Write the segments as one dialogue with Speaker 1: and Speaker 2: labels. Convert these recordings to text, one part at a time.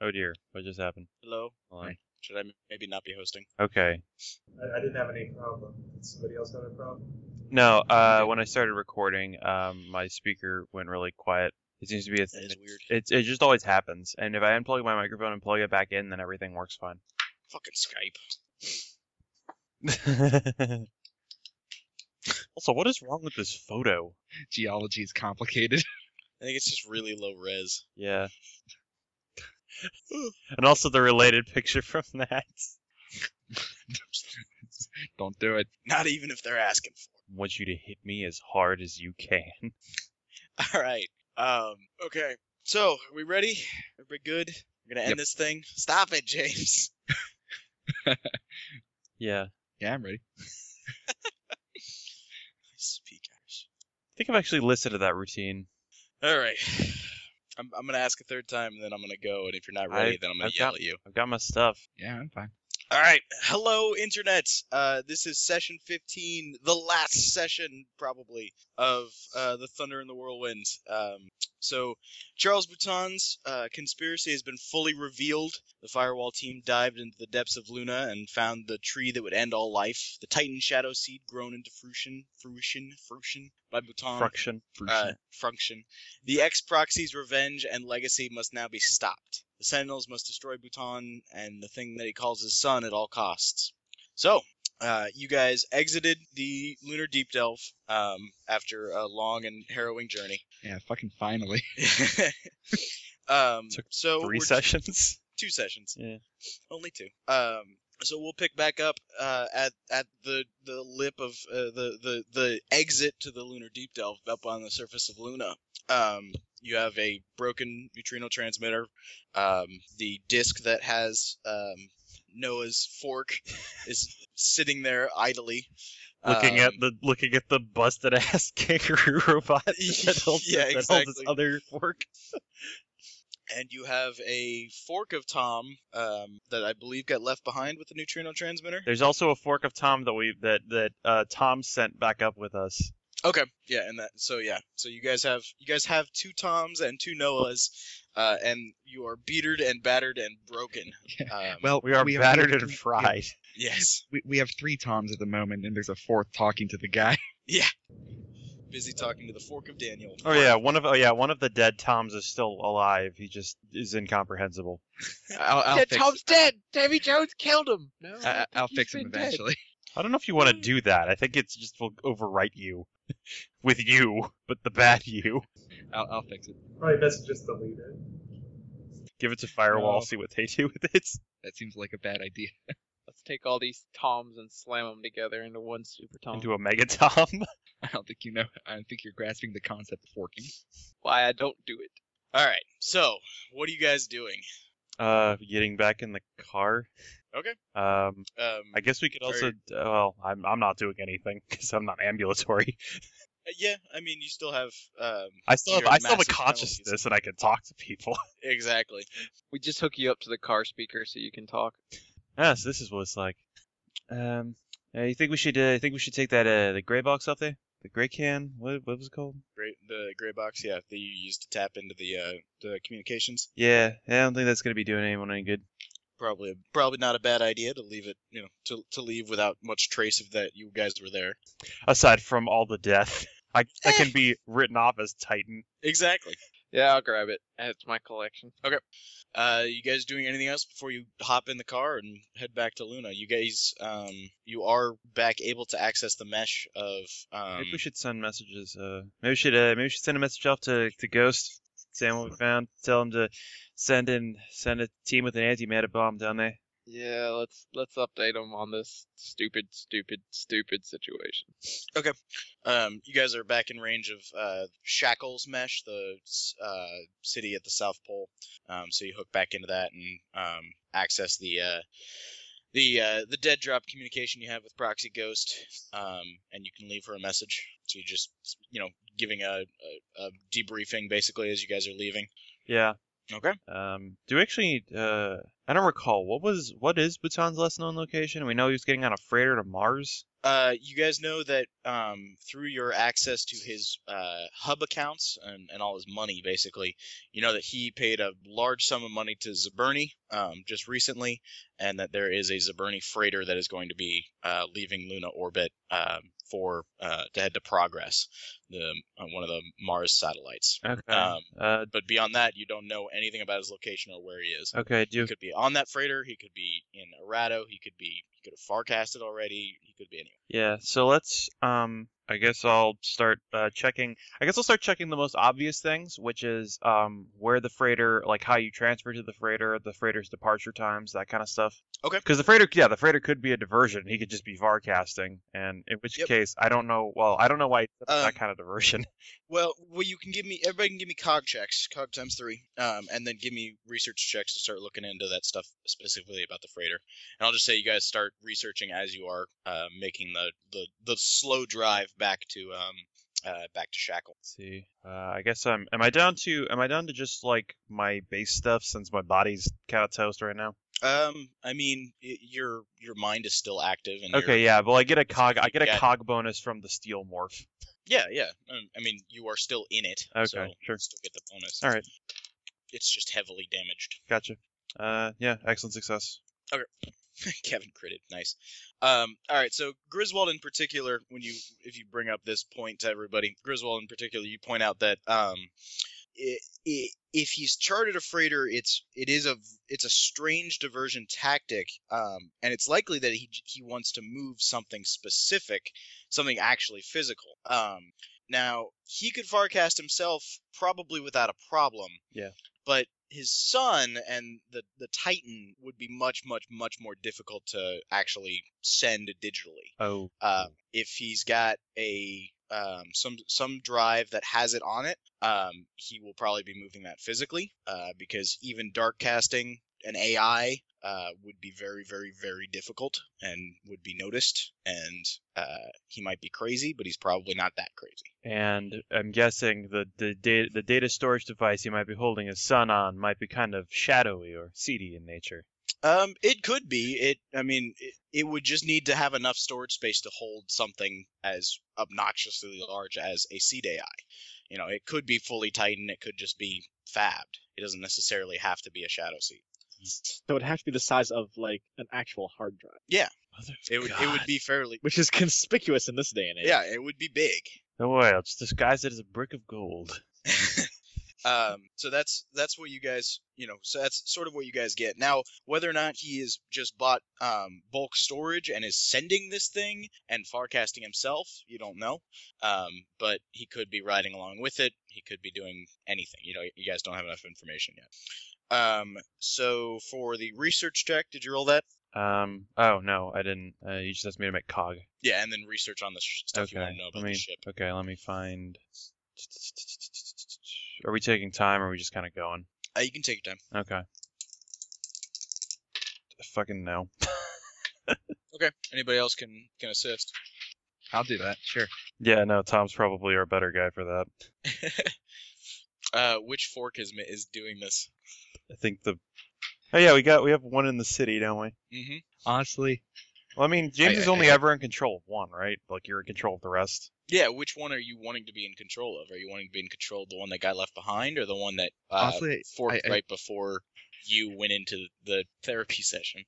Speaker 1: Oh dear, what just happened?
Speaker 2: Hello.
Speaker 1: Hold on.
Speaker 2: Should I m- maybe not be hosting?
Speaker 1: Okay.
Speaker 3: I, I didn't have any problem. Did somebody else have a problem?
Speaker 1: No, uh, when I started recording, um, my speaker went really quiet. It seems to be a
Speaker 2: That
Speaker 1: thing.
Speaker 2: is weird.
Speaker 1: It's it just always happens. And if I unplug my microphone and plug it back in, then everything works fine.
Speaker 2: Fucking Skype.
Speaker 1: also, what is wrong with this photo?
Speaker 4: Geology is complicated.
Speaker 2: I think it's just really low res.
Speaker 1: Yeah. and also the related picture from that.
Speaker 4: Don't do it.
Speaker 2: Not even if they're asking for.
Speaker 1: I want you to hit me as hard as you can.
Speaker 2: it. All right. Um. Okay. So, are we ready? Everybody good? We're gonna end
Speaker 4: Yep.
Speaker 2: this thing. Stop it, James.
Speaker 1: Yeah.
Speaker 4: Yeah, I'm ready.
Speaker 2: Speak Irish.
Speaker 1: I think I've actually listened to that routine.
Speaker 2: All right. I'm, I'm gonna ask a third time, and then I'm gonna go. And if you're not ready,
Speaker 1: I-
Speaker 2: then I'm gonna
Speaker 1: I've
Speaker 2: yell
Speaker 1: got-
Speaker 2: at you.
Speaker 1: I've got my stuff.
Speaker 4: Yeah, I'm fine.
Speaker 2: All right. Hello, Internet. Uh, this is session 15, the last session, probably, of uh, The Thunder and the Whirlwind. Um, so, Charles Bouton's uh, conspiracy has been fully revealed. The Firewall team dived into the depths of Luna and found the tree that would end all life, the Titan Shadow Seed grown into fruition, fruition, fruition by Bouton
Speaker 1: Fruction.
Speaker 2: uh, function. The ex proxy's revenge and legacy must now be stopped. The Sentinels must destroy Bhutan and the thing that he calls his son at all costs. So, uh, you guys exited the lunar deep delve um, after a long and harrowing journey.
Speaker 4: yeah, fucking finally.
Speaker 2: um,
Speaker 1: Took
Speaker 2: so
Speaker 1: Three
Speaker 2: we're-
Speaker 1: sessions.
Speaker 2: two sessions.
Speaker 1: Yeah.
Speaker 2: Only two. Um, so we'll pick back up uh, at at the the lip of uh, the the the exit to the lunar deep delve up on the surface of Luna. Um, you have a broken neutrino transmitter, um, the disc that has um, Noah's fork is sitting there idly,
Speaker 1: Looking at
Speaker 2: Um,
Speaker 1: the looking at the busted ass kangaroo robot that holds,
Speaker 2: Yeah,
Speaker 1: that holds
Speaker 2: exactly.
Speaker 1: this other fork.
Speaker 2: and you have a fork of Tom um, that I believe got left behind with the neutrino transmitter.
Speaker 1: There's also a fork of Tom that we that that uh, Tom sent back up with us.
Speaker 2: Okay. Yeah, and that so yeah. So you guys have you guys have two Toms and two Noahs, uh, and you are beatered and battered and broken. Um,
Speaker 4: Well,
Speaker 1: We are
Speaker 4: have-
Speaker 1: battered
Speaker 4: have
Speaker 1: and
Speaker 4: three-
Speaker 1: fried.
Speaker 2: yes.
Speaker 4: We, we have three Toms at the moment, and there's a fourth talking to the guy.
Speaker 2: Busy talking to the fork of Daniel.
Speaker 1: Oh yeah, one of oh yeah, one of the dead Toms is still alive. He just is incomprehensible.
Speaker 4: I'll, I'll
Speaker 5: yeah,
Speaker 4: fix,
Speaker 5: Tom's dead. Davy Jones killed him. No,
Speaker 4: I,
Speaker 5: I think
Speaker 4: I'll
Speaker 5: he's
Speaker 4: fix him
Speaker 5: been dead.
Speaker 4: eventually.
Speaker 1: I don't know if you
Speaker 2: Hmm.
Speaker 1: want to do that. I think it's just will overwrite you with you, but the bad you.
Speaker 4: I'll, I'll fix it.
Speaker 3: Probably best to just delete it.
Speaker 1: Give it to firewall,
Speaker 4: No.
Speaker 1: see what they do with it.
Speaker 4: That seems like a bad idea.
Speaker 5: Let's take all these toms and slam them together into one super tom.
Speaker 1: Into a mega Tom.
Speaker 4: I don't think you know. I don't think you're grasping the concept of forking.
Speaker 5: Why I don't do it.
Speaker 2: All right. So what are you guys doing?
Speaker 1: Uh, getting back in the car.
Speaker 2: Okay.
Speaker 1: Um,
Speaker 2: Um,
Speaker 1: I guess we could
Speaker 2: Are
Speaker 1: also. Well, I'm I'm not doing anything because I'm not ambulatory.
Speaker 2: uh, yeah. I mean, you still have um,
Speaker 1: I still have
Speaker 2: You're
Speaker 1: I still have a
Speaker 2: massive penalties.
Speaker 1: consciousness and I can talk to people.
Speaker 2: exactly.
Speaker 5: We just hook you up to the car speaker so you can talk.
Speaker 1: yes, this is what it's like. Um, uh, you think we should? Uh, you think we should take that uh the gray box up there? The gray can? What what was it called?
Speaker 2: Great. The gray box. Yeah, that you use to tap into the uh, the communications.
Speaker 1: Yeah, I don't think that's gonna be doing anyone any good.
Speaker 2: Probably probably not a bad idea to leave it. You know, to to leave without much trace of that you guys were there.
Speaker 1: Aside from all the death, I that can be written off as Titan.
Speaker 2: Exactly.
Speaker 5: Yeah, I'll grab it. Add it to my collection.
Speaker 2: Uh, you guys doing anything else before you hop in the car and head back to Luna? You guys, um, you are back able to access the mesh of, um,
Speaker 1: maybe we should send messages. Uh, maybe we should. Uh, maybe we should send a message off to to Ghost. Sam what we found. Tell him to send in send a team with an anti-matter bomb down there.
Speaker 5: Yeah, let's let's update them on this stupid, stupid, stupid situation.
Speaker 2: um, you guys are back in range of uh, Shackles mesh, the uh, city at the South Pole. Um, so you hook back into that and um, access the uh, the uh, the dead drop communication you have with Proxy Ghost, um, and you can leave her a message. So you just you know giving a, a, a debriefing basically as you guys are leaving.
Speaker 1: Yeah.
Speaker 2: Okay.
Speaker 1: Um, do we actually? Uh, I don't recall what was what is Bhutan's last known location. We know he was getting on a freighter to Mars.
Speaker 2: Uh, you guys know that um, through your access to his uh, hub accounts and, and all his money, basically, you know that he paid a large sum of money to Zaberni um, just recently, and that there is a Zaberni freighter that is going to be uh, leaving Luna orbit um, for uh, to head to Progress, the uh, one of the Mars satellites.
Speaker 1: Okay.
Speaker 2: Um,
Speaker 1: uh,
Speaker 2: but beyond that, you don't know anything about his location or where he is.
Speaker 1: okay. Do
Speaker 2: He could be on that freighter. He could be in Erato. He could be he could have farcasted already. He could be anywhere.
Speaker 1: Yeah, so let's um I guess I'll start uh checking I guess I'll start checking the most obvious things, which is um where the freighter like how you transfer to the freighter, the freighter's departure times, that kind of stuff.
Speaker 2: Okay.
Speaker 1: Cuz the freighter yeah, the freighter could be a diversion. He could just be varcasting and in which
Speaker 2: Yep.
Speaker 1: case I don't know, well, I don't know why he set up
Speaker 2: Um,
Speaker 1: that kind of diversion.
Speaker 2: Well, well, you can give me everybody can give me cog checks, cog times three, um, and then give me research checks to start looking into that stuff specifically about the freighter. And I'll just say you guys start researching as you are uh, making the, the the slow drive back to um uh, back to Shackle.
Speaker 1: Let's see. Uh I guess I'm am I down to am I down to just like my base stuff since my body's kind of toast right now?
Speaker 2: Um, I mean, y- your your mind is still active and you're-
Speaker 1: Okay, yeah, well I get a cog I get a
Speaker 2: Yeah.
Speaker 1: cog bonus from the steel morph.
Speaker 2: yeah, yeah. Um, I mean, you are still in it.
Speaker 1: Okay,
Speaker 2: so you
Speaker 1: sure.
Speaker 2: Still get the bonus.
Speaker 1: All right.
Speaker 2: It's just heavily damaged.
Speaker 1: Gotcha. Uh, yeah, excellent success.
Speaker 2: Kevin critted. Nice. Um, all right. So Griswold in particular, when you if you bring up this point to everybody, Griswold in particular, you point out that um, i i if he's chartered a freighter, it's it is a it's a strange diversion tactic, um, and it's likely that he he wants to move something specific, something actually physical. Um, now he could farcast himself probably without a problem.
Speaker 1: Yeah.
Speaker 2: But his son and the the Titan would be much much much more difficult to actually send digitally.
Speaker 1: Oh,
Speaker 2: Uh, if he's got a um, some some drive that has it on it, um, he will probably be moving that physically uh, because even dark casting an AI uh, would be very very very difficult and would be noticed. And uh, he might be crazy, but he's probably not that crazy.
Speaker 1: and I'm guessing the the data the data storage device he might be holding his son on might be kind of shadowy or seedy in nature.
Speaker 2: Um, it could be. It. I mean, it, it would just need to have enough storage space to hold something as obnoxiously large as a seed AI. You know, it could be fully Titan. It could just be fabbed. It doesn't necessarily have to be a shadow seed.
Speaker 6: So it has to be the size of like an actual hard drive,
Speaker 2: It would. It would be fairly.
Speaker 6: which is conspicuous in this day and age.
Speaker 2: Yeah, it would be big.
Speaker 1: Don't worry, I'll just disguise it as a brick of gold.
Speaker 2: um, so that's that's what you guys you know so that's sort of what you guys get now whether or not he is just bought um, bulk storage and is sending this thing and farcasting himself you don't know um, but he could be riding along with it he could be doing anything you know you guys don't have enough information yet um, so for the research check did you roll that
Speaker 1: Um. Oh no, I didn't. Uh, you just asked me to make cog.
Speaker 2: yeah and then research on the sh- stuff you want
Speaker 1: Okay,
Speaker 2: to know
Speaker 1: let
Speaker 2: about
Speaker 1: me-
Speaker 2: the ship
Speaker 1: Okay, let me find. Are we taking time or are we just kind of going?
Speaker 2: uh, you can take your time
Speaker 1: Okay. Fucking no.
Speaker 2: okay anybody else can can assist
Speaker 4: I'll do that. Sure.
Speaker 1: Yeah, no. Tom's probably our better guy for that.
Speaker 2: uh, which fork is ma- is doing this
Speaker 1: I think the. Oh yeah, we got we have one in the city, don't we?
Speaker 2: hmm
Speaker 4: Honestly,
Speaker 1: Well, I mean, James
Speaker 4: I-
Speaker 1: is
Speaker 4: I-
Speaker 1: only
Speaker 4: I-
Speaker 1: ever in control of one, right? Like you're in control of the rest.
Speaker 2: Yeah, which one are you wanting to be in control of? Are you wanting to be in control of the one that got left behind, or the one that uh,
Speaker 4: Honestly,
Speaker 2: forked
Speaker 4: I- I-
Speaker 2: right before you went into the therapy session?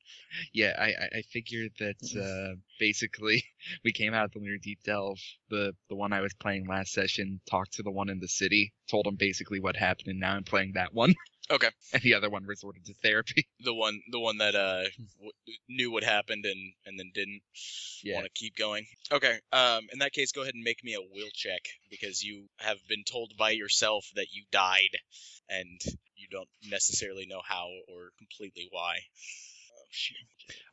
Speaker 4: yeah, I I, I figured that uh, basically we came out of the lunar deep delve. The the one I was playing last session talked to the one in the city, told him basically what happened, and now I'm playing that one.
Speaker 2: Okay.
Speaker 4: And the other one resorted to therapy.
Speaker 2: The one, the one that uh,
Speaker 4: Hmm.
Speaker 2: w- knew what happened and and then didn't
Speaker 4: Yeah.
Speaker 2: want to keep going. Okay. Um, in that case, go ahead and make me a will check because you have been told by yourself that you died, and you don't necessarily know how or completely why. Oh shoot.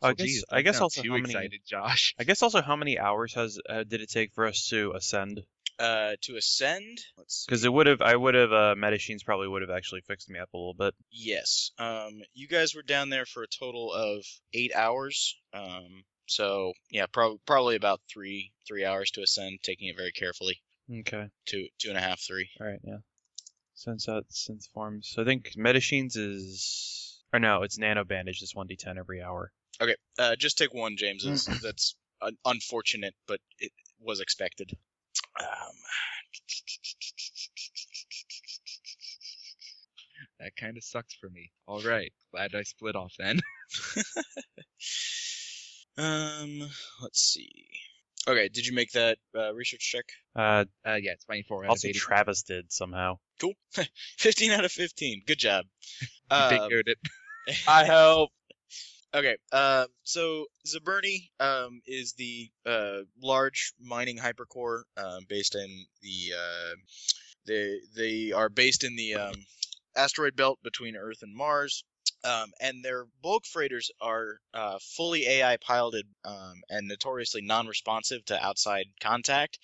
Speaker 1: I
Speaker 4: Oh,
Speaker 1: guess
Speaker 4: geez,
Speaker 1: I
Speaker 4: that
Speaker 1: guess
Speaker 4: sounds
Speaker 1: also
Speaker 4: too
Speaker 1: how many
Speaker 4: excited, Josh.
Speaker 1: I guess also how many hours has uh, did it take for us to ascend?
Speaker 2: Uh, to ascend. Let's
Speaker 1: Because it would have I would have uh, Medicine's probably would have actually fixed me up a little bit.
Speaker 2: Yes. Um, you guys were down there for a total of eight hours. Um, so yeah, prob- probably about three three hours to ascend, taking it very carefully.
Speaker 1: Okay.
Speaker 2: Two two and a half, three.
Speaker 1: All right. Yeah. Since that since forms, so I think Medicine's is Or no, it's nano bandage. Just one d10 every hour.
Speaker 2: Okay, uh, just take one, James. That's, that's un- unfortunate, but it was expected. Um,
Speaker 4: That kind of sucks for me. All right, glad I split off then.
Speaker 2: um, let's see. Okay, did you make that uh, research check?
Speaker 1: Uh,
Speaker 4: Uh, yeah, 24 out
Speaker 1: also
Speaker 4: of 80.
Speaker 1: Travis did somehow.
Speaker 2: Cool. 15 out of 15. Good job.
Speaker 4: Big
Speaker 2: Uh,
Speaker 4: goated.
Speaker 5: I help.
Speaker 2: Okay, uh, so Zaberni um, is the uh, large mining hypercore um, based in the uh, they they are based in the um, asteroid belt between Earth and Mars, um, and their bulk freighters are uh, fully AI piloted um, and notoriously non-responsive to outside contact,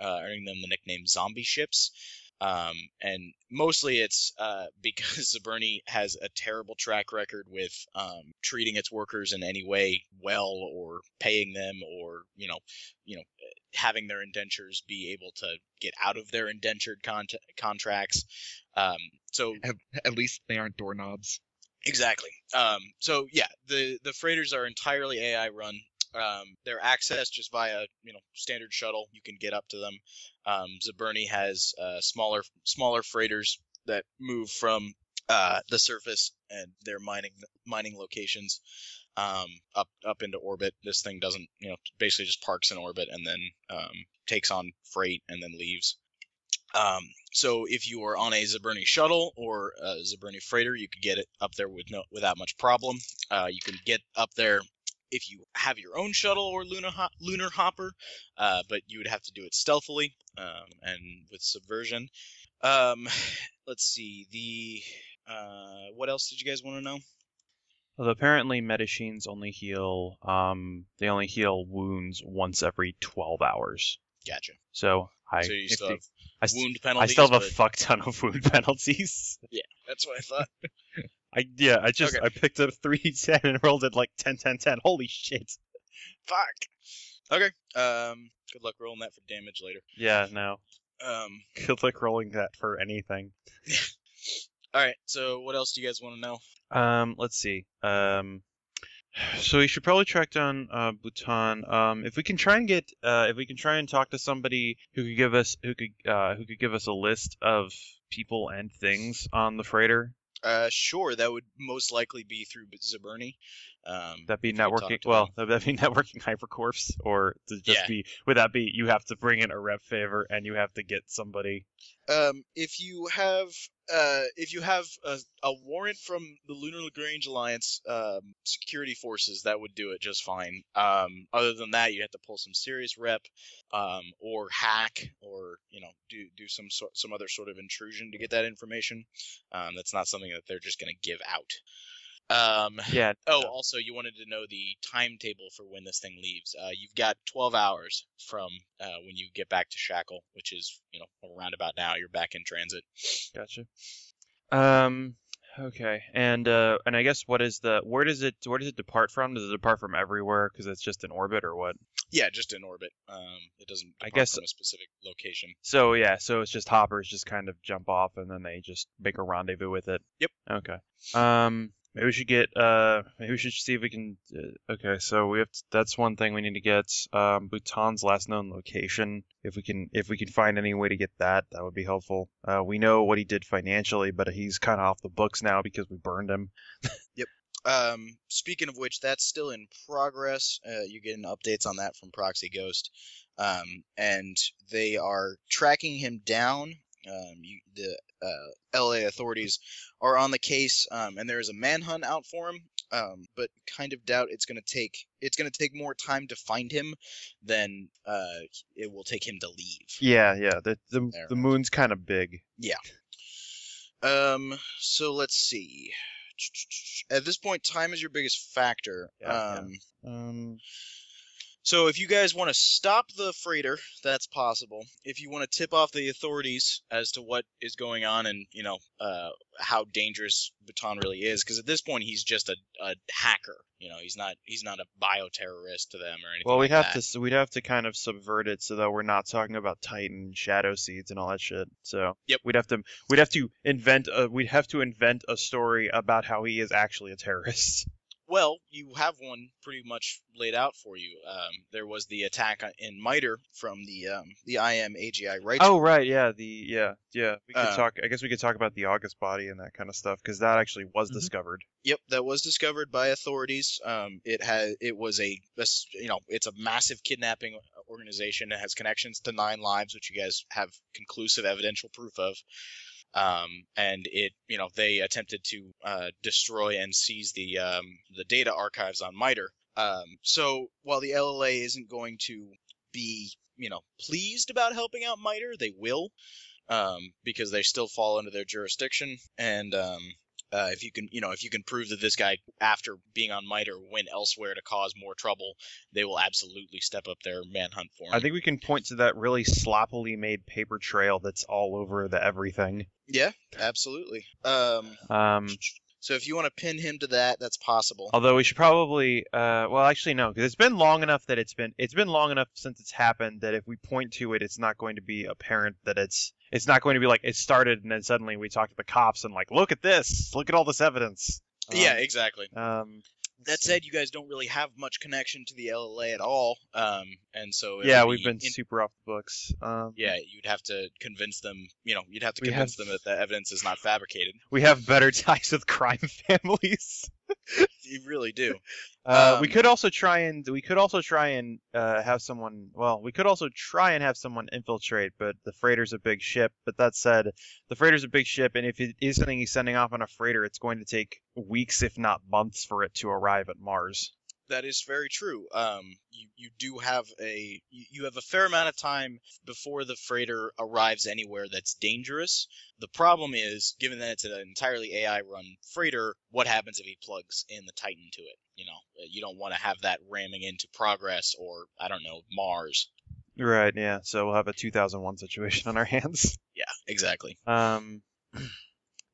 Speaker 2: uh, earning them the nickname "zombie ships." Um, and mostly it's uh, because Zaberni has a terrible track record with um, treating its workers in any way well, or paying them, or you know, you know, having their indentures be able to get out of their indentured con- contracts. Um, so
Speaker 4: At least they aren't doorknobs.
Speaker 2: Exactly. Um, so yeah, the the freighters are entirely AI run. Um, they're accessed just via you know standard shuttle. You can get up to them. Um, Zaberni has uh, smaller smaller freighters that move from uh, the surface and their mining mining locations um, up up into orbit. This thing doesn't you know basically just parks in orbit and then um, takes on freight and then leaves. Um, so if you were on a Zaberni shuttle or a Zaberni freighter, you could get it up there with no without much problem. Uh, you can get up there if you have your own shuttle or lunar ho- lunar hopper, uh, but you would have to do it stealthily um, and with subversion. Um, let's see the uh, what else did you guys want to know?
Speaker 1: Although apparently medicines only heal um they only heal wounds once every 12 hours.
Speaker 2: Gotcha.
Speaker 1: So I
Speaker 2: so you
Speaker 1: if
Speaker 2: still
Speaker 1: the-
Speaker 2: have
Speaker 1: I, st-
Speaker 2: wound
Speaker 1: I
Speaker 2: penalties.
Speaker 1: still have a
Speaker 2: but
Speaker 1: fuck ton of wound penalties.
Speaker 2: that's what I thought.
Speaker 1: I yeah, I just
Speaker 2: Okay.
Speaker 1: I picked up 3d10 and rolled it like 10 10 10. Holy shit.
Speaker 2: Fuck. Okay. Um, good luck rolling that for damage later.
Speaker 1: Yeah, no.
Speaker 2: Um,
Speaker 1: Good luck rolling that for anything.
Speaker 2: all right. So what else do you guys want to know?
Speaker 1: Um, let's see. Um, so we should probably track down uh, Bhutan. Um, if we can try and get, uh, if we can try and talk to somebody who could give us, who could, uh, who could give us a list of people and things on the freighter.
Speaker 2: Uh, sure. That would most likely be through B- Zaberni. Um,
Speaker 1: That'd be
Speaker 2: if you talk
Speaker 1: networking.
Speaker 2: to
Speaker 1: Well,
Speaker 2: them.
Speaker 1: that'd be networking hypercorps, or to just
Speaker 2: Yeah.
Speaker 1: be. Would that be? You have to bring in a rep favor, and you have to get somebody.
Speaker 2: um, if you have uh, if you have a, a warrant from the Lunar Lagrange Alliance um, security forces, that would do it just fine. Um, other than that, you have to pull some serious rep, um, or hack, or you know, do do some sort some other sort of intrusion to get that information. Um, that's not something that they're just going to give out. Um,
Speaker 1: Yeah.
Speaker 2: Oh, also, you wanted to know the timetable for when this thing leaves. Uh, you've got 12 hours from uh, when you get back to Shackle, which is, you know, around about now. You're back in transit.
Speaker 1: Gotcha. Um. Okay. And uh. And I guess what is the? Where does it? Where does it depart from? Does it depart from everywhere? Because it's just in orbit, or what?
Speaker 2: Yeah, just in orbit. Um, it doesn't.
Speaker 1: I
Speaker 2: depart
Speaker 1: guess-
Speaker 2: from a specific location.
Speaker 1: So yeah, so it's just hoppers just kind of jump off and then they just make a rendezvous with it.
Speaker 2: Yep.
Speaker 1: Okay. Um, maybe we should get uh, maybe we should see if we can. Uh, okay, so we have to, that's one thing we need to get. Um, Bhutan's last known location. If we can, if we can find any way to get that, that would be helpful. Uh, we know what he did financially, but he's kind of off the books now because we burned him.
Speaker 2: Um, speaking of which, that's still in progress. Uh, you get updates on that from Proxy Ghost, um, and they are tracking him down. Um, you, the uh, LA authorities are on the case, um, and there is a manhunt out for him. Um, but kind of doubt it's gonna take it's gonna take more time to find him than uh, it will take him to leave.
Speaker 1: Yeah, yeah. The the,
Speaker 2: Fair
Speaker 1: the
Speaker 2: enough.
Speaker 1: moon's kind of big.
Speaker 2: Um, so let's see. At this point, time is your biggest factor.
Speaker 1: Yeah, yeah.
Speaker 2: um,
Speaker 1: Um,
Speaker 2: So if you guys want to stop the freighter, that's possible. If you want to tip off the authorities as to what is going on and you know uh, how dangerous Baton really is, because at this point he's just a, a hacker. You know, he's not he's not a bioterrorist to them or anything.
Speaker 1: Well, we
Speaker 2: like
Speaker 1: have
Speaker 2: that.
Speaker 1: to s- we'd have to kind of subvert it so that we're not talking about Titan Shadow Seeds and all that shit. So
Speaker 2: Yep.
Speaker 1: we'd have to we'd have to invent a we'd have to invent a story about how he is actually a terrorist.
Speaker 2: Well, you have one pretty much laid out for you. Um, there was the attack on- in Mitre from the um, the IM AGI right.
Speaker 1: Oh right, yeah, the yeah yeah. We could
Speaker 2: Uh,
Speaker 1: talk. I guess we could talk about the August body and that kind of stuff because that actually was
Speaker 2: Mhm.
Speaker 1: discovered.
Speaker 2: Yep, that was discovered by authorities. Um, it had it was a a s- you know it's a massive kidnapping uh, organization. It has connections to Nine Lives, which you guys have conclusive evidential proof of. Um, and it you know they attempted to uh, destroy and seize the um, the data archives on MITRE. Um, so while the LLA isn't going to be you know pleased about helping out MITRE, they will um, because they still fall under their jurisdiction and. Um, uh, if you can you know if you can prove that this guy after being on miter went elsewhere to cause more trouble they will absolutely step up their manhunt for him
Speaker 1: I think we can point to that really sloppily made paper trail that's all over the everything.
Speaker 2: yeah absolutely um
Speaker 1: Um,
Speaker 2: so if you want to pin him to that that's possible
Speaker 1: Although we should probably, uh, well, actually no, because it's been long enough that it's been it's been long enough since it's happened that if we point to it, it's not going to be apparent that it's it's not going to be like it started and then suddenly we talk to the cops and like look at this, look at all this evidence. Um,
Speaker 2: yeah exactly
Speaker 1: Um,
Speaker 2: that said you guys don't really have much connection to the lla at all um and so it
Speaker 1: yeah,
Speaker 2: would
Speaker 1: we've
Speaker 2: be
Speaker 1: been
Speaker 2: in-
Speaker 1: super off the books. Um,
Speaker 2: yeah you'd have to convince them you know you'd have to
Speaker 1: We
Speaker 2: convince
Speaker 1: have-
Speaker 2: them that the evidence is not fabricated
Speaker 1: we have better ties with crime families.
Speaker 2: you really do
Speaker 1: Uh, we
Speaker 2: Um,
Speaker 1: could also try and we could also try and uh, have someone. Well, we could also try and have someone infiltrate, but the freighter's a big ship. But that said, the freighter's a big ship, and if it is something he's sending off on a freighter, it's going to take weeks, if not months, for it to arrive at Mars.
Speaker 2: That is very true. Um, you, you do have a you, you have a fair amount of time before the freighter arrives anywhere that's dangerous. The problem is, given that it's an entirely AI run freighter, what happens if he plugs in the Titan to it? You know, you don't want to have that ramming into progress or I don't know Mars.
Speaker 1: Right. Yeah. So we'll have a 2001 situation on our hands.
Speaker 2: Yeah, exactly.
Speaker 1: Um.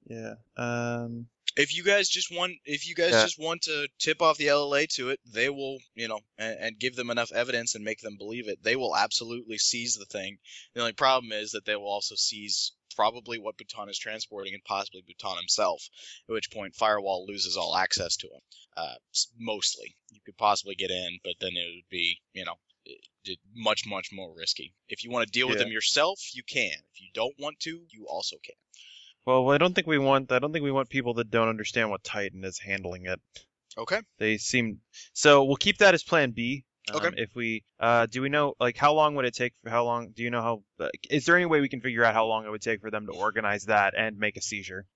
Speaker 1: Yeah. Um.
Speaker 2: If you guys just want, if you guys
Speaker 1: Yeah.
Speaker 2: just want to tip off the LLA to it, they will, you know, and, and give them enough evidence and make them believe it. They will absolutely seize the thing. The only problem is that they will also seize probably what Bhutan is transporting and possibly Bhutan himself. At which point, Firewall loses all access to him. Uh, s- mostly, you could possibly get in, but then it would be, you know, it- it- much much more risky. If you want to deal with
Speaker 1: Yeah.
Speaker 2: them yourself, you can. If you don't want to, you also can.
Speaker 1: Well, I don't think we want. I don't think we want people that don't understand what Titan is handling it.
Speaker 2: Okay.
Speaker 1: They seem so. We'll keep that as Plan B.
Speaker 2: Okay.
Speaker 1: Um, If we uh, do we know like how long would it take for how long? Do you know how? like, is there any way we can figure out how long it would take for them to organize that and make a seizure?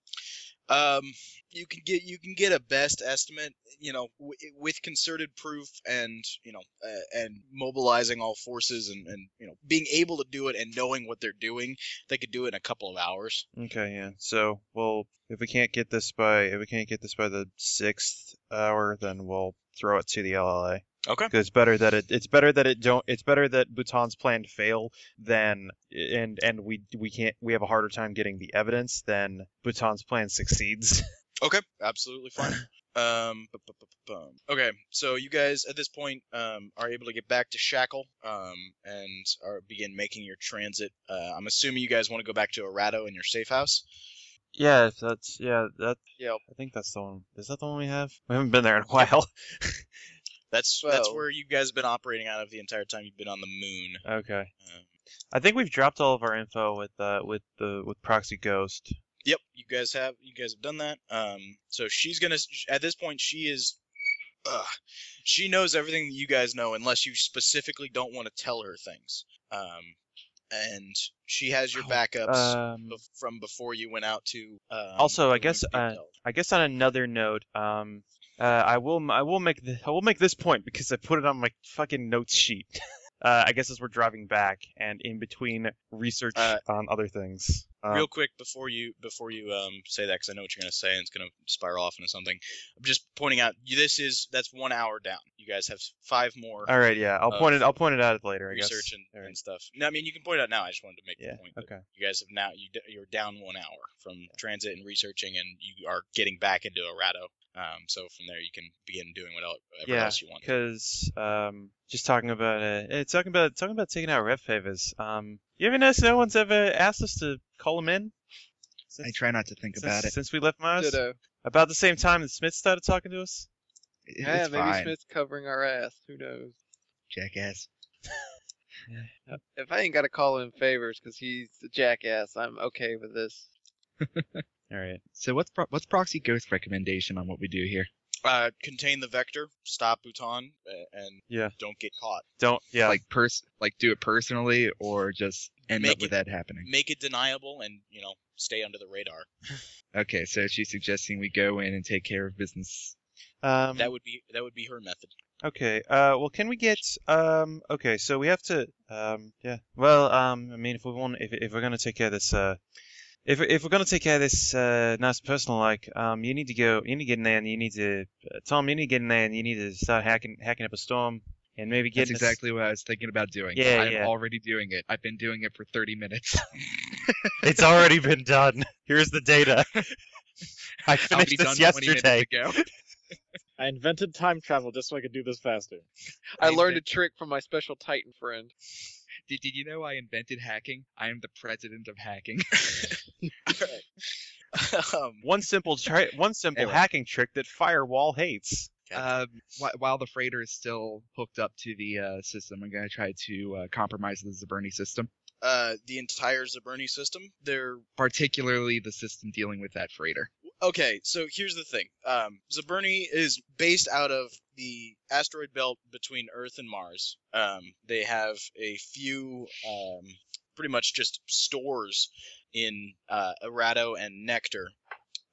Speaker 2: Um, you can get you can get a best estimate, you know, w- with concerted proof and you know uh, and mobilizing all forces and and you know being able to do it and knowing what they're doing, they could do it in a couple of hours.
Speaker 1: Okay. Yeah. So well, if we can't get this by if we can't get this by the sixth hour, then we'll throw it to the LLA.
Speaker 2: Okay.
Speaker 1: Because it's better that it it's better that it don't it's better that Bhutan's plan fail than and and we we can't we have a harder time getting the evidence than Bhutan's plan succeeds.
Speaker 2: Okay, absolutely fine. um, bu- bu- bu- bu- bum. okay, so you guys at this point um are able to get back to Shackle um and are begin making your transit. Uh, I'm assuming you guys want to go back to Arato and your safe house.
Speaker 1: Yeah, if that's yeah, that
Speaker 5: Yep.
Speaker 1: I think that's the one. Is that the one we have? We haven't been there in a while.
Speaker 2: That's that's
Speaker 5: Well-
Speaker 2: where you guys have been operating out of the entire time you've been on the moon.
Speaker 1: okay.
Speaker 2: Um,
Speaker 1: I think we've dropped all of our info with uh with the with Proxy Ghost.
Speaker 2: Yep, you guys have you guys have done that. Um, so she's gonna at this point she is, ugh, she knows everything that you guys know unless you specifically don't want to tell her things. Um, and she has your
Speaker 1: Oh,
Speaker 2: backups
Speaker 1: Um,
Speaker 2: bef- from before you went out to. Um,
Speaker 1: Also, I
Speaker 2: the room
Speaker 1: guess,
Speaker 2: to
Speaker 1: uh,
Speaker 2: Deep Dell.
Speaker 1: I guess on another note, um, uh, I will I will make the, I will make this point because I put it on my fucking notes sheet. Uh, I guess as we're driving back and in between research
Speaker 2: Uh,
Speaker 1: on other things. Um,
Speaker 2: Real quick before you before you um, say that, because I know what you're gonna say, and it's gonna spiral off into something. I'm just pointing out you- this is that's one hour down. You guys have five more
Speaker 1: all right, yeah. I'll
Speaker 2: uh,
Speaker 1: point it. I'll point it out later. I guess.
Speaker 2: research and,
Speaker 1: All right.
Speaker 2: and stuff. No, I mean you can point it out now. I just wanted to make
Speaker 1: Yeah,
Speaker 2: the point. that
Speaker 1: okay.
Speaker 2: You guys have now you d- you're down one hour from transit and researching, and you are getting back into Arado. Um, so from there you can begin doing whatever
Speaker 1: Yeah,
Speaker 2: else you want.
Speaker 1: because um, just talking about uh, eh, talking about talking about taking out ref favors. Um, you ever notice no one's ever asked us to call them in? Since,
Speaker 4: I try not to think about
Speaker 1: since,
Speaker 4: it.
Speaker 1: since we left Mars,
Speaker 5: Ditto.
Speaker 1: about the same time that Smith started talking to us.
Speaker 4: It-
Speaker 5: Yeah,
Speaker 4: it's
Speaker 5: maybe
Speaker 4: fine,
Speaker 5: Smith's covering our ass. Who knows?
Speaker 4: jackass.
Speaker 5: If I ain't got to call in favors because he's a jackass, I'm okay with this.
Speaker 1: All right.
Speaker 4: So what's pro- what's Proxy Ghost recommendation on what we do here?
Speaker 2: Uh, contain the vector, stop Bhutan, uh, and
Speaker 1: Yeah.
Speaker 2: don't get caught.
Speaker 1: Don't. Yeah.
Speaker 4: Like pers- like do it personally or just end
Speaker 2: Make
Speaker 4: up with
Speaker 2: it-
Speaker 4: that happening?
Speaker 2: Make it deniable, and you know stay under the radar.
Speaker 4: Okay, so she's suggesting we go in and take care of business.
Speaker 1: um,
Speaker 2: That would be that would be her method.
Speaker 1: Okay. Uh. Well, can we get um? Okay. So we have to um. Yeah. Well. Um. I mean, if we want, if if we're gonna take care of this uh. If, if we're gonna take care of this uh, nice and personal, like um, you need to go, you need to get in there, and you need to, uh, Tom, you need to get in there, and you need to start hacking hacking up a storm, and maybe
Speaker 4: That's
Speaker 1: getting us-
Speaker 4: exactly what I was thinking about doing.
Speaker 1: Yeah,
Speaker 4: I'm
Speaker 1: yeah.
Speaker 4: already doing it. I've been doing it for 30 minutes.
Speaker 1: It's already been done. Here's the data. I
Speaker 4: I'll
Speaker 1: finished
Speaker 4: be done
Speaker 1: this
Speaker 4: 20 minutes
Speaker 1: yesterday.
Speaker 4: ago.
Speaker 6: I invented time travel just so I could do this faster.
Speaker 5: I
Speaker 4: Amazing.
Speaker 5: learned a trick from my special Titan friend.
Speaker 4: Did, did you know I invented hacking? I am the president of hacking.
Speaker 2: um,
Speaker 1: One simple tri- one simple
Speaker 4: Anyway.
Speaker 1: hacking trick that Firewall hates.
Speaker 4: um, wh- while the freighter is still hooked up to the uh, system, I'm going to try to uh, compromise the Zaberni system,
Speaker 2: uh, the entire Zaberni system. They're
Speaker 4: particularly the system dealing with that freighter.
Speaker 2: okay. So here's the thing. Um, Zaberni is based out of the asteroid belt between Earth and Mars. Um, they have a few, um, pretty much just stores in uh, Errato and Nectar.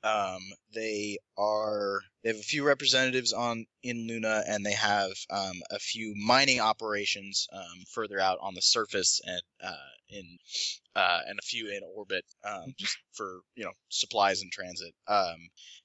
Speaker 2: Um, they are they have a few representatives on in Luna, and they have um, a few mining operations um, further out on the surface and uh, in uh, and a few in orbit, um, just for you know supplies and transit. Um,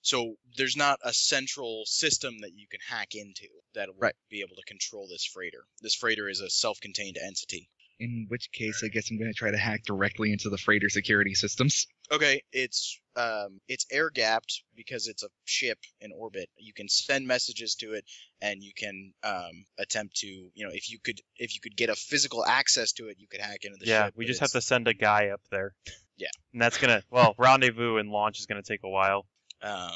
Speaker 2: so there's not a central system that you can hack into that will
Speaker 4: Right.
Speaker 2: be able to control this freighter. This freighter is a self-contained entity.
Speaker 4: In which case, I guess I'm going to try to hack directly into the freighter security systems.
Speaker 2: Okay, it's um, it's air gapped because it's a ship in orbit. You can send messages to it, and you can um, attempt to you know if you could if you could get a physical access to it, you could hack into the
Speaker 1: yeah,
Speaker 2: ship.
Speaker 1: we
Speaker 2: but
Speaker 1: just have to
Speaker 2: it's-
Speaker 1: send a guy up there.
Speaker 2: Yeah.
Speaker 1: And that's gonna well, rendezvous and launch is gonna take a while.
Speaker 2: Um,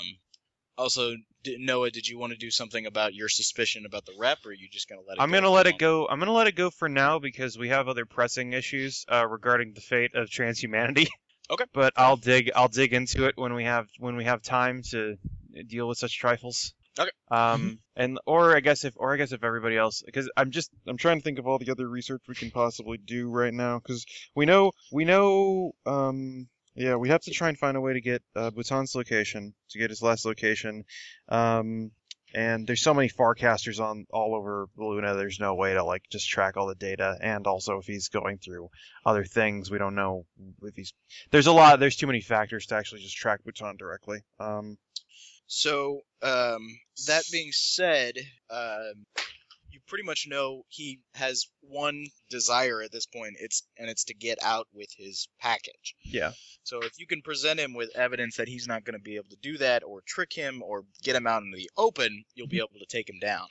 Speaker 2: also, d- Noah, did you want to do something about your suspicion about the rep, or are you just gonna let it?
Speaker 1: I'm
Speaker 2: go
Speaker 1: gonna
Speaker 2: for
Speaker 1: let
Speaker 2: the
Speaker 1: it go. I'm gonna let it go for now because we have other pressing issues uh, regarding the fate of transhumanity.
Speaker 2: Okay.
Speaker 1: But I'll dig. I'll dig into it when we have when we have time to deal with such trifles.
Speaker 2: Okay.
Speaker 1: Um, and or I guess if or I guess if everybody else because I'm just I'm trying to think of all the other research we can possibly do right now because we know we know um yeah we have to try and find a way to get uh, Bhutan's location to get his last location, um and there's so many farcasters on all over Luna. There's no way to like just track all the data. And also, if he's going through other things, we don't know if he's. There's a lot. There's too many factors to actually just track Bhutan directly. Um,
Speaker 2: So, um, that being said, um, you pretty much know he has one desire at this point. It's and it's to get out with his package.
Speaker 1: Yeah.
Speaker 2: So if you can present him with evidence that he's not going to be able to do that, or trick him, or get him out into the open, you'll be
Speaker 3: Mm-hmm.
Speaker 2: able to take him down.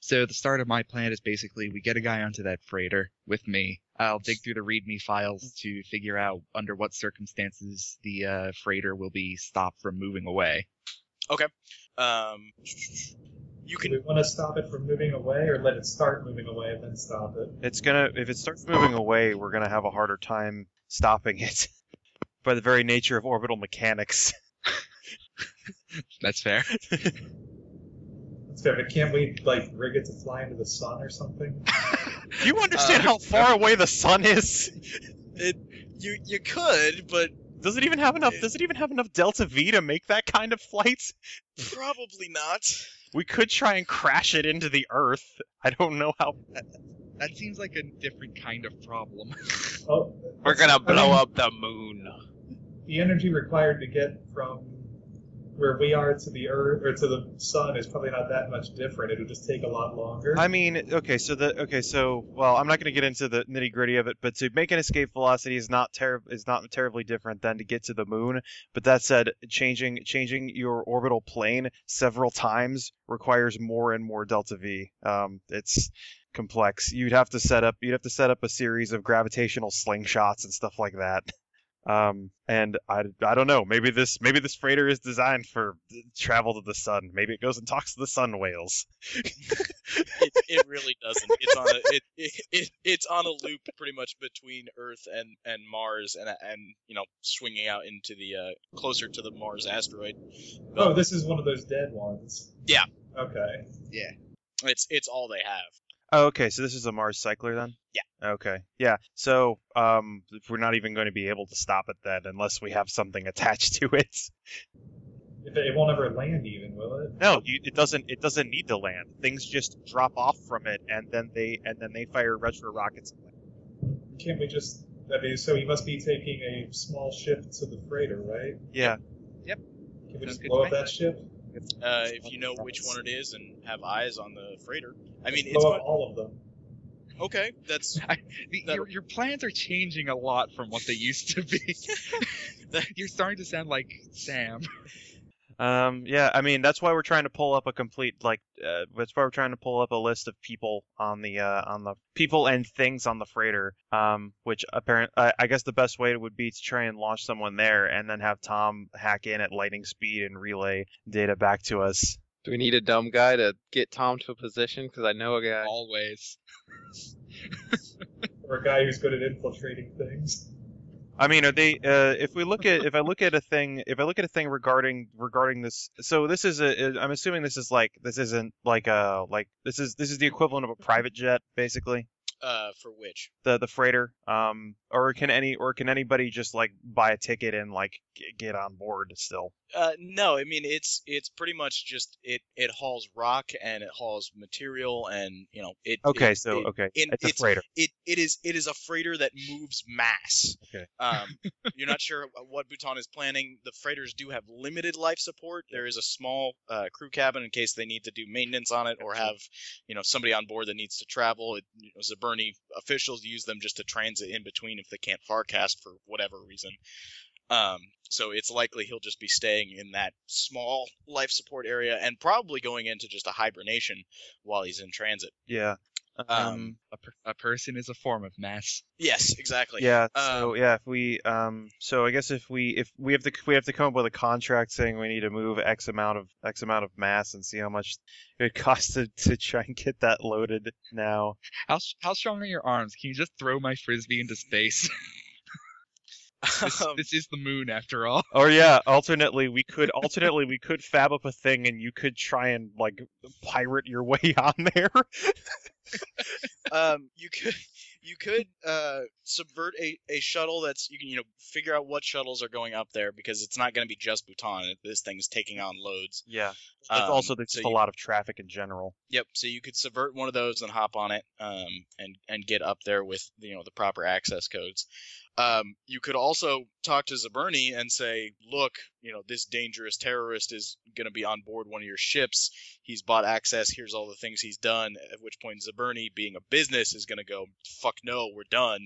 Speaker 4: So the start of my plan is basically we get a guy onto that freighter with me. I'll dig through the README files to figure out under what circumstances the uh, freighter will be stopped from moving away.
Speaker 2: Um, you
Speaker 3: Do
Speaker 2: can
Speaker 3: we want to stop it from moving away, or let it start moving away and then stop it?
Speaker 1: it's gonna. If it starts moving away, we're gonna have a harder time stopping it. By the very nature of orbital mechanics.
Speaker 4: That's fair.
Speaker 3: That's fair, but can't we like rig it to fly into the sun or something?
Speaker 1: Do Uh, you understand how far away the sun is?
Speaker 2: You you could, but
Speaker 1: Does it even have enough? Does it even have enough delta V to make that kind of flight?
Speaker 2: Probably not.
Speaker 1: We could try and crash it into the Earth. I don't know how.
Speaker 4: That seems like a different kind of problem.
Speaker 3: Oh,
Speaker 5: We're gonna
Speaker 3: I
Speaker 5: blow
Speaker 3: mean,
Speaker 5: up the moon.
Speaker 3: The energy required to get from where we are to the Earth or to the Sun is probably not that much different. It'll just take a lot longer.
Speaker 1: I mean, okay, so the okay, so well, I'm not going to get into the nitty gritty of it, but to make an escape velocity is not ter- is not terribly different than to get to the moon. But that said, changing changing your orbital plane several times requires more and more delta V. Um, it's complex. You'd have to set up you'd have to set up a series of gravitational slingshots and stuff like that. Um, and I, I don't know. Maybe this maybe this freighter is designed for travel to the sun. Maybe it goes and talks to the sun whales.
Speaker 2: It, it really doesn't. It's on a it, it, it it's on a loop pretty much between Earth and, and Mars and and you know swinging out into the uh, closer to the Mars asteroid.
Speaker 3: oh, this is one of those dead ones.
Speaker 2: Yeah.
Speaker 3: Okay.
Speaker 2: It's it's all they have.
Speaker 1: Oh, okay, so this is a Mars cycler then? Yeah. Okay. Yeah. So, um if we're not even going to be able to stop it then unless we have something attached to it.
Speaker 3: It, it won't ever land, even will it?
Speaker 1: No, you, it doesn't it doesn't need to land. Things just drop off from it and then they and then they fire retro rockets.
Speaker 3: Can't we just? I mean, so you must be taking a small ship to the freighter, right?
Speaker 1: Yeah.
Speaker 3: Can we
Speaker 4: Sounds
Speaker 3: just
Speaker 4: good
Speaker 3: blow
Speaker 4: to
Speaker 3: up
Speaker 4: me.
Speaker 3: that ship?
Speaker 2: Uh, if you know which one it is and have eyes on the freighter. I mean, it's
Speaker 3: blow up
Speaker 2: gon-
Speaker 3: all of them.
Speaker 2: okay. That's
Speaker 4: The-
Speaker 2: That-
Speaker 4: your, your plans are changing a lot from what they used to be. You're starting to sound like Sam.
Speaker 1: Um, yeah, I mean that's why we're trying to pull up a complete like uh, that's why we're trying to pull up a list of people on the uh, on the people and things on the freighter. Um, which apparent I, I guess the best way would be to try and launch someone there and then have Tom hack in at lightning speed and relay data back to us.
Speaker 5: Do we need a dumb guy to get Tom to a position? Because I know a guy.
Speaker 4: Always.
Speaker 3: Or a guy who's good at infiltrating things.
Speaker 1: I mean, are they? Uh, if we look at, if I look at a thing, if I look at a thing regarding regarding this, so this is a. I'm assuming this is like this isn't like a like this is this is the equivalent of a private jet, basically.
Speaker 2: uh for which.
Speaker 1: the the freighter um or can any or can anybody just like buy a ticket and like g- get on board still
Speaker 2: Uh, no, I mean it's it's pretty much just it it hauls rock and it hauls material and you know it.
Speaker 1: okay
Speaker 2: it-
Speaker 1: so
Speaker 2: it,
Speaker 1: okay
Speaker 2: in-
Speaker 1: it's a
Speaker 2: it's-
Speaker 1: freighter
Speaker 2: it it is it is a freighter that moves mass.
Speaker 1: Okay.
Speaker 2: Um, you're not sure what Bhutan is planning. The freighters do have limited life support. There is a small uh, crew cabin in case they need to do maintenance on it or have, you know, somebody on board that needs to travel. It, you know, Zaberni officials use them just to transit in between if they can't farcast for whatever reason. Um, so it's likely he'll just be staying in that small life support area and probably going into just a hibernation while he's in transit.
Speaker 1: yeah
Speaker 2: Um,
Speaker 4: A, per- a person is a form of mass.
Speaker 2: yes, exactly.
Speaker 1: yeah
Speaker 2: um,
Speaker 1: so yeah if we um so i guess if we if we have to we have to come up with a contract saying we need to move x amount of x amount of mass and see how much it costs to, to try and get that loaded now
Speaker 4: How s- how strong are your arms? Can you just throw my frisbee into space? this,
Speaker 2: Um,
Speaker 4: this is the moon after all.
Speaker 1: or yeah alternately we could alternately we could fab up a thing and you could try and like pirate your way on there
Speaker 2: um, you could you could uh, subvert a, a shuttle that's you can you know figure out what shuttles are going up there because it's not going to be just Bhutan. This thing's taking on loads.
Speaker 1: yeah It's
Speaker 2: Um,
Speaker 1: also there's
Speaker 2: so
Speaker 1: just
Speaker 2: you-
Speaker 1: a lot of traffic in general.
Speaker 2: Yep. So you could subvert one of those and hop on it, um, and and get up there with you know the proper access codes. Um, you could also talk to Zaberni and say, look, you know this dangerous terrorist is going to be on board one of your ships. He's bought access. Here's all the things he's done. At which point Zaberni, being a business, is going to go, fuck no, we're done,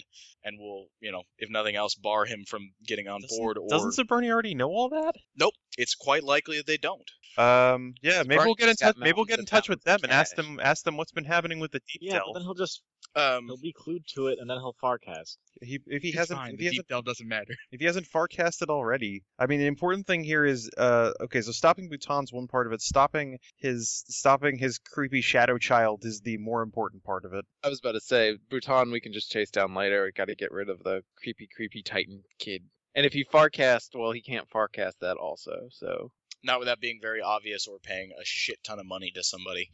Speaker 2: and we'll you know if nothing else, bar him from getting on board. Or
Speaker 1: Doesn't Sabrina already know all that?
Speaker 2: nope, it's quite likely that they don't.
Speaker 1: Um, yeah, maybe we'll
Speaker 5: Sabrini's
Speaker 1: get in
Speaker 5: got
Speaker 1: touch. Maybe we'll
Speaker 5: mountains
Speaker 1: get in
Speaker 5: and
Speaker 1: touch with them
Speaker 5: mountains of
Speaker 1: and ask
Speaker 5: cash.
Speaker 1: them ask them what's been happening with the deep
Speaker 6: Yeah, but
Speaker 1: delve.
Speaker 6: then he'll just
Speaker 2: Um,
Speaker 6: he'll be clued to it and then he'll farcast.
Speaker 1: He, if he
Speaker 4: It's
Speaker 1: hasn't
Speaker 4: fine,
Speaker 1: if
Speaker 4: the
Speaker 1: he hasn't
Speaker 4: deep delve doesn't matter.
Speaker 1: if he hasn't farcasted already, I mean the important thing here is uh okay, so stopping Bhutan's one part of it. Stopping his stopping his creepy shadow child is the more important part of it.
Speaker 5: I was about to say, Bhutan, we can just chase down later. We got to get rid of the creepy, creepy Titan kid. And if he farcast, well, he can't farcast that also. So
Speaker 2: not without being very obvious or paying a shit ton of money to somebody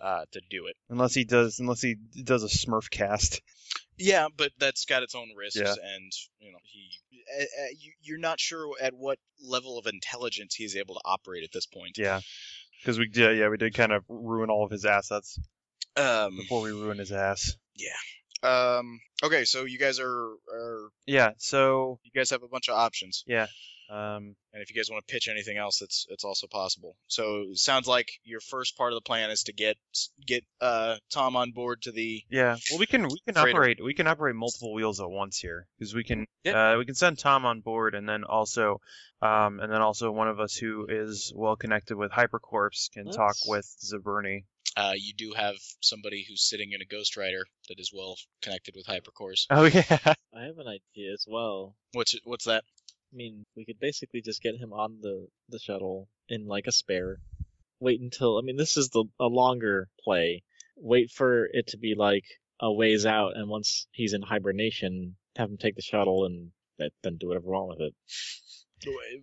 Speaker 2: uh, to do it.
Speaker 1: Unless he does unless he does a Smurf cast.
Speaker 2: Yeah, but that's got its own risks,
Speaker 1: Yeah.
Speaker 2: and you know he, uh, uh, you, you're not sure at what level of intelligence he is able to operate at this point.
Speaker 1: Yeah, because we did. Yeah, we did kind of ruin all of his assets
Speaker 2: Um.
Speaker 1: before we ruin his ass.
Speaker 2: Um. Okay, so you guys are are
Speaker 1: Yeah. So
Speaker 2: you guys have a bunch of options,
Speaker 1: um,
Speaker 2: and if you guys want to pitch anything else, it's it's also possible. So it sounds like your first part of the plan is to get get uh Tom on board to the
Speaker 1: Yeah, well, we can we can
Speaker 2: Freighter.
Speaker 1: operate we can operate multiple wheels at once here because we can
Speaker 2: Yeah.
Speaker 1: uh, we can send Tom on board and then also um and then also one of us who is well connected with Hypercorpse can talk
Speaker 6: Let's-
Speaker 1: with Zaburni.
Speaker 2: Uh, you do have somebody who's sitting in a Ghost Rider that is well connected with Hypercourse.
Speaker 1: Oh yeah,
Speaker 6: I have an idea as well.
Speaker 2: What's what's that?
Speaker 6: I mean, we could basically just get him on the the shuttle in like a spare. Wait until I mean, this is the a longer play. Wait for it to be like a ways out, and once he's in hibernation, have him take the shuttle and that- then do whatever wrong with it.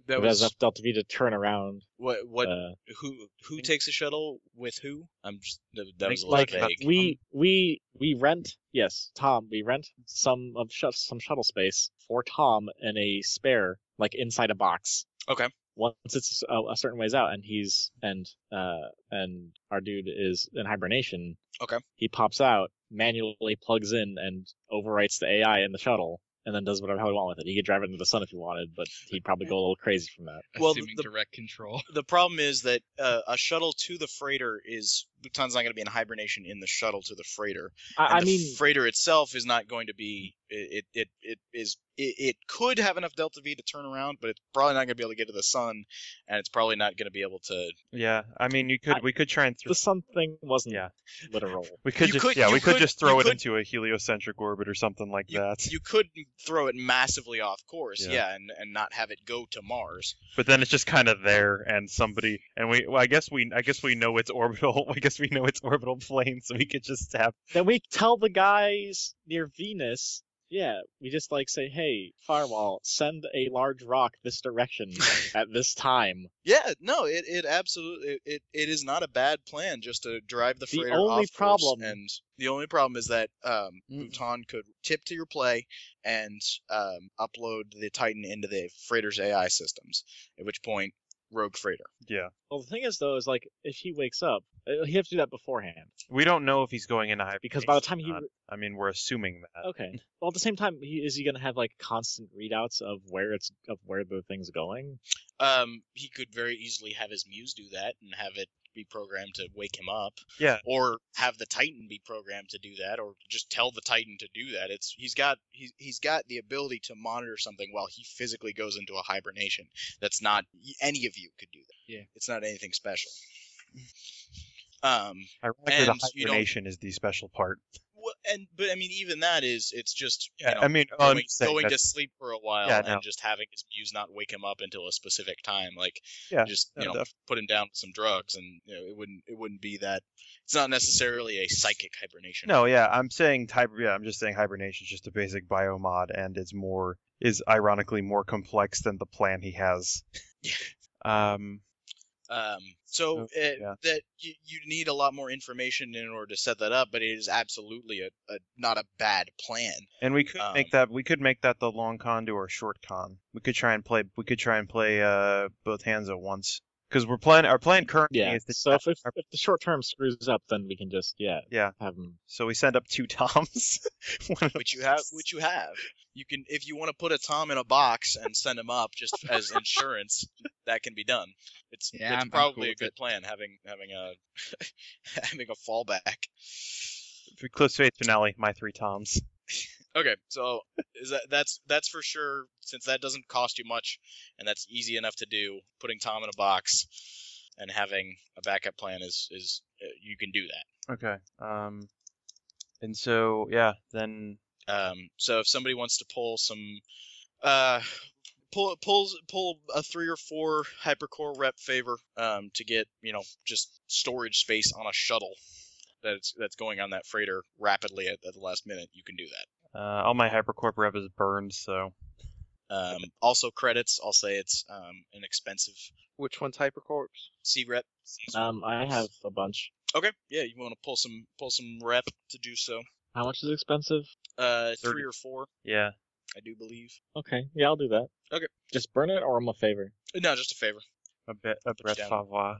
Speaker 2: That
Speaker 6: If it has enough Delta V to turn around.
Speaker 2: what what
Speaker 6: uh,
Speaker 2: who who takes a shuttle with who? I'm just that, that was a little
Speaker 6: like
Speaker 1: little
Speaker 2: vague.
Speaker 6: we we we rent yes tom we rent some of sh- some shuttle space for tom and a spare like inside a box
Speaker 2: Okay.
Speaker 6: once it's uh, a, a certain ways out and he's and uh and our dude is in hibernation
Speaker 2: Okay.
Speaker 6: he pops out manually plugs in and overwrites the ai in the shuttle and then does whatever the hell he want with it he could drive it into the sun if he wanted but he'd probably go a little crazy from that
Speaker 2: Well,
Speaker 4: assuming
Speaker 2: the-
Speaker 4: direct control.
Speaker 2: Um, The problem is that uh, a shuttle to the freighter is Bhutan's not going to be in hibernation in the shuttle to the freighter. And
Speaker 6: i, I
Speaker 2: the
Speaker 6: mean
Speaker 2: freighter itself is not going to be it it it, it is it, it could have enough delta V to turn around, but it's probably not going to be able to get to the sun, and it's probably not going to be able to
Speaker 1: yeah. I mean, you could
Speaker 6: I-
Speaker 1: we could try and
Speaker 6: the
Speaker 1: th-
Speaker 6: something wasn't
Speaker 1: Yeah.
Speaker 6: literal
Speaker 1: we could
Speaker 2: you
Speaker 1: just
Speaker 2: could-
Speaker 1: yeah
Speaker 2: you
Speaker 1: we could,
Speaker 2: could-
Speaker 1: just throw
Speaker 2: you
Speaker 1: it
Speaker 2: could-
Speaker 1: into a heliocentric orbit or something like
Speaker 2: you,
Speaker 1: that.
Speaker 2: you could throw it massively off course,
Speaker 1: Yeah.
Speaker 2: yeah, and, and not have it go to Mars.
Speaker 1: But then it's just kind of there, and somebody and we well, I guess we I guess we know its orbital. I guess we know its orbital plane, so we could just have
Speaker 6: Then we tell the guys near Venus, yeah, we just like say, hey, firewall, send a large rock this direction at this time.
Speaker 2: Yeah, no, it, it absolutely it, it, it is not a bad plan just to drive the
Speaker 6: The
Speaker 2: freighter
Speaker 6: only
Speaker 2: off course,
Speaker 6: problem-
Speaker 2: and the only problem is that um,
Speaker 5: Mm.
Speaker 2: Bhutan could tip to your play and um, upload the Titan into the freighter's AI systems, at which point rogue freighter.
Speaker 1: yeah.
Speaker 6: Well, the thing is, though, is like if he wakes up, uh, he have to do that beforehand
Speaker 1: We don't know if he's going into hibernation
Speaker 6: because by the time
Speaker 1: or
Speaker 6: he,
Speaker 1: not. I mean, we're assuming that.
Speaker 6: okay, well, at the same time, he, is he gonna have like constant readouts of where it's of where the thing's going?
Speaker 2: Um, he could very easily have his muse do that and have it be programmed to wake him up.
Speaker 1: Yeah.
Speaker 2: Or have the Titan be programmed to do that, or just tell the Titan to do that. It's he's got he's he's got the ability to monitor something while he physically goes into a hibernation. That's not any of you could do that.
Speaker 4: Yeah.
Speaker 2: It's not anything special. Um,
Speaker 1: Ironically, the
Speaker 2: And you don't-
Speaker 1: hibernation is the special part.
Speaker 2: wha- and but I mean, even that is it's just you know,
Speaker 1: I mean, I'm
Speaker 2: going,
Speaker 1: saying
Speaker 2: going to
Speaker 1: that's-
Speaker 2: sleep for a while
Speaker 1: Yeah,
Speaker 2: and
Speaker 1: no.
Speaker 2: just having his muse not wake him up until a specific time, like
Speaker 1: Yeah,
Speaker 2: just you
Speaker 1: no,
Speaker 2: know
Speaker 1: def-
Speaker 2: put him down with some drugs, and you know, it wouldn't it wouldn't be that. It's not necessarily a psychic hibernation.
Speaker 1: no, yeah, I'm saying hiber- yeah, I'm just saying hibernation is just a basic biomod, and it's more is ironically more complex than the plan he has. um,
Speaker 2: Um, so
Speaker 1: So,
Speaker 2: uh,
Speaker 1: yeah.
Speaker 2: that you, you need a lot more information in order to set that up, but it is absolutely a, a not a bad plan.
Speaker 1: and we could
Speaker 2: Um,
Speaker 1: make that we could make that the long con to our short con. We could try and play we could try and play uh both hands at once because we're playing our plan currently
Speaker 6: Yeah.
Speaker 1: is to
Speaker 6: So if, if, if the short term screws up, then we can just yeah
Speaker 1: Yeah.
Speaker 6: have him.
Speaker 1: so we send up two toms. One of
Speaker 2: which you have which you have you can if you want to put a tom in a box and send him up just as insurance that can be done it's
Speaker 4: Yeah,
Speaker 2: it's
Speaker 4: I'm- I'm cool
Speaker 2: probably a
Speaker 4: with
Speaker 2: good
Speaker 4: it.
Speaker 2: plan having having a having a fallback
Speaker 1: Close Faith finale, my three toms.
Speaker 2: okay so is that that's that's for sure since that doesn't cost you much and that's easy enough to do putting tom in a box and having a backup plan is is uh, you can do that
Speaker 1: Okay. Um, and so yeah, then
Speaker 2: Um, so if somebody wants to pull some, uh, pull pulls pull a three or four hypercore rep favor, um, to get you know just storage space on a shuttle that's that's going on that freighter rapidly at, at the last minute, you can do that.
Speaker 1: uh, all my hypercorp rep is burned, so
Speaker 2: Um, also credits, I'll say it's um an expensive
Speaker 5: Which one's Hypercorpse?
Speaker 2: C rep.
Speaker 6: Um, I have a bunch.
Speaker 2: Okay, yeah, you want to pull some pull some rep to do so.
Speaker 6: How much is expensive?
Speaker 2: Uh,
Speaker 1: Thirty.
Speaker 2: three or four,
Speaker 1: Yeah.
Speaker 2: I do believe.
Speaker 6: Okay, yeah, I'll do that.
Speaker 2: Okay.
Speaker 6: Just burn it, or I'm a favor.
Speaker 2: No, just a favor.
Speaker 1: A bit a breath
Speaker 2: down.
Speaker 1: savoir.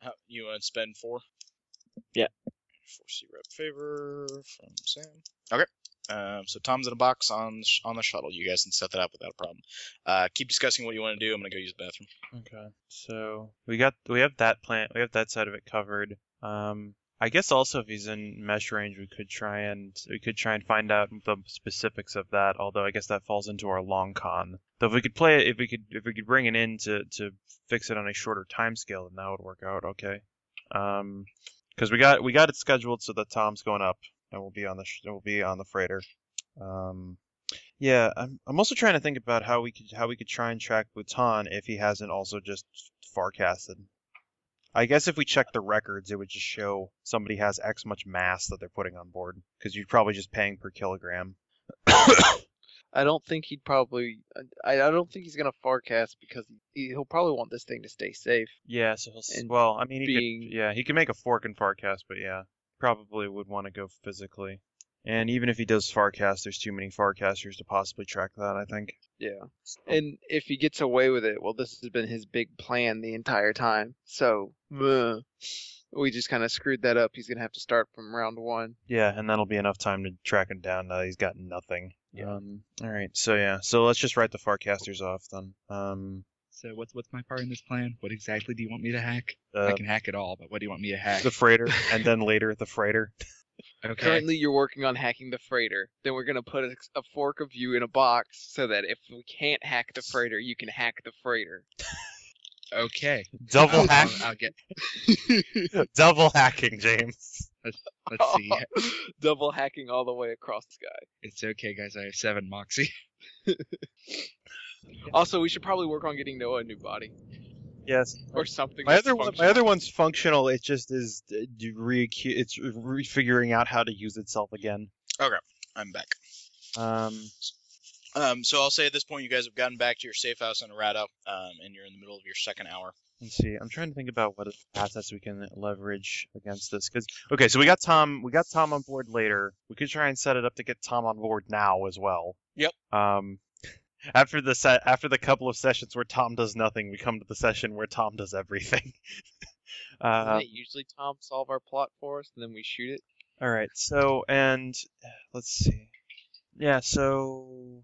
Speaker 2: How, you want to spend four?
Speaker 6: Yeah.
Speaker 2: Four C rep favor from Sam. Okay. Um, so Tom's in a box on the sh- on the shuttle. You guys can set that up without a problem. Uh, keep discussing what you want to do. I'm gonna go use the bathroom.
Speaker 1: Okay. So we got we have that plant we have that side of it covered. Um I guess also if he's in mesh range we could try and we could try and find out the specifics of that, although I guess that falls into our long con. Though if we could play it if we could if we could bring it in to, to fix it on a shorter time scale then that would work out okay. Um because we got we got it scheduled so that Tom's going up and we'll be on the sh- we'll be on the freighter. Um yeah, I'm, I'm also trying to think about how we could how we could try and track Bhutan if he hasn't also just farcasted. I guess if we check the records, it would just show somebody has X much mass that they're putting on board because you're probably just paying per kilogram.
Speaker 5: I don't think he'd probably. I, I don't think he's gonna forecast because he, he'll probably want this thing to stay safe.
Speaker 1: Yeah, so he'll, s-
Speaker 5: And
Speaker 1: well, I mean, he
Speaker 5: being-
Speaker 1: could, yeah, he can make a fork and farcast, but yeah, probably would want to go physically. And even if he does farcast, there's too many farcasters to possibly track that. I think.
Speaker 5: Yeah. And if he gets away with it, well, this has been his big plan the entire time. So bleh. we just kind of screwed that up. He's gonna have to start from round one.
Speaker 1: Yeah, and that'll be enough time to track him down now that he's got nothing. Yeah. Um, all right, so yeah, so let's just write the Farcasters off then. Um,
Speaker 4: So what's what's my part in this plan? What exactly do you want me to hack? I
Speaker 1: uh,
Speaker 4: can hack it all, but what do you want me to hack?
Speaker 1: the freighter, and then later the freighter.
Speaker 4: Okay.
Speaker 5: Currently, you're working on hacking the freighter. Then we're gonna put a, a fork of you in a box so that if we can't hack the freighter, you can hack the freighter.
Speaker 4: Okay.
Speaker 1: Double
Speaker 4: I'll-
Speaker 1: hack,
Speaker 4: I'll- I'll get.
Speaker 1: double hacking, James.
Speaker 4: Let's see.
Speaker 5: Double hacking all the way across the sky.
Speaker 4: It's okay, guys. I have seven moxie.
Speaker 5: Also, we should probably work on getting Noah a new body
Speaker 1: Yes.
Speaker 5: or something.
Speaker 1: My
Speaker 5: that's
Speaker 1: other one, my
Speaker 5: functional.
Speaker 1: other one's functional. It just is uh, d- re it's refiguring out how to use itself again.
Speaker 2: I'm back.
Speaker 1: Um,
Speaker 2: Um, so I'll say at this point, you guys have gotten back to your safe house in Arado, um, and you're in the middle of your second hour.
Speaker 1: Let's see. I'm trying to think about what assets we can leverage against this. Cause okay, so we got Tom. We got Tom on board later. We could try and set it up to get Tom on board now as well.
Speaker 2: Yep.
Speaker 1: Um, after the set, after the couple of sessions where Tom does nothing, we come to the session where Tom does everything. uh,
Speaker 5: Doesn't it usually Tom solve our plot for us and then we shoot it?
Speaker 1: all right. So and uh, let's see. Yeah. So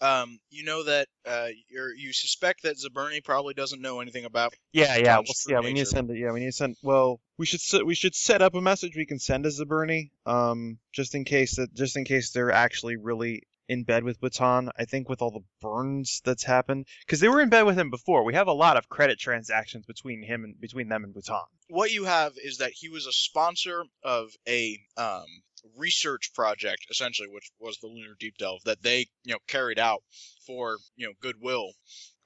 Speaker 2: Um, you know that uh, you're, you suspect that Zaberni probably doesn't know anything about.
Speaker 1: Yeah, yeah,
Speaker 2: Tom's
Speaker 1: we'll,
Speaker 2: true
Speaker 1: yeah. We need to
Speaker 2: nature.
Speaker 1: send it. Yeah, we need to send. Well, we should se- we should set up a message we can send to Zaberni, um, just in case that just in case they're actually really in bed with Baton. I think with all the burns that's happened, because they were in bed with him before. We have a lot of credit transactions between him and between them and Baton.
Speaker 2: What you have is that he was a sponsor of a um, research project, essentially, which was the Lunar Deep Delve that they you know carried out for you know goodwill.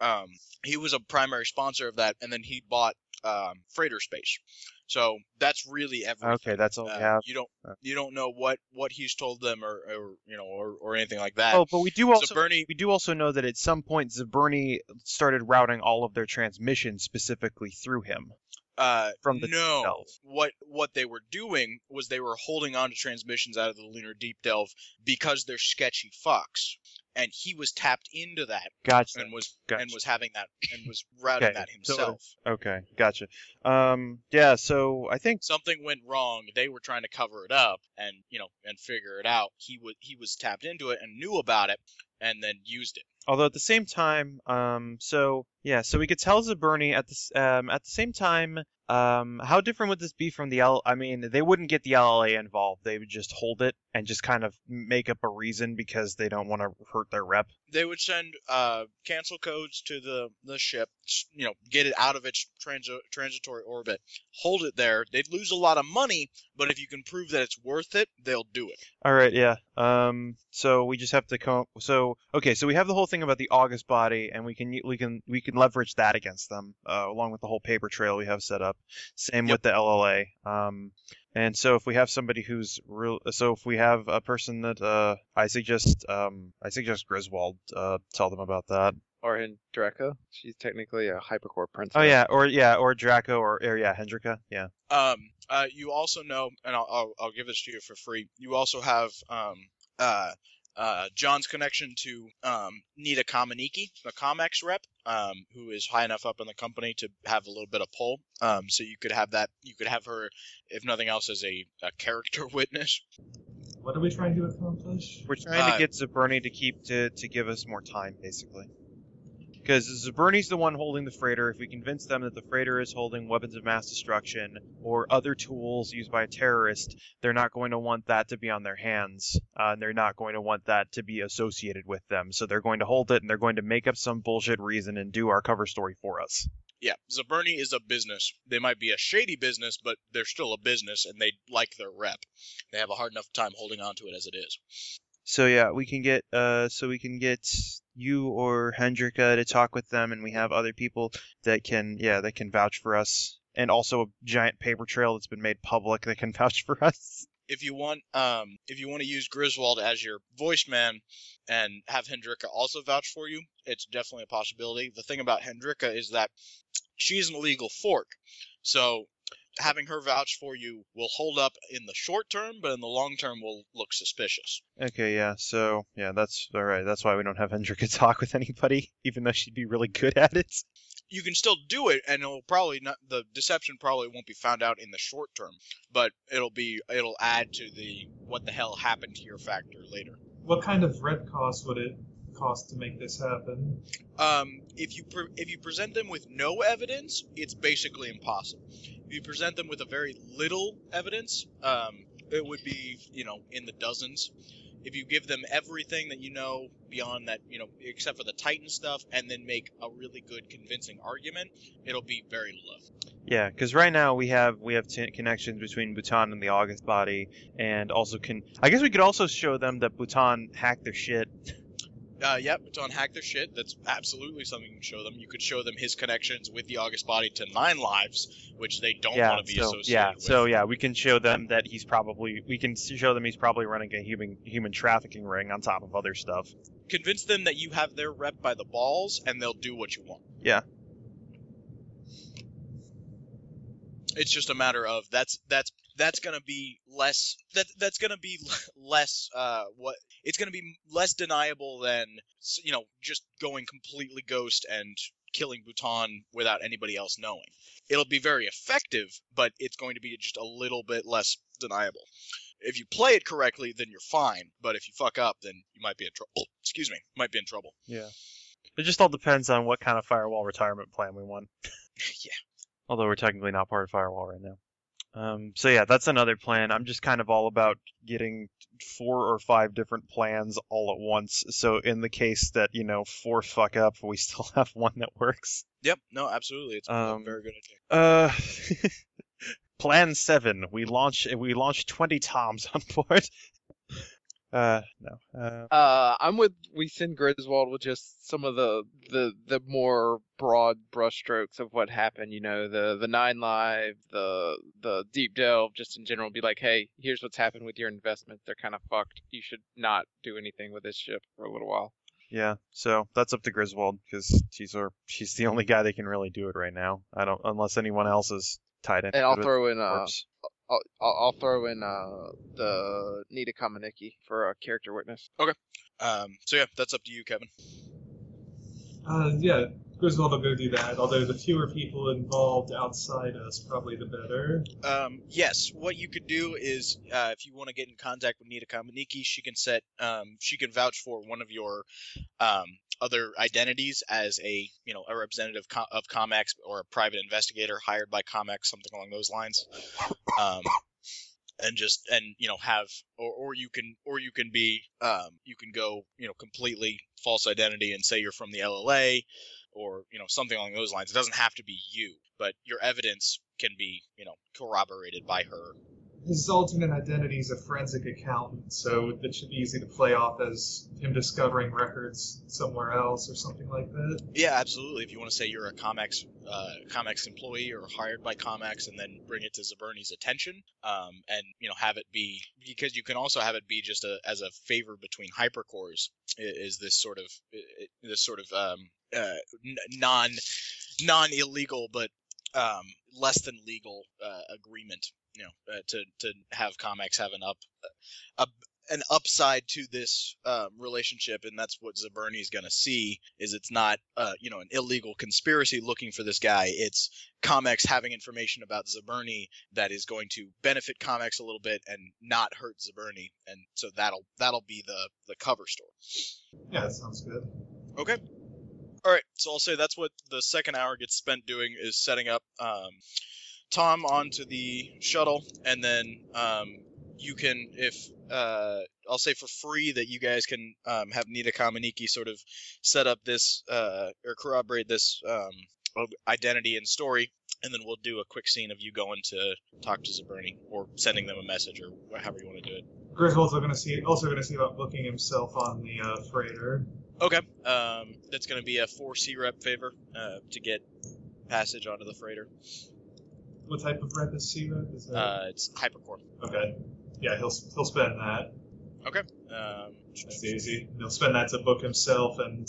Speaker 2: Um, he was a primary sponsor of that, and then he bought um, freighter space. So that's really everything.
Speaker 1: Okay, that's all we
Speaker 2: Uh,
Speaker 1: have.
Speaker 2: You don't
Speaker 1: Uh.
Speaker 2: you don't know what what he's told them or, or you know or, or anything like that.
Speaker 1: Oh, but we do also
Speaker 2: Zaberni
Speaker 1: we do also know that at some point Zaberni started routing all of their transmissions specifically through him
Speaker 2: uh,
Speaker 1: from the
Speaker 2: no.
Speaker 1: Delve.
Speaker 2: What what they were doing was they were holding on to transmissions out of the lunar deep delve because they're sketchy fucks, and he was tapped into that
Speaker 1: Gotcha.
Speaker 2: and was
Speaker 1: Gotcha.
Speaker 2: and was having that and was routing
Speaker 1: Okay,
Speaker 2: that
Speaker 1: so-
Speaker 2: himself.
Speaker 1: Okay, gotcha. Um, yeah. So I think
Speaker 2: Something went wrong. They were trying to cover it up and you know and figure it out. He was he was tapped into it and knew about it, and then used it.
Speaker 1: Although at the same time, um, so yeah, so we could tell Zaberni at the s- um, at the same time, um, how different would this be from the L? I mean, they wouldn't get the LLA involved. They would just hold it and just kind of make up a reason because they don't want to hurt their rep.
Speaker 2: they would send uh, cancel codes to the, the ship, s- you know, get it out of its transi- transitory orbit, hold it there. They'd lose a lot of money, but if you can prove that it's worth it, they'll do it.
Speaker 1: All right, yeah. Um, so we just have to come. So okay, so we have the whole thing about the August body, and we can we can we can leverage that against them, uh, along with the whole paper trail we have set up. Same
Speaker 2: Yep.
Speaker 1: with the LLA. Um, and so if we have somebody who's real, so if we have a person that uh, I suggest um, I suggest Griswold uh, tell them about that.
Speaker 5: or in Draco. She's technically a hypercore princess.
Speaker 1: Oh yeah, or yeah, or Draco, or, or yeah, Hendrika. Yeah.
Speaker 2: Um, uh, you also know, and I'll, I'll I'll give this to you for free. You also have um uh uh John's connection to um Nita Kameniki, the Comex rep, um who is high enough up in the company to have a little bit of pull. Um, so you could have that. You could have her, if nothing else, as a, a character witness.
Speaker 3: What are we trying to accomplish?
Speaker 1: We're trying
Speaker 2: Uh,
Speaker 1: to get Zaberni to keep to to give us more time, basically. Because Zaberni's the one holding the freighter. If we convince them that the freighter is holding weapons of mass destruction or other tools used by a terrorist, they're not going to want that to be on their hands, uh, and they're not going to want that to be associated with them. So they're going to hold it, and they're going to make up some bullshit reason and do our cover story for us.
Speaker 2: Yeah, Zaberni is a business. They might be a shady business, but they're still a business, and they like their rep. They have a hard enough time holding on to it as it is.
Speaker 1: So yeah, we can get uh, so we can get you or Hendrika to talk with them, and we have other people that can yeah that can vouch for us, and also a giant paper trail that's been made public that can vouch for us.
Speaker 2: if you want um if you want to use Griswold as your voice man and have Hendrika also vouch for you, it's definitely a possibility. The thing about Hendrika is that she's an illegal fork. So having her vouch for you will hold up in the short term, but in the long term will look suspicious.
Speaker 1: Okay, yeah, so yeah, that's all right. That's why we don't have Hendrika talk with anybody, even though she'd be really good at it.
Speaker 2: You can still do it and it'll probably not the deception probably won't be found out in the short term, but it'll be it'll add to the what the hell happened to your factor later.
Speaker 3: What kind of red cost would it cost to make this happen?
Speaker 2: Um, if you pre- if you present them with no evidence, it's basically impossible. If you present them with a very little evidence, um, it would be you know in the dozens. If you give them everything that you know beyond that, you know, except for the Titan stuff, and then make a really good, convincing argument, it'll be very low.
Speaker 1: Yeah, because right now we have we have t- connections between Bhutan and the August body, and also can I guess we could also show them that Bhutan hacked their shit.
Speaker 2: Uh, yep, it's on Hack Their Shit. That's absolutely something you can show them. You could show them his connections with the August body to Nine Lives, which they don't want to be
Speaker 1: so,
Speaker 2: associated
Speaker 1: yeah,
Speaker 2: with.
Speaker 1: so yeah, we can show them that he's probably we can s- show them he's probably running a human human trafficking ring on top of other stuff.
Speaker 2: convince them that you have their rep by the balls and they'll do what you want.
Speaker 1: Yeah.
Speaker 2: It's just a matter of that's that's that's gonna be less that that's gonna be less uh what it's gonna be less deniable than s- you know just going completely ghost and killing Bhutan without anybody else knowing. It'll be very effective, but it's going to be just a little bit less deniable if you play it correctly, then you're fine. But if you fuck up, then you might be in trouble. Excuse me, might be in trouble.
Speaker 1: It just all depends on what kind of firewall retirement plan we want.
Speaker 2: Yeah.
Speaker 1: Although we're technically not part of firewall right now. Um, so yeah, that's another plan. I'm just kind of all about getting four or five different plans all at once. So in the case that you know four fuck up, we still have one that works.
Speaker 2: Yep. No, absolutely. It's a
Speaker 1: Um,
Speaker 2: very good idea.
Speaker 1: Uh, Plan Seven. We launch. We launch twenty toms on board. Uh, no. Uh,
Speaker 5: Uh, I'm with. We send Griswold with just some of the the the more broad brushstrokes of what happened. You know, the the nine live, the the deep delve, just in general. Be like, hey, here's what's happened with your investment. They're kind of fucked. You should not do anything with this ship for a little while.
Speaker 1: yeah. So that's up to Griswold because she's our. She's the only guy that can really do it right now. I don't. Unless anyone else is tied in.
Speaker 5: And I'll
Speaker 1: with
Speaker 5: throw in uh,
Speaker 1: corpse.
Speaker 5: I'll, I'll I'll throw in uh the Nita Kamenicki for a character witness.
Speaker 2: Um, so yeah, that's up to you, Kevin.
Speaker 3: Uh, yeah, Griswold will go do that. Although the fewer people involved outside us, probably the better.
Speaker 2: Um, yes, what you could do is uh, if you want to get in contact with Nita Kameniki, she can set um, she can vouch for one of your um, other identities as a you know a representative co- of Comex or a private investigator hired by Comex, something along those lines. Um, and just and you know have or, or you can or you can be um, you can go you know completely false identity and say you're from the LLA or you know something along those lines. It doesn't have to be you, but your evidence can be you know corroborated by her.
Speaker 3: his alternate identity is a forensic accountant, so that should be easy to play off as him discovering records somewhere else or something like that.
Speaker 2: Yeah, absolutely. If you want to say you're a Comex, uh, Comex employee or hired by Comex, and then bring it to Zaberni's attention, um, and you know have it be because you can also have it be just a, as a favor between hypercores. i- Is this sort of i- i- this sort of um, uh, n- non non illegal but um, less than legal uh, agreement? You know, uh, to to have Comex have an up a, an upside to this um, relationship, and that's what Zaberni's going to see is it's not uh, you know an illegal conspiracy looking for this guy. It's Comex having information about Zaberni that is going to benefit Comex a little bit and not hurt Zaberni, and so that'll that'll be the the cover story.
Speaker 3: Yeah, that sounds good.
Speaker 2: All right, so I'll say that's what the second hour gets spent doing is setting up um, Tom onto the shuttle, and then um, you can, if uh, I'll say for free, that you guys can um, have Nita Kameniki sort of set up this uh, or corroborate this um, of identity and story, and then we'll do a quick scene of you going to talk to Zaberni or sending them a message or however you want to do it.
Speaker 3: Griswold's going to see also going to see about booking himself on the uh, freighter.
Speaker 2: Okay, um, that's going to be a four C rep favor uh, to get passage onto the freighter.
Speaker 3: What type of rep is C rep? Is that
Speaker 2: Uh, it's Hypercore.
Speaker 3: okay? Yeah, he'll he'll spend that.
Speaker 2: Um,
Speaker 3: That's easy. He'll spend that to book himself and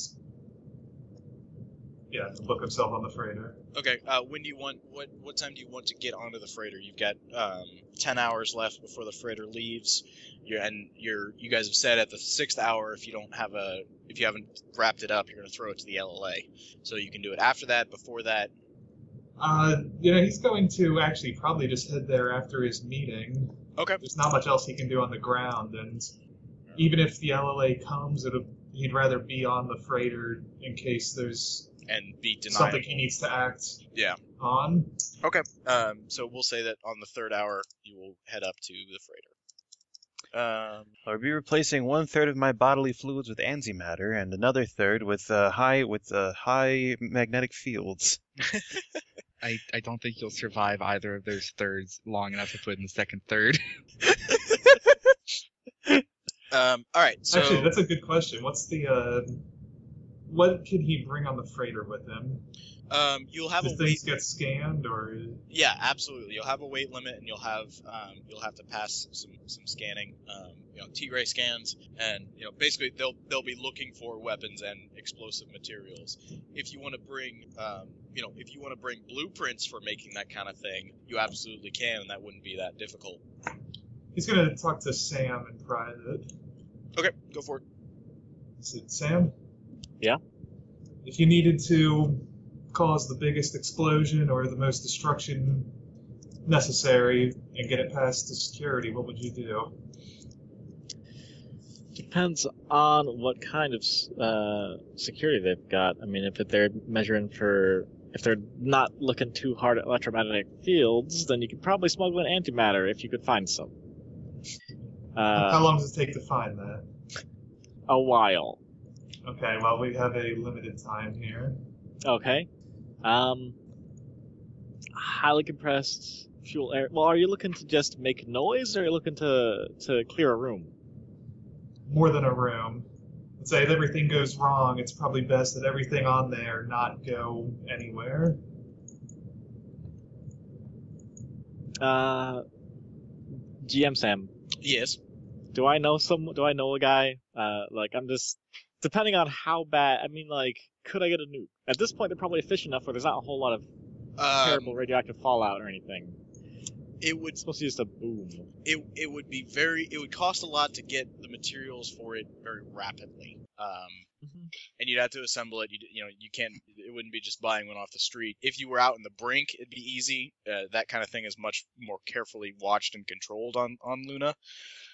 Speaker 3: yeah, to book himself on the freighter.
Speaker 2: okay. Uh, when do you want? What what time do you want to get onto the freighter? You've got um, ten hours left before the freighter leaves. You're and you're you guys have said at the sixth hour if you don't have a if you haven't wrapped it up, you're gonna throw it to the LLA. So you can do it after that, before that.
Speaker 3: Uh, you know, he's going to actually probably just head there after his meeting.
Speaker 2: Okay.
Speaker 3: There's not much else he can do on the ground, and even if the LLA comes, it'll, he'd rather be on the freighter in case there's
Speaker 2: And be denied.
Speaker 3: something he needs to act
Speaker 2: Yeah.
Speaker 3: on.
Speaker 2: Okay. Um, so we'll say that on the third hour you will head up to the freighter. Um,
Speaker 1: I'll be replacing one third of my bodily fluids with ANSI matter and another third with uh, high with uh, high magnetic fields.
Speaker 4: I, I don't think you'll survive either of those thirds long enough to put in the second third.
Speaker 2: um, all right. So
Speaker 3: Actually, that's a good question. What's the uh, what could he bring on the freighter with him?
Speaker 2: um, you'll have a
Speaker 3: Does
Speaker 2: wait.
Speaker 3: things get scanned or?
Speaker 2: Yeah, absolutely. You'll have a weight limit, and you'll have um, you'll have to pass some some scanning, um, you know, T-ray scans, and you know, basically they'll they'll be looking for weapons and explosive materials. If you want to bring, um, you know, if you want to bring blueprints for making that kind of thing, you absolutely can, and that wouldn't be that difficult.
Speaker 3: He's gonna talk to Sam in private.
Speaker 2: Okay, go for it.
Speaker 3: Is it Sam?
Speaker 6: Yeah.
Speaker 3: If you needed to cause the biggest explosion or the most destruction necessary and get it past the security, what would you do?
Speaker 6: Depends on what kind of s- uh, security they've got. I mean, if they're measuring for, if they're not looking too hard at electromagnetic fields, then you could probably smuggle in antimatter if you could find some.
Speaker 3: How
Speaker 6: Uh,
Speaker 3: long does it take to find that?
Speaker 6: a while.
Speaker 3: Okay, well we have a limited time here.
Speaker 6: Okay. Um, highly compressed fuel air. Well, are you looking to just make noise, or are you looking to to clear a room?
Speaker 3: More than a room. Let's say if everything goes wrong, it's probably best that everything on there not go anywhere.
Speaker 6: Uh, GM Sam,
Speaker 2: Yes.
Speaker 6: do I know some? Do I know a guy? Uh, like I'm just depending on how bad. I mean, like, could I get a nuke? At this point, they're probably efficient enough where there's not a whole lot of terrible
Speaker 2: Um,
Speaker 6: radioactive fallout or anything.
Speaker 2: it would
Speaker 6: It's mostly just a boom.
Speaker 2: it, it would be very it would cost a lot to get the materials for it very rapidly um,
Speaker 6: Mhm.
Speaker 2: and you'd have to assemble it you you know you can't it wouldn't be just buying one off the street if you were out in the brink it'd be easy uh, that kind of thing is much more carefully watched and controlled on on luna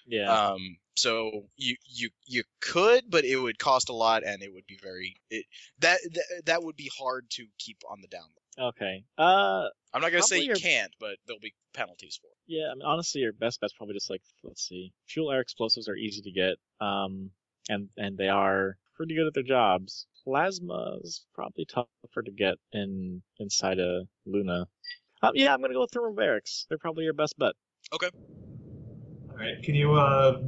Speaker 6: Yeah.
Speaker 2: um, so you you you could but it would cost a lot and it would be very it that that, that would be hard to keep on the down low
Speaker 6: okay. Uh,
Speaker 2: i'm not going to say
Speaker 6: Probably
Speaker 2: you
Speaker 6: your-
Speaker 2: can't but there'll be penalties for it
Speaker 6: Yeah, I mean, honestly, your best bet's probably just like let's see, fuel air explosives are easy to get, um, and and they are pretty good at their jobs. Plasma is probably tougher to get in Uh, inside a Luna. Um, yeah, I'm gonna go with thermal barracks. They're probably your best bet.
Speaker 3: All right. Can you? Uh,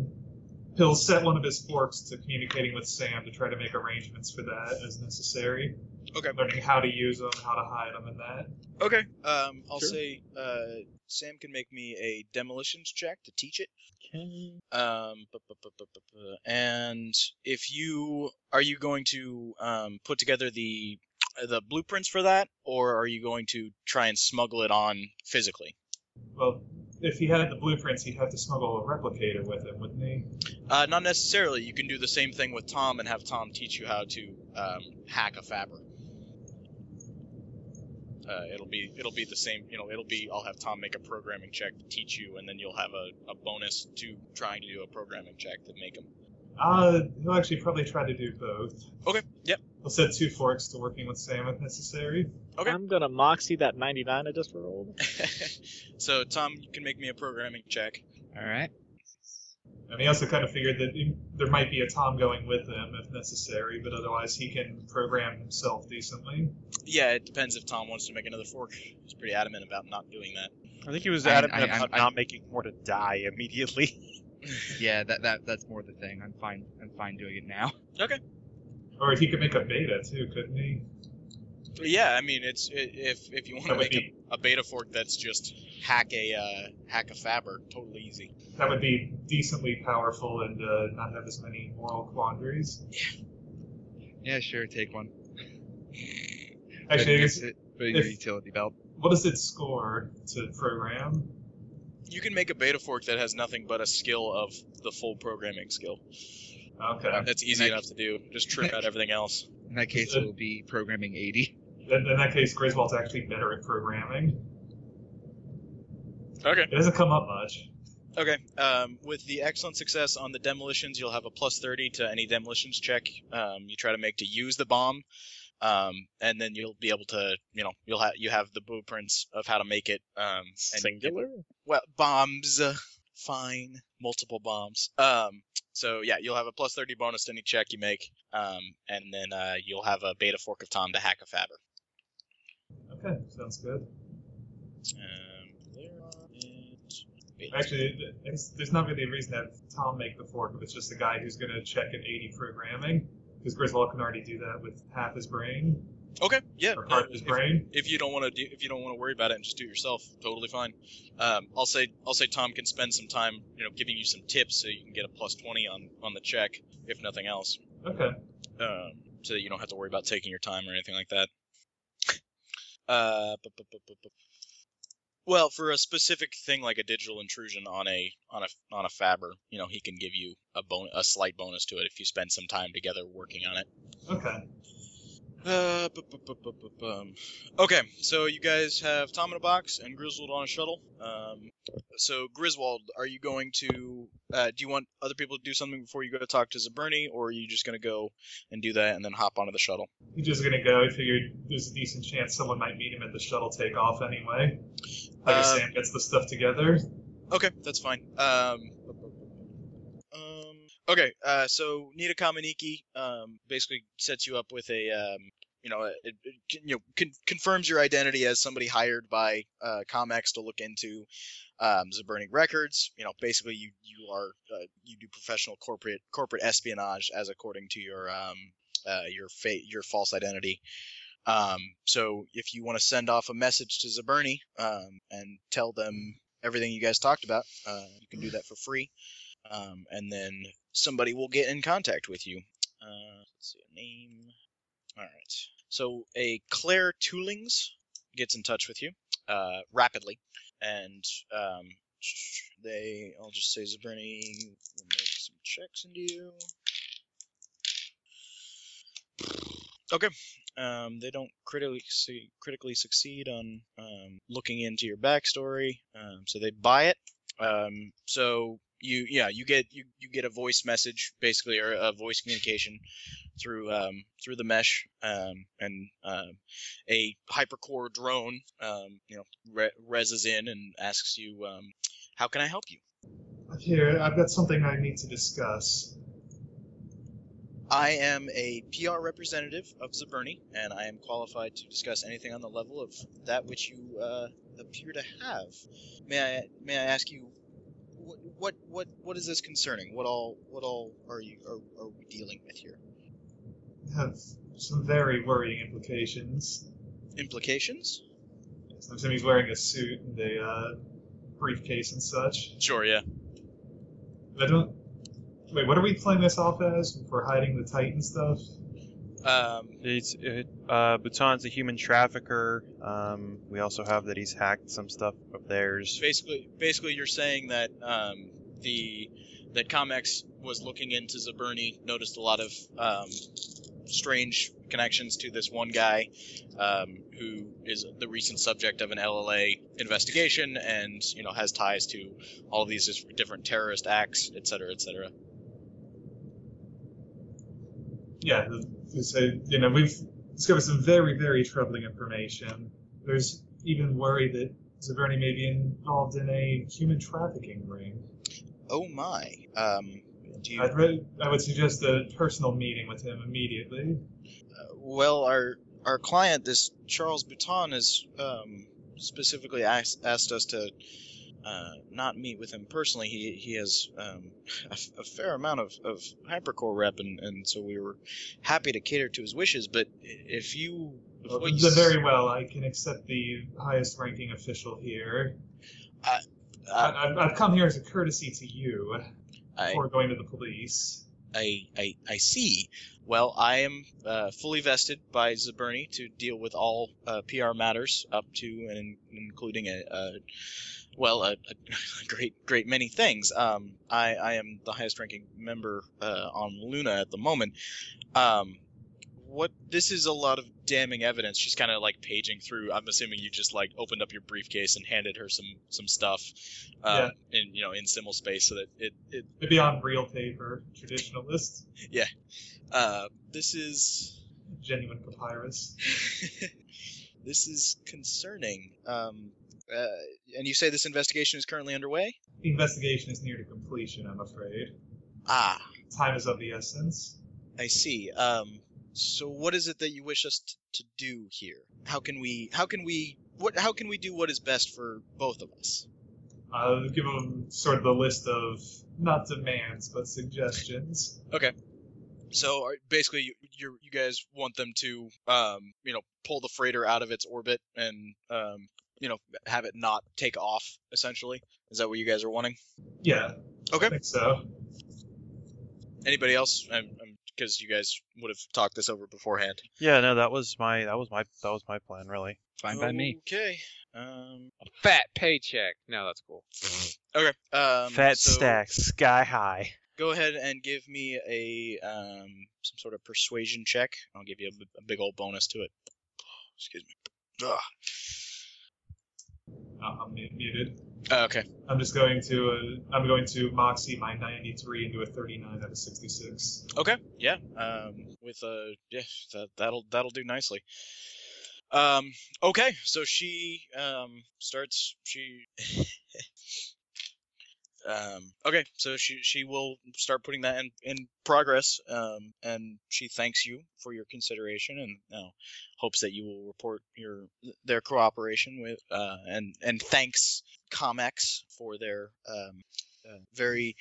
Speaker 3: he'll set one of his forks to communicating with Sam to try to make arrangements for that as necessary.
Speaker 2: Okay.
Speaker 3: Learning how to use them, how to hide them, and that.
Speaker 2: Okay. Um, I'll
Speaker 6: Sure.
Speaker 2: say uh, Sam can make me a demolitions check to teach it.
Speaker 6: Okay.
Speaker 2: Um, bu- bu- bu- bu- bu- bu- and if you are you going to um, put together the the blueprints for that, or are you going to try and smuggle it on physically?
Speaker 3: Well, if he had the blueprints, he'd have to smuggle a replicator with him, wouldn't he?
Speaker 2: Uh, not necessarily. You can do the same thing with Tom and have Tom teach you how to um, hack a fabber. Uh, it'll be it'll be the same. You know, it'll be I'll have Tom make a programming check to teach you, and then you'll have a, a bonus to trying to do a programming check to make him.
Speaker 3: Uh, he'll actually probably try to do both.
Speaker 2: Okay, yep.
Speaker 3: He'll set two forks to working with Sam if necessary.
Speaker 2: Okay.
Speaker 6: I'm gonna moxie that 99 I just rolled.
Speaker 2: so Tom, you can make me a programming check.
Speaker 4: All right.
Speaker 3: And he also kind of figured that he- there might be a Tom going with him if necessary, but otherwise he can program himself decently.
Speaker 2: Yeah, it depends if Tom wants to make another fork. He's pretty adamant about not doing that.
Speaker 1: I think he was
Speaker 4: I-
Speaker 1: adamant
Speaker 4: I-
Speaker 1: about
Speaker 4: I-
Speaker 1: not making Morta die immediately.
Speaker 4: Yeah, that, that that's more the thing. I'm fine. I'm fine doing it now.
Speaker 3: Or he could make a beta too, couldn't he?
Speaker 2: But yeah, I mean, it's i- if if you want to
Speaker 3: That would
Speaker 2: make
Speaker 3: be
Speaker 2: a, a beta fork, that's just hack a uh, hack a fabber, totally easy.
Speaker 3: that would be decently powerful and uh, not have as many moral quandaries.
Speaker 4: Yeah, sure. Take one.
Speaker 3: Actually, I
Speaker 4: Fix
Speaker 3: guess,
Speaker 4: it. Put it in your
Speaker 3: if-
Speaker 4: utility belt.
Speaker 3: what does it score to program?
Speaker 2: You can make a beta fork that has nothing but a skill of the full programming skill.
Speaker 3: Okay.
Speaker 2: That's easy
Speaker 4: Nice.
Speaker 2: enough to do. Just trim out everything else.
Speaker 4: In that case,
Speaker 3: Uh,
Speaker 4: it will be programming 80.
Speaker 3: In, in that case, Griswold's actually better at programming.
Speaker 2: Okay.
Speaker 3: It doesn't come up much.
Speaker 2: Okay. Um, with the excellent success on the demolitions, you'll have a plus 30 to any demolitions check um, you try to make to use the bomb, um, and then you'll be able to, you know, you'll have you have the blueprints of how to make it. Um, and
Speaker 6: Singular?
Speaker 2: well, bombs. uh, Fine, multiple bombs. Um, so yeah, you'll have a plus 30 bonus to any check you make, um, and then uh, you'll have a beta fork of Tom to hack a fabber.
Speaker 3: Okay, sounds good.
Speaker 2: Um, and
Speaker 3: Actually, it's, there's not really a reason to have Tom make the fork if it's just a guy who's going to check at 80 programming, because Griswold can already do that with half his brain
Speaker 2: okay, yeah.
Speaker 3: or
Speaker 2: no,
Speaker 3: part of his
Speaker 2: if,
Speaker 3: brain.
Speaker 2: if you don't want to do, if you don't want to worry about it and just do it yourself, totally fine. Um, I'll say I'll say Tom can spend some time, you know, giving you some tips so you can get a plus 20 on on the check if nothing else,
Speaker 3: Okay.
Speaker 2: um, so that you don't have to worry about taking your time or anything like that. Uh, bu- bu- bu- bu- bu- well, for a specific thing like a digital intrusion on a on a on a fabber, you know, he can give you a bon- a slight bonus to it if you spend some time together working on it.
Speaker 3: Okay.
Speaker 2: Uh, bu- bu- bu- bu- bu- bum. Okay, so you guys have Tom in a box and Griswold on a shuttle. Um, so Griswold, are you going to? Uh, do you want other people to do something before you go talk to Zaberni, or are you just gonna go and do that and then hop onto the shuttle?
Speaker 3: He's just going to go. He figured there's a decent chance someone might meet him at the shuttle takeoff anyway. I guess
Speaker 2: Uh,
Speaker 3: Sam gets the stuff together.
Speaker 2: Okay, that's fine. Um, um, okay, uh, so Nita Kaminiki um, basically sets you up with a, um, you know, it, it, con- you know con- confirms your identity as somebody hired by uh, Comex to look into um, Zaberni records. You know, basically you you are uh, you do professional corporate corporate espionage as according to your um, uh, your fa- your false identity. Um, so if you want to send off a message to Zaberni um, and tell them everything you guys talked about, uh, you can do that for free. Um, and then somebody will get in contact with you. Uh, let's see, name. All right. So a Claire Toolings gets in touch with you uh, rapidly, and um, they, I'll just say Zaberni will make some checks into you. Um, they don't critically su- critically succeed on um, looking into your backstory, um, so they buy it. Um, so you yeah you get you, you get a voice message basically or a voice communication through um, through the mesh um, and um a hypercore drone um, you know re- reses in and asks you um, how can I help you?
Speaker 3: Here, I've got something I need to discuss.
Speaker 2: I am a PR representative of Zaberni, and I am qualified to discuss anything on the level of that which you uh, appear to have. May I may I ask you what what what what is this concerning? What all what all are you are, are we dealing with here?
Speaker 3: have some very worrying implications.
Speaker 2: Implications?
Speaker 3: Yes, I'm assuming he's wearing a suit and a uh, briefcase and such.
Speaker 2: Sure, yeah.
Speaker 3: I don't. Wait, what are we playing this off as? If we're hiding the Titan stuff?
Speaker 2: Um,
Speaker 1: It's, it, uh, Bhutan's a human trafficker. Um, we also have that he's hacked some stuff of theirs.
Speaker 2: basically basically you're saying that um, the that Comex was looking into Zaberni, noticed a lot of um, strange connections to this one guy um, who is the recent subject of an LLA investigation and you know has ties to all these different terrorist acts, et cetera, et cetera.
Speaker 3: Yeah, the- so, you know, we've discovered some very, very troubling information. There's even worry that Zaverni may be involved in a human trafficking ring.
Speaker 2: Oh my. Um, do you,
Speaker 3: I'd re- I would suggest a personal meeting with him immediately.
Speaker 2: Uh, well, our our client, this Charles Bouton, has um, specifically asked, asked us to uh, not meet with him personally. He he has um, a, f- a fair amount of, of hypercore rep, and, and so we were happy to cater to his wishes. But i- if you, if
Speaker 3: Well,
Speaker 2: what you
Speaker 3: th-
Speaker 2: s-
Speaker 3: very well, I can accept the highest ranking official here. I,
Speaker 2: uh,
Speaker 3: I've, I've come here as a courtesy to you
Speaker 2: I,
Speaker 3: before going to the police.
Speaker 2: I, I, I see. Well, I am uh, fully vested by Zaberni to deal with all uh, PR matters up to and in- including a, a well, a, a great, great many things. Um, I, I am the highest-ranking member uh, on Luna at the moment. Um, what this is a lot of damning evidence. She's kind of like paging through. I'm assuming you just like opened up your briefcase and handed her some some stuff, uh, in you know in simul space so that it, it
Speaker 3: It'd be on real paper, traditionalist,
Speaker 2: uh, this is
Speaker 3: genuine papyrus.
Speaker 2: this is concerning. Um, uh, and you say this investigation is currently underway?
Speaker 3: The investigation is near to completion, I'm afraid.
Speaker 2: Ah,
Speaker 3: Time is of the essence.
Speaker 2: I see. Um, so what is it that you wish us t- to do here? How can we? How can we? What? How can we do what is best for both of us?
Speaker 3: I'll give him sort of the list of not demands but suggestions.
Speaker 2: So are, basically, you you're, you guys want them to, um, you know, pull the freighter out of its orbit and, um, you know, have it not take off. Essentially, is that what you guys are wanting?
Speaker 3: Yeah.
Speaker 2: Okay.
Speaker 3: I think so.
Speaker 2: Anybody else? Because you guys would have talked this over beforehand.
Speaker 1: Yeah, no, that was my that was my that was my plan really.
Speaker 4: Fine by me.
Speaker 2: Okay. Um.
Speaker 5: Fat paycheck. No, that's cool.
Speaker 2: Okay. Um,
Speaker 1: Fat
Speaker 2: so
Speaker 1: stack sky high.
Speaker 2: Go ahead and give me a um some sort of persuasion check. I'll give you a, b- a big old bonus to it. Excuse me. Ugh.
Speaker 3: Uh, I'm mu- muted.
Speaker 2: Uh, okay.
Speaker 3: I'm just going to uh, I'm going to moxie my 93 into a 39 out of 66.
Speaker 2: Okay. Yeah. Um. With uh. Yeah. That, that'll that'll do nicely. Um. Okay. So she um starts. She. um. Okay. So she she will start putting that in in progress. Um. And she thanks you for your consideration and uh, hopes that you will report your their cooperation with uh and and thanks Comex for their um uh, very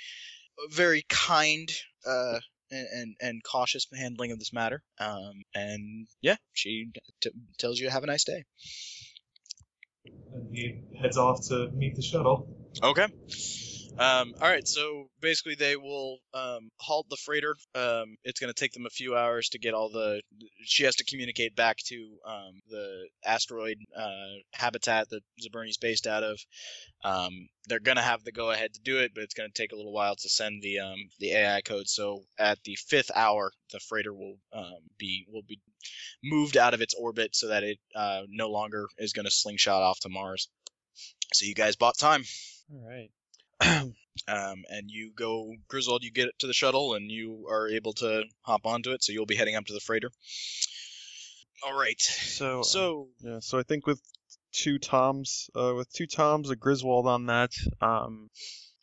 Speaker 2: very kind uh and, and, and cautious handling of this matter. Um, and yeah, she t- tells you have a nice day.
Speaker 3: And he heads off to meet the shuttle.
Speaker 2: Okay. Um, all right. So basically, they will um, halt the freighter. Um, it's going to take them a few hours to get all the. She has to communicate back to um, the asteroid uh, habitat that Zaberni's based out of. Um, they're going to have the go ahead to do it, but it's going to take a little while to send the um, the AI code. So at the fifth hour, the freighter will um, be will be moved out of its orbit so that it uh, no longer is going to slingshot off to Mars. So you guys bought time
Speaker 1: All right.
Speaker 2: um, and you go Griswold. You get to the shuttle, and you are able to hop onto it. So you'll be heading up to the freighter. All right.
Speaker 1: So
Speaker 2: So
Speaker 1: Yeah, so I uh, think with two toms, uh, with two toms, a Griswold on that, um,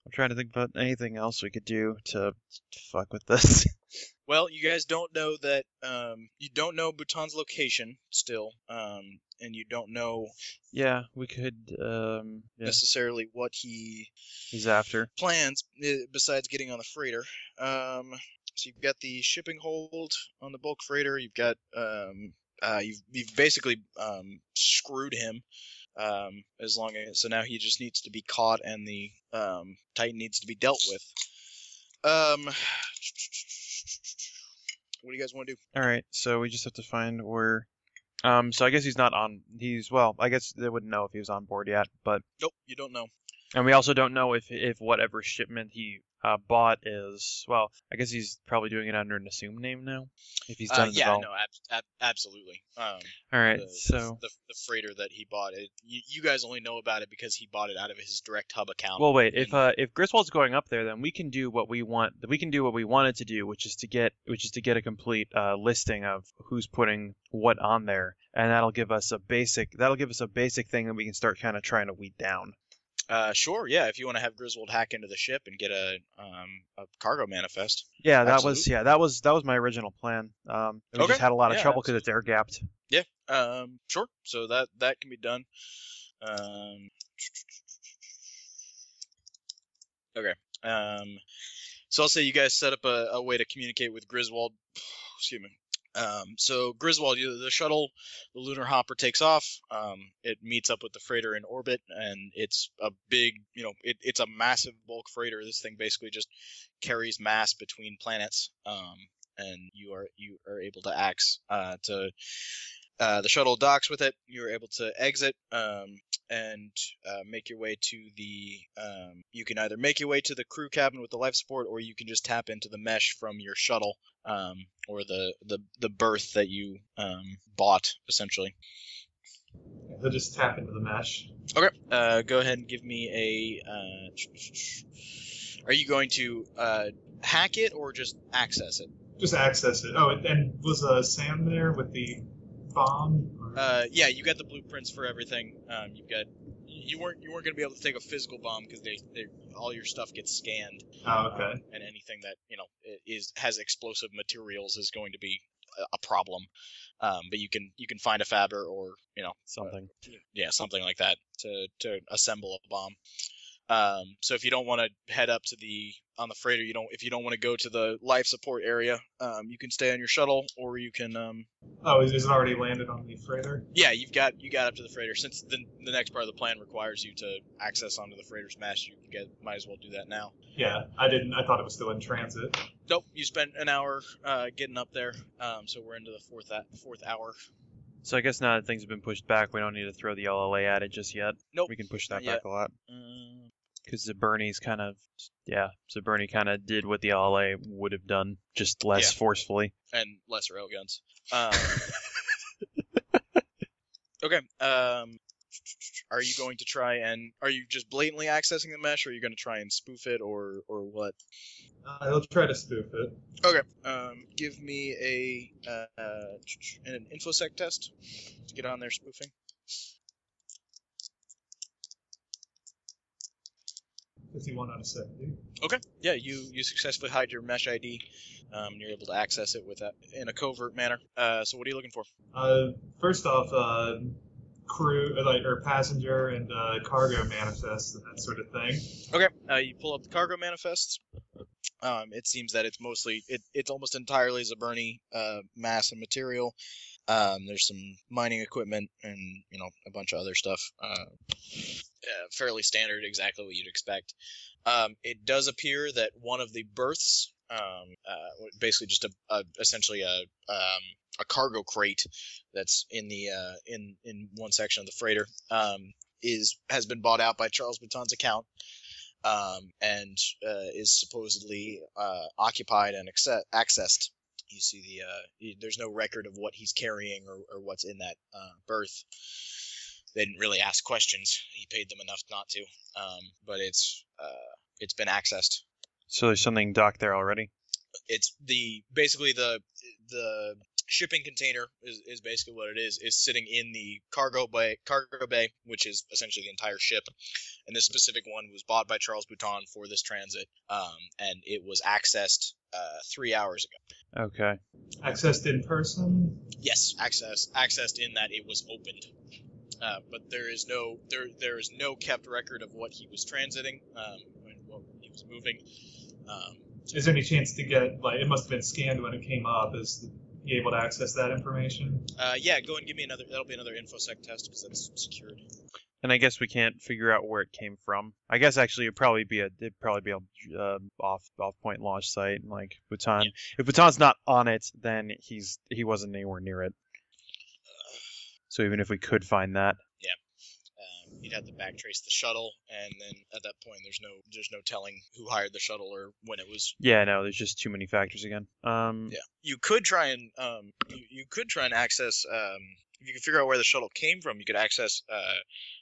Speaker 1: I'm trying to think about anything else we could do to to fuck with this.
Speaker 2: Well, you guys don't know that um, you don't know Bhutan's location still, um, and you don't know
Speaker 1: yeah, we could. Um, yeah,
Speaker 2: necessarily what he
Speaker 1: he's after.
Speaker 2: plans eh, besides getting on the freighter. Um, so you've got the shipping hold on the bulk freighter. You've got um, uh, you've you've basically um, screwed him. Um, as long as so now he just needs to be caught and the um, Titan needs to be dealt with. Um, what do you guys want to do?
Speaker 1: All right, so we just have to find where. Um, so I guess he's not on. He's well. I guess they wouldn't know if he was on board yet, but
Speaker 2: Nope, you don't know.
Speaker 1: and we also don't know if if whatever shipment he uh, bought is. Well, I guess he's probably doing it under an assumed name now. If he's done
Speaker 2: Uh,
Speaker 1: it at
Speaker 2: yeah,
Speaker 1: all.
Speaker 2: no, ab- ab- absolutely. Um,
Speaker 1: All right,
Speaker 2: the,
Speaker 1: so
Speaker 2: the, the freighter that he bought it. You, you guys only know about it because he bought it out of his direct hub account.
Speaker 1: Well, wait. If
Speaker 2: and-
Speaker 1: uh, if Griswold's going up there, then we can do what we want. We can do what we wanted to do, which is to get which is to get a complete uh, listing of who's putting what on there, and that'll give us a basic that'll give us a basic thing that we can start kind of trying to weed down.
Speaker 2: uh, sure, yeah. If you want to have Griswold hack into the ship and get a um a cargo manifest.
Speaker 1: Yeah, that was yeah that was that was my original plan. Um, we
Speaker 2: Okay,
Speaker 1: just had a lot of
Speaker 2: yeah,
Speaker 1: trouble because it's air gapped.
Speaker 2: Um, sure. So that that can be done. Um. Okay. Um. So I'll say you guys set up a, a way to communicate with Griswold. Excuse me. Um, so Griswold, you, the shuttle, the lunar hopper takes off. Um, it meets up with the freighter in orbit, and it's a big, you know, it, it's a massive bulk freighter. This thing basically just carries mass between planets. Um, and you are you are able to axe uh, to uh, the shuttle docks with it. You're able to exit um, and uh, make your way to the. Um, you can either make your way to the crew cabin with the life support, or you can just tap into the mesh from your shuttle um, or the, the the berth that you um, bought essentially.
Speaker 3: He'll just tap into the mesh.
Speaker 2: Okay. Uh, go ahead and give me a. Uh, are you going to uh, hack it or just access it?
Speaker 3: Just access it. Oh, and- and was uh, Sam there with the bomb? Or-
Speaker 2: Uh, yeah, you got the blueprints for everything. Um, you've got you weren't you weren't gonna be able to take a physical bomb because they, they all your stuff gets scanned.
Speaker 3: oh,
Speaker 2: um,
Speaker 3: okay.
Speaker 2: and anything that you know i- is has explosive materials is going to be a- a problem. Um, but you can you can find a fabber or you know uh,
Speaker 1: Something.
Speaker 2: yeah something like that to to assemble a bomb. Um, so if you don't want to head up to the on the freighter, you don't if you don't want to go to the life support area, um, you can stay on your shuttle or you can um,
Speaker 3: Oh, is is it already landed on the freighter?
Speaker 2: yeah, you've got you got up to the freighter. Since the, the next part of the plan requires you to access onto the freighter's mast, you get, might as well do that now.
Speaker 3: Yeah, I didn't. I thought it was still in transit.
Speaker 2: Nope, you spent an hour uh, getting up there, um, so we're into the fourth a- fourth hour.
Speaker 1: So I guess now that things have been pushed back, we don't need to throw the LLA at it just yet.
Speaker 2: Nope,
Speaker 1: We can push that
Speaker 2: not yet.
Speaker 1: back a lot
Speaker 2: Um,
Speaker 1: because Zaberni's kind of yeah Zaberni kind of did what the LLA would have done, just less forcefully.
Speaker 2: and lesser rail guns. Um, okay. Um, are you going to try and are you just blatantly accessing the mesh, or are you going to try and spoof it, or or what?
Speaker 3: Uh, he'll try to spoof it.
Speaker 2: Okay. Um, give me a uh, uh, and an infosec test to get on there spoofing.
Speaker 3: Fifty-one out of seventy.
Speaker 2: Yeah, you you successfully hide your mesh ID. Um, and you're able to access it with that in a covert manner. Uh, so what are you looking for?
Speaker 3: Uh, first off, uh, crew, uh, like, or passenger and uh, cargo manifest and that sort of thing.
Speaker 2: Okay. Uh, you pull up the cargo manifests. Um, it seems that it's mostly it, it's almost entirely Zaberni uh, mass and material. Um, there's some mining equipment and you know a bunch of other stuff. Uh, uh, fairly standard, exactly what you'd expect. Um, it does appear that one of the berths, um, uh, basically just a, a essentially a um, a cargo crate that's in the uh, in in one section of the freighter, um, is has been bought out by Charles Bouton's account um, and uh, is supposedly uh, occupied and acce- accessed. You see the uh, y- there's no record of what he's carrying or, or what's in that uh, berth. They didn't really ask questions. He paid them enough not to, um, but it's uh, it's been accessed.
Speaker 1: So there's something docked there already.
Speaker 2: It's the basically the the shipping container is, is basically what it is is sitting in the cargo bay cargo bay which is essentially the entire ship and this specific one was bought by charles bouton for this transit um, and it was accessed uh, three hours ago
Speaker 1: Okay.
Speaker 3: Accessed in person.
Speaker 2: yes access accessed in that it was opened uh, but there is no there there is no kept record of what he was transiting um, and what he was moving um,
Speaker 3: Is there any chance to get like it must have been scanned when it came up? Is he able to access that information?
Speaker 2: uh, yeah go and give me another that'll be another infosec test because that's secured
Speaker 1: And I guess we can't figure out where it came from. I guess actually it'd probably be a it'd probably be a uh, off off point launch site and like Bhutan.
Speaker 2: Yeah.
Speaker 1: If Bhutan's not on it, then he's he wasn't anywhere near it. So even if we could find that,
Speaker 2: um, you'd have to backtrace the shuttle, and then at that point, there's no there's no telling who hired the shuttle or when it was.
Speaker 1: yeah, no, there's just too many factors again. Um,
Speaker 2: Yeah. You could try and um, you, you could try and access um, if you could figure out where the shuttle came from. You could access uh,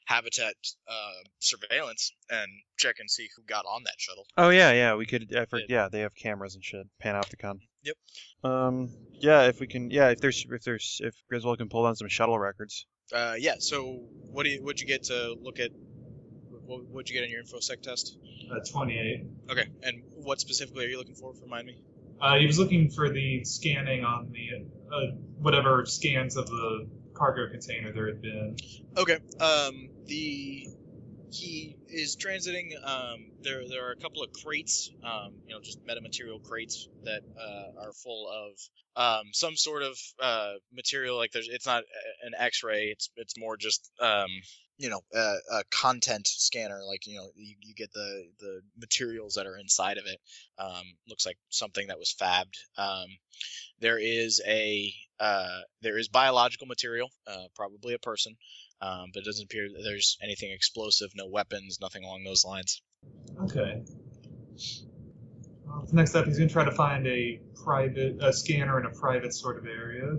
Speaker 2: habitat uh, surveillance and check and see who got on that shuttle.
Speaker 1: Oh yeah, yeah, we could. I for,
Speaker 2: It-
Speaker 1: yeah, they have cameras and shit. Panopticon.
Speaker 2: Yep.
Speaker 1: Um. Yeah, if we can. Yeah, if there's if there's if Griswold can pull down some shuttle records.
Speaker 2: Uh, yeah. So what do you what'd you get to look at? What what'd you get on your infosec test?
Speaker 3: Uh, Twenty-eight.
Speaker 2: Okay. And what specifically are you looking for? Remind me.
Speaker 3: Uh, he was looking for the scanning on the uh, whatever scans of the cargo container there had been.
Speaker 2: Okay. Um, the he is transiting. Um, there there are a couple of crates. Um, you know, just metamaterial crates that uh, are full of um, some sort of uh, material. Like there's, it's not a- an X-ray. It's it's more just um, you know a, a content scanner. Like you know you, you get the the materials that are inside of it. Um, looks like something that was fabbed. Um, there is a uh, there is biological material, uh, probably a person um, but it doesn't appear that there's anything explosive, no weapons, nothing along those lines.
Speaker 3: Okay. Well, next up, he's going to try to find a private a scanner in a private sort of area.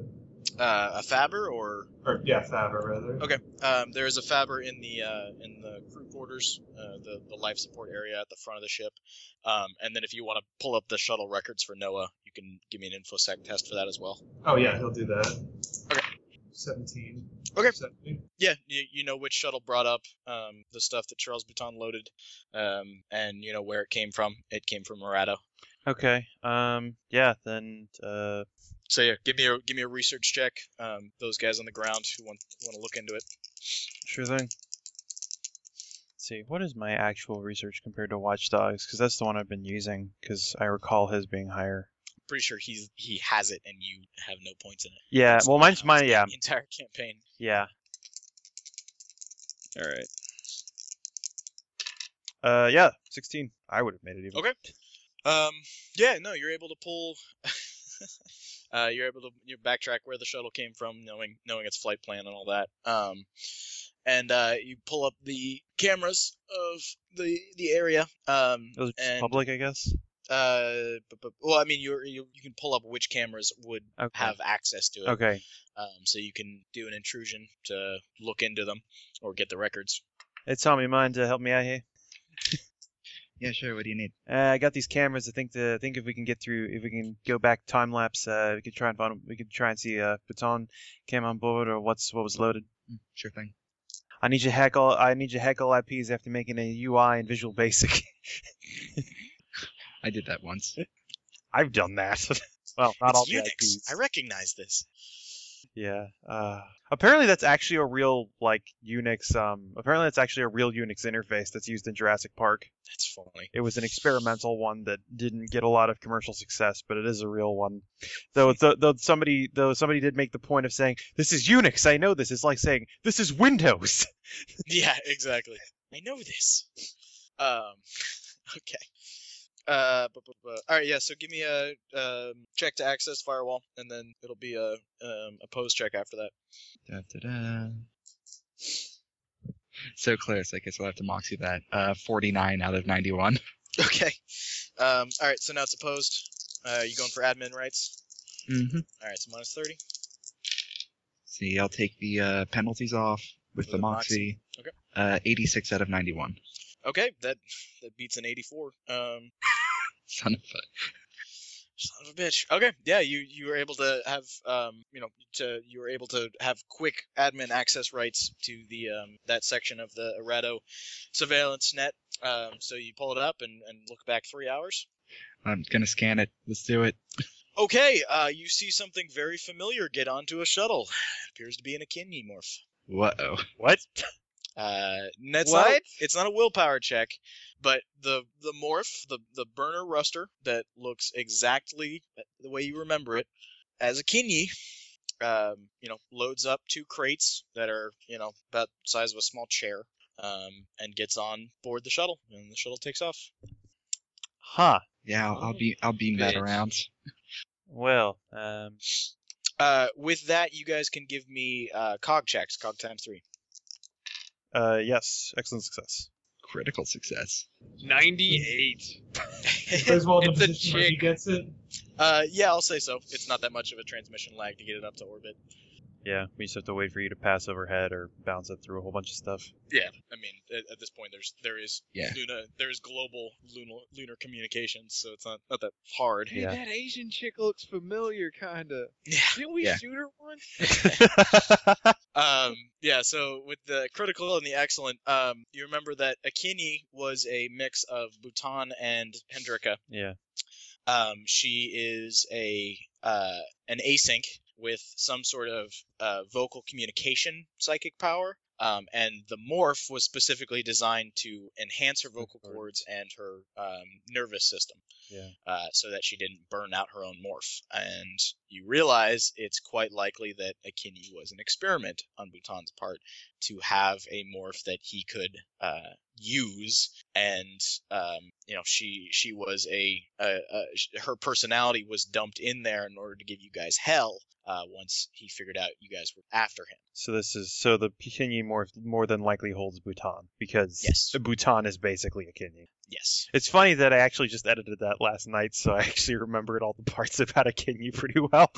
Speaker 2: Uh, a Faber, or
Speaker 3: Or yeah, Faber rather.
Speaker 2: Okay. um, there is a Faber in the uh, in the crew quarters, uh, the the life support area at the front of the ship. Um, and then if you want to pull up the shuttle records for Noah, you can give me an infosec test for that as well.
Speaker 3: Oh yeah, he'll do that.
Speaker 2: Okay.
Speaker 3: Seventeen.
Speaker 2: Okay.
Speaker 3: 17.
Speaker 2: Yeah, you, you know which shuttle brought up um, the stuff that Charles Bouton loaded, um, and you know where it came from. It came from Murado.
Speaker 1: Okay. Um. Yeah. Then. Uh.
Speaker 2: So yeah, give me a give me a research check. Um, those guys on the ground who want want to look into it.
Speaker 1: Sure thing. Let's see what is my actual research compared to Watch Dogs because that's the one I've been using because I recall his being higher.
Speaker 2: pretty sure he's he has it and you have no points in it.
Speaker 1: Yeah.
Speaker 2: It's
Speaker 1: Well, mine's
Speaker 2: been
Speaker 1: my yeah
Speaker 2: The entire campaign.
Speaker 1: yeah. All right. Uh. Yeah. Sixteen. I would have made it even.
Speaker 2: Okay. Um, yeah, no, you're able to pull. uh, you're able to you backtrack where the shuttle came from, knowing knowing its flight plan and all that. Um, and uh, you pull up the cameras of the the area. Um,
Speaker 1: It was
Speaker 2: and,
Speaker 1: public, I guess.
Speaker 2: Uh, but, but, well, I mean, you're, you you can pull up which cameras would
Speaker 1: Okay.
Speaker 2: have access to it.
Speaker 1: Okay.
Speaker 2: Um, so you can do an intrusion to look into them or get the records.
Speaker 1: Hey Tommy, mind to help me out here?
Speaker 4: Yeah, sure. What do you need?
Speaker 1: Uh, I got these cameras. I think the I think if we can get through, if we can go back time lapse, uh, we could try and find, we could try and see uh, Baton came on board or what's what was loaded.
Speaker 4: Mm, Sure thing.
Speaker 1: I need your hack all I need your hack all IPs after making a UI in Visual Basic.
Speaker 4: I did that once.
Speaker 1: I've done that. well, not
Speaker 2: It's
Speaker 1: all the
Speaker 2: Unix.
Speaker 1: IPs.
Speaker 2: I recognize this.
Speaker 1: yeah. Uh, apparently that's actually a real like Unix. Um, apparently that's actually a real Unix interface that's used in Jurassic Park.
Speaker 2: That's funny.
Speaker 1: It was an experimental one that didn't get a lot of commercial success, but it is a real one. Though, though, though somebody, though somebody did make the point of saying, "This is Unix. I know this." It's like saying, "This is Windows."
Speaker 2: yeah, exactly. I know this. Um, okay. Uh, bu- bu- bu- all right, yeah. So give me a um, check to access firewall, and then it'll be a um, a pose check after that.
Speaker 4: Da, da, da. So close. I guess I'll have to moxie that. Uh, 49 out of 91.
Speaker 2: Okay. Um, all right. So now it's opposed. Uh, you going for admin rights?
Speaker 4: Mm-hmm.
Speaker 2: All right. So minus thirty.
Speaker 4: See, I'll take the uh, penalties off with
Speaker 2: With
Speaker 4: the
Speaker 2: the
Speaker 4: moxie.
Speaker 2: Okay.
Speaker 4: Uh, 86 out of 91.
Speaker 2: Okay. That that beats an eighty-four. Um,
Speaker 4: Son of a.
Speaker 2: Son of a bitch. Okay, yeah, you you were able to have um you know to you were able to have quick admin access rights to the um that section of the Errato surveillance net. Um, so you pull it up and, and look back three hours.
Speaker 4: I'm gonna scan it. Let's do it.
Speaker 2: Okay, uh, you see something very familiar get onto a shuttle. It appears to be an echinymorph.
Speaker 4: Whoa.
Speaker 1: What?
Speaker 2: Uh, and that's not a-
Speaker 5: What?
Speaker 2: it's not a willpower check, but the the morph, the the burner ruster that looks exactly the way you remember it as a kinyi, um, you know, loads up two crates that are you know about the size of a small chair, um, and gets on board the shuttle, and the shuttle takes off.
Speaker 1: Huh.
Speaker 4: Yeah, I'll, I'll be I'll beam that
Speaker 5: Bitch.
Speaker 4: around.
Speaker 1: Well, um,
Speaker 2: Uh, with that, you guys can give me uh, cog checks, cog times three.
Speaker 1: uh, yes, excellent success.
Speaker 4: Critical success.
Speaker 5: 98.
Speaker 3: Griswold in a
Speaker 5: It's a
Speaker 3: position where he
Speaker 5: chick.
Speaker 3: gets it.
Speaker 2: Uh, yeah, I'll say so. It's not that much of a transmission lag to get it up to orbit.
Speaker 1: Yeah, we just have to wait for you to pass overhead or bounce it through a whole bunch of stuff.
Speaker 2: Yeah, I mean, at, at this point, there's there is
Speaker 4: Yeah.
Speaker 2: Luna, there is global lunar lunar communications, so it's not not that hard.
Speaker 1: Yeah.
Speaker 5: that Asian chick looks familiar, kinda.
Speaker 2: Yeah.
Speaker 5: Didn't we
Speaker 4: Yeah.
Speaker 5: shoot her once?
Speaker 2: Um, yeah. So with the critical and the excellent, um, you remember that Akini was a mix of Bhutan and Hendrika.
Speaker 1: yeah.
Speaker 2: Um, she is a uh, an async with some sort of uh, vocal communication psychic power. Um, and the morph was specifically designed to enhance her vocal
Speaker 1: Cords.
Speaker 2: cords and her um, nervous system,
Speaker 1: Yeah.
Speaker 2: uh, so that she didn't burn out her own morph. And you realize it's quite likely that Akini was an experiment on Bhutan's part to have a morph that he could uh, use and um, you know she she was a, a, a sh- her personality was dumped in there in order to give you guys hell uh, once he figured out you guys were after him
Speaker 1: So this is so the Kinyi more more than likely holds Bhutan because
Speaker 2: Yes.
Speaker 1: Bhutan is basically a Kinyi.
Speaker 2: yes
Speaker 1: It's funny that I actually just edited that last night, so I actually remembered all the parts about a Kinyi pretty well.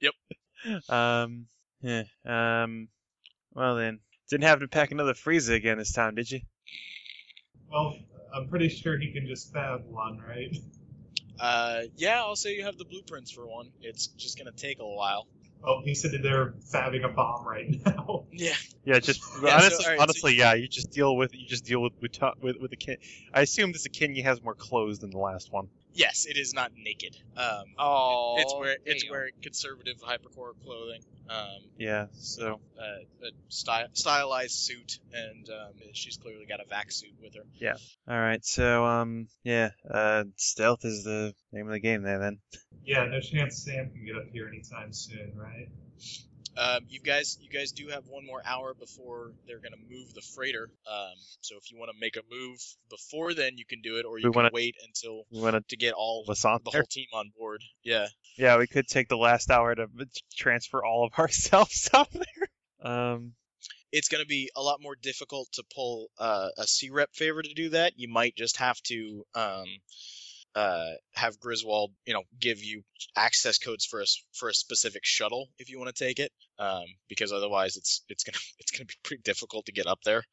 Speaker 2: Yep.
Speaker 1: Um. Yeah. Um. Well then, didn't have to pack another freezer again this time, did you?
Speaker 3: Well, I'm pretty sure he can just fab one, right?
Speaker 2: uh, yeah i'll say you have the blueprints for one it's just gonna take a while
Speaker 3: Oh, he said that they're fabbing a bomb right now.
Speaker 2: yeah
Speaker 1: Yeah, just
Speaker 2: Yeah, so-
Speaker 1: honestly,
Speaker 2: alright, so-
Speaker 1: honestly, yeah. You just deal with you just deal with Bhutan with with the kin. I assume this Akinyi has more clothes than the last one.
Speaker 2: yes it is not naked um,
Speaker 5: Oh,
Speaker 2: it's where it's
Speaker 5: damn.
Speaker 2: wearing conservative hypercore clothing um,
Speaker 1: Yeah, so
Speaker 2: uh, a sty stylized suit and um, she's clearly got a vac suit with her
Speaker 1: all right, so um, yeah, uh, stealth is the name of the game there. Then
Speaker 3: Yeah, no chance Sam can get up here anytime soon, right?
Speaker 2: Um, you guys, you guys do have one more hour before they're gonna move the freighter. Um, so if you want to make a move before then, you can do it, or you
Speaker 1: We
Speaker 2: can
Speaker 1: wanna-
Speaker 2: wait until
Speaker 1: we want to
Speaker 2: to get all the
Speaker 1: Lassant
Speaker 2: whole team on board. Yeah.
Speaker 1: Yeah, we could take the last hour to transfer all of ourselves up there. Um,
Speaker 2: it's going to be a lot more difficult to pull uh, a C rep favor to do that. You might just have to um, uh, have Griswold, you know, give you access codes for a s- for a specific shuttle if you want to take it, um, because otherwise it's it's gonna it's gonna be pretty difficult to get up there.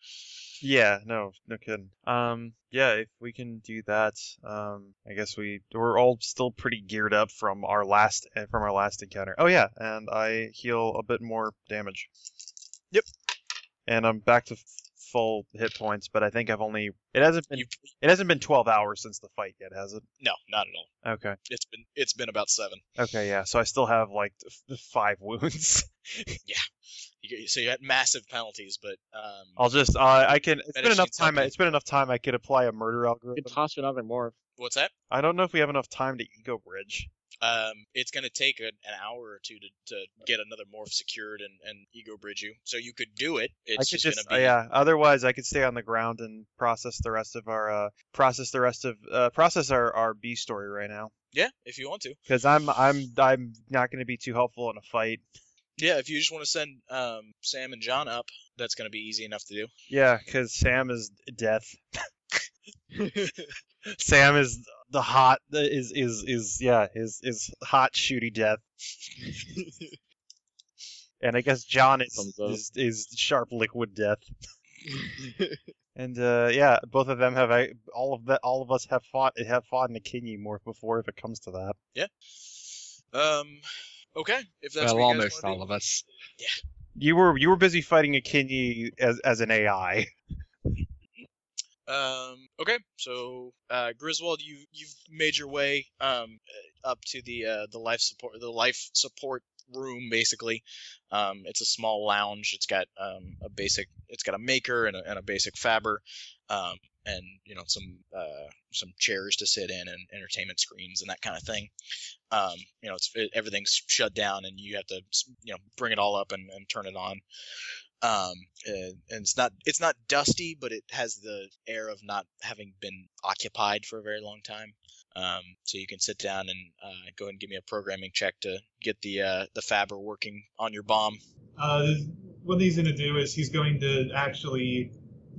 Speaker 1: yeah, no, no kidding. Um, yeah, if we can do that, um, I guess we we're all still pretty geared up from our last eh, from our last encounter. Oh yeah, and I heal a bit more damage.
Speaker 2: Yep.
Speaker 1: And I'm back to f- full hit points, but I think I've only it hasn't been
Speaker 2: You,
Speaker 1: it hasn't been 12 hours since the fight yet, has it?
Speaker 2: no, not at all.
Speaker 1: Okay.
Speaker 2: It's been it's been about seven.
Speaker 1: Okay, yeah. So I still have like f- five wounds.
Speaker 2: You, get- so you had massive penalties, but um,
Speaker 1: I'll just uh, I can. It's been
Speaker 2: Medicine's
Speaker 1: enough time.
Speaker 2: helping.
Speaker 1: It's been enough time. I could apply a murder
Speaker 6: You could
Speaker 1: algorithm.
Speaker 6: toss you another morph.
Speaker 2: what's that?
Speaker 1: I don't know if we have enough time to ego bridge.
Speaker 2: Um, it's going to take a, an hour or two to, to get another morph secured and, and ego bridge you. So you could do it.
Speaker 1: I
Speaker 2: It's
Speaker 1: could
Speaker 2: just,
Speaker 1: just,
Speaker 2: going to be
Speaker 1: yeah. Otherwise, I could stay on the ground and process the rest of our uh, process the rest of uh, process our, our B story right now
Speaker 2: yeah, if you want to.
Speaker 1: because I'm I'm I'm not going to be too helpful in a fight.
Speaker 2: Yeah, if you just want to send um, Sam and John up, that's going to be easy enough to do.
Speaker 1: Yeah, because Sam is death. Sam is the hot is is is yeah is is hot shooty death. and I guess John is
Speaker 6: Thumbs up.
Speaker 1: is, is sharp liquid death. And uh, yeah, both of them have I, all of that. All of us have fought have fought Nakini more before if it comes to that.
Speaker 2: Yeah. Um. Okay. If that's
Speaker 4: well,
Speaker 2: what you guys
Speaker 4: almost
Speaker 2: wanna
Speaker 4: all of us.
Speaker 1: You were you were busy fighting Akinyi as as an AI.
Speaker 2: do. Um. Okay. So, uh, Griswold, you you've made your way um uh, up to the uh the life support the life support room basically. Um. It's a small lounge. It's got um a basic. It's got a maker and a, and a basic fabber. Um. And you know some uh, some chairs to sit in and entertainment screens and that kind of thing. Um, you know it's it, everything's shut down and you have to you know bring it all up and, and turn it on. um and, and it's not it's not dusty but it has the air of not having been occupied for a very long time um so you can sit down and uh, go ahead and give me a programming check to get the uh the fabber working on your bomb
Speaker 3: Uh, what he's going to do is he's going to actually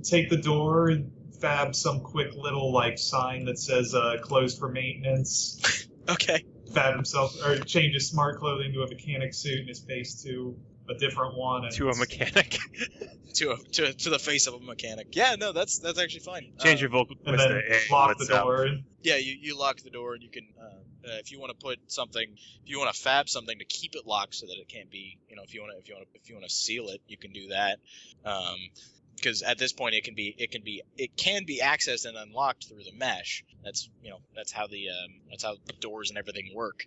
Speaker 3: take the door and fab some quick little like sign that says uh, closed for maintenance.
Speaker 2: okay
Speaker 3: Fab himself or change his smart clothing to a mechanic suit and his face to a different one. And
Speaker 1: to a mechanic.
Speaker 2: to a, to, to the face of a mechanic yeah no that's that's actually fine
Speaker 1: Change
Speaker 2: Uh,
Speaker 1: your vocal
Speaker 3: And
Speaker 1: quiz
Speaker 3: then
Speaker 1: to "Hey,
Speaker 3: lock the
Speaker 1: what's up?"
Speaker 3: door.
Speaker 2: yeah you, you lock the door and you can uh, uh, if you want to put something if you want to fab something to keep it locked so that it can't be you know if you want to if you want to if you want to seal it you can do that um because at this point it can be it can be it can be accessed and unlocked through the mesh that's you know that's how the um that's how the doors and everything work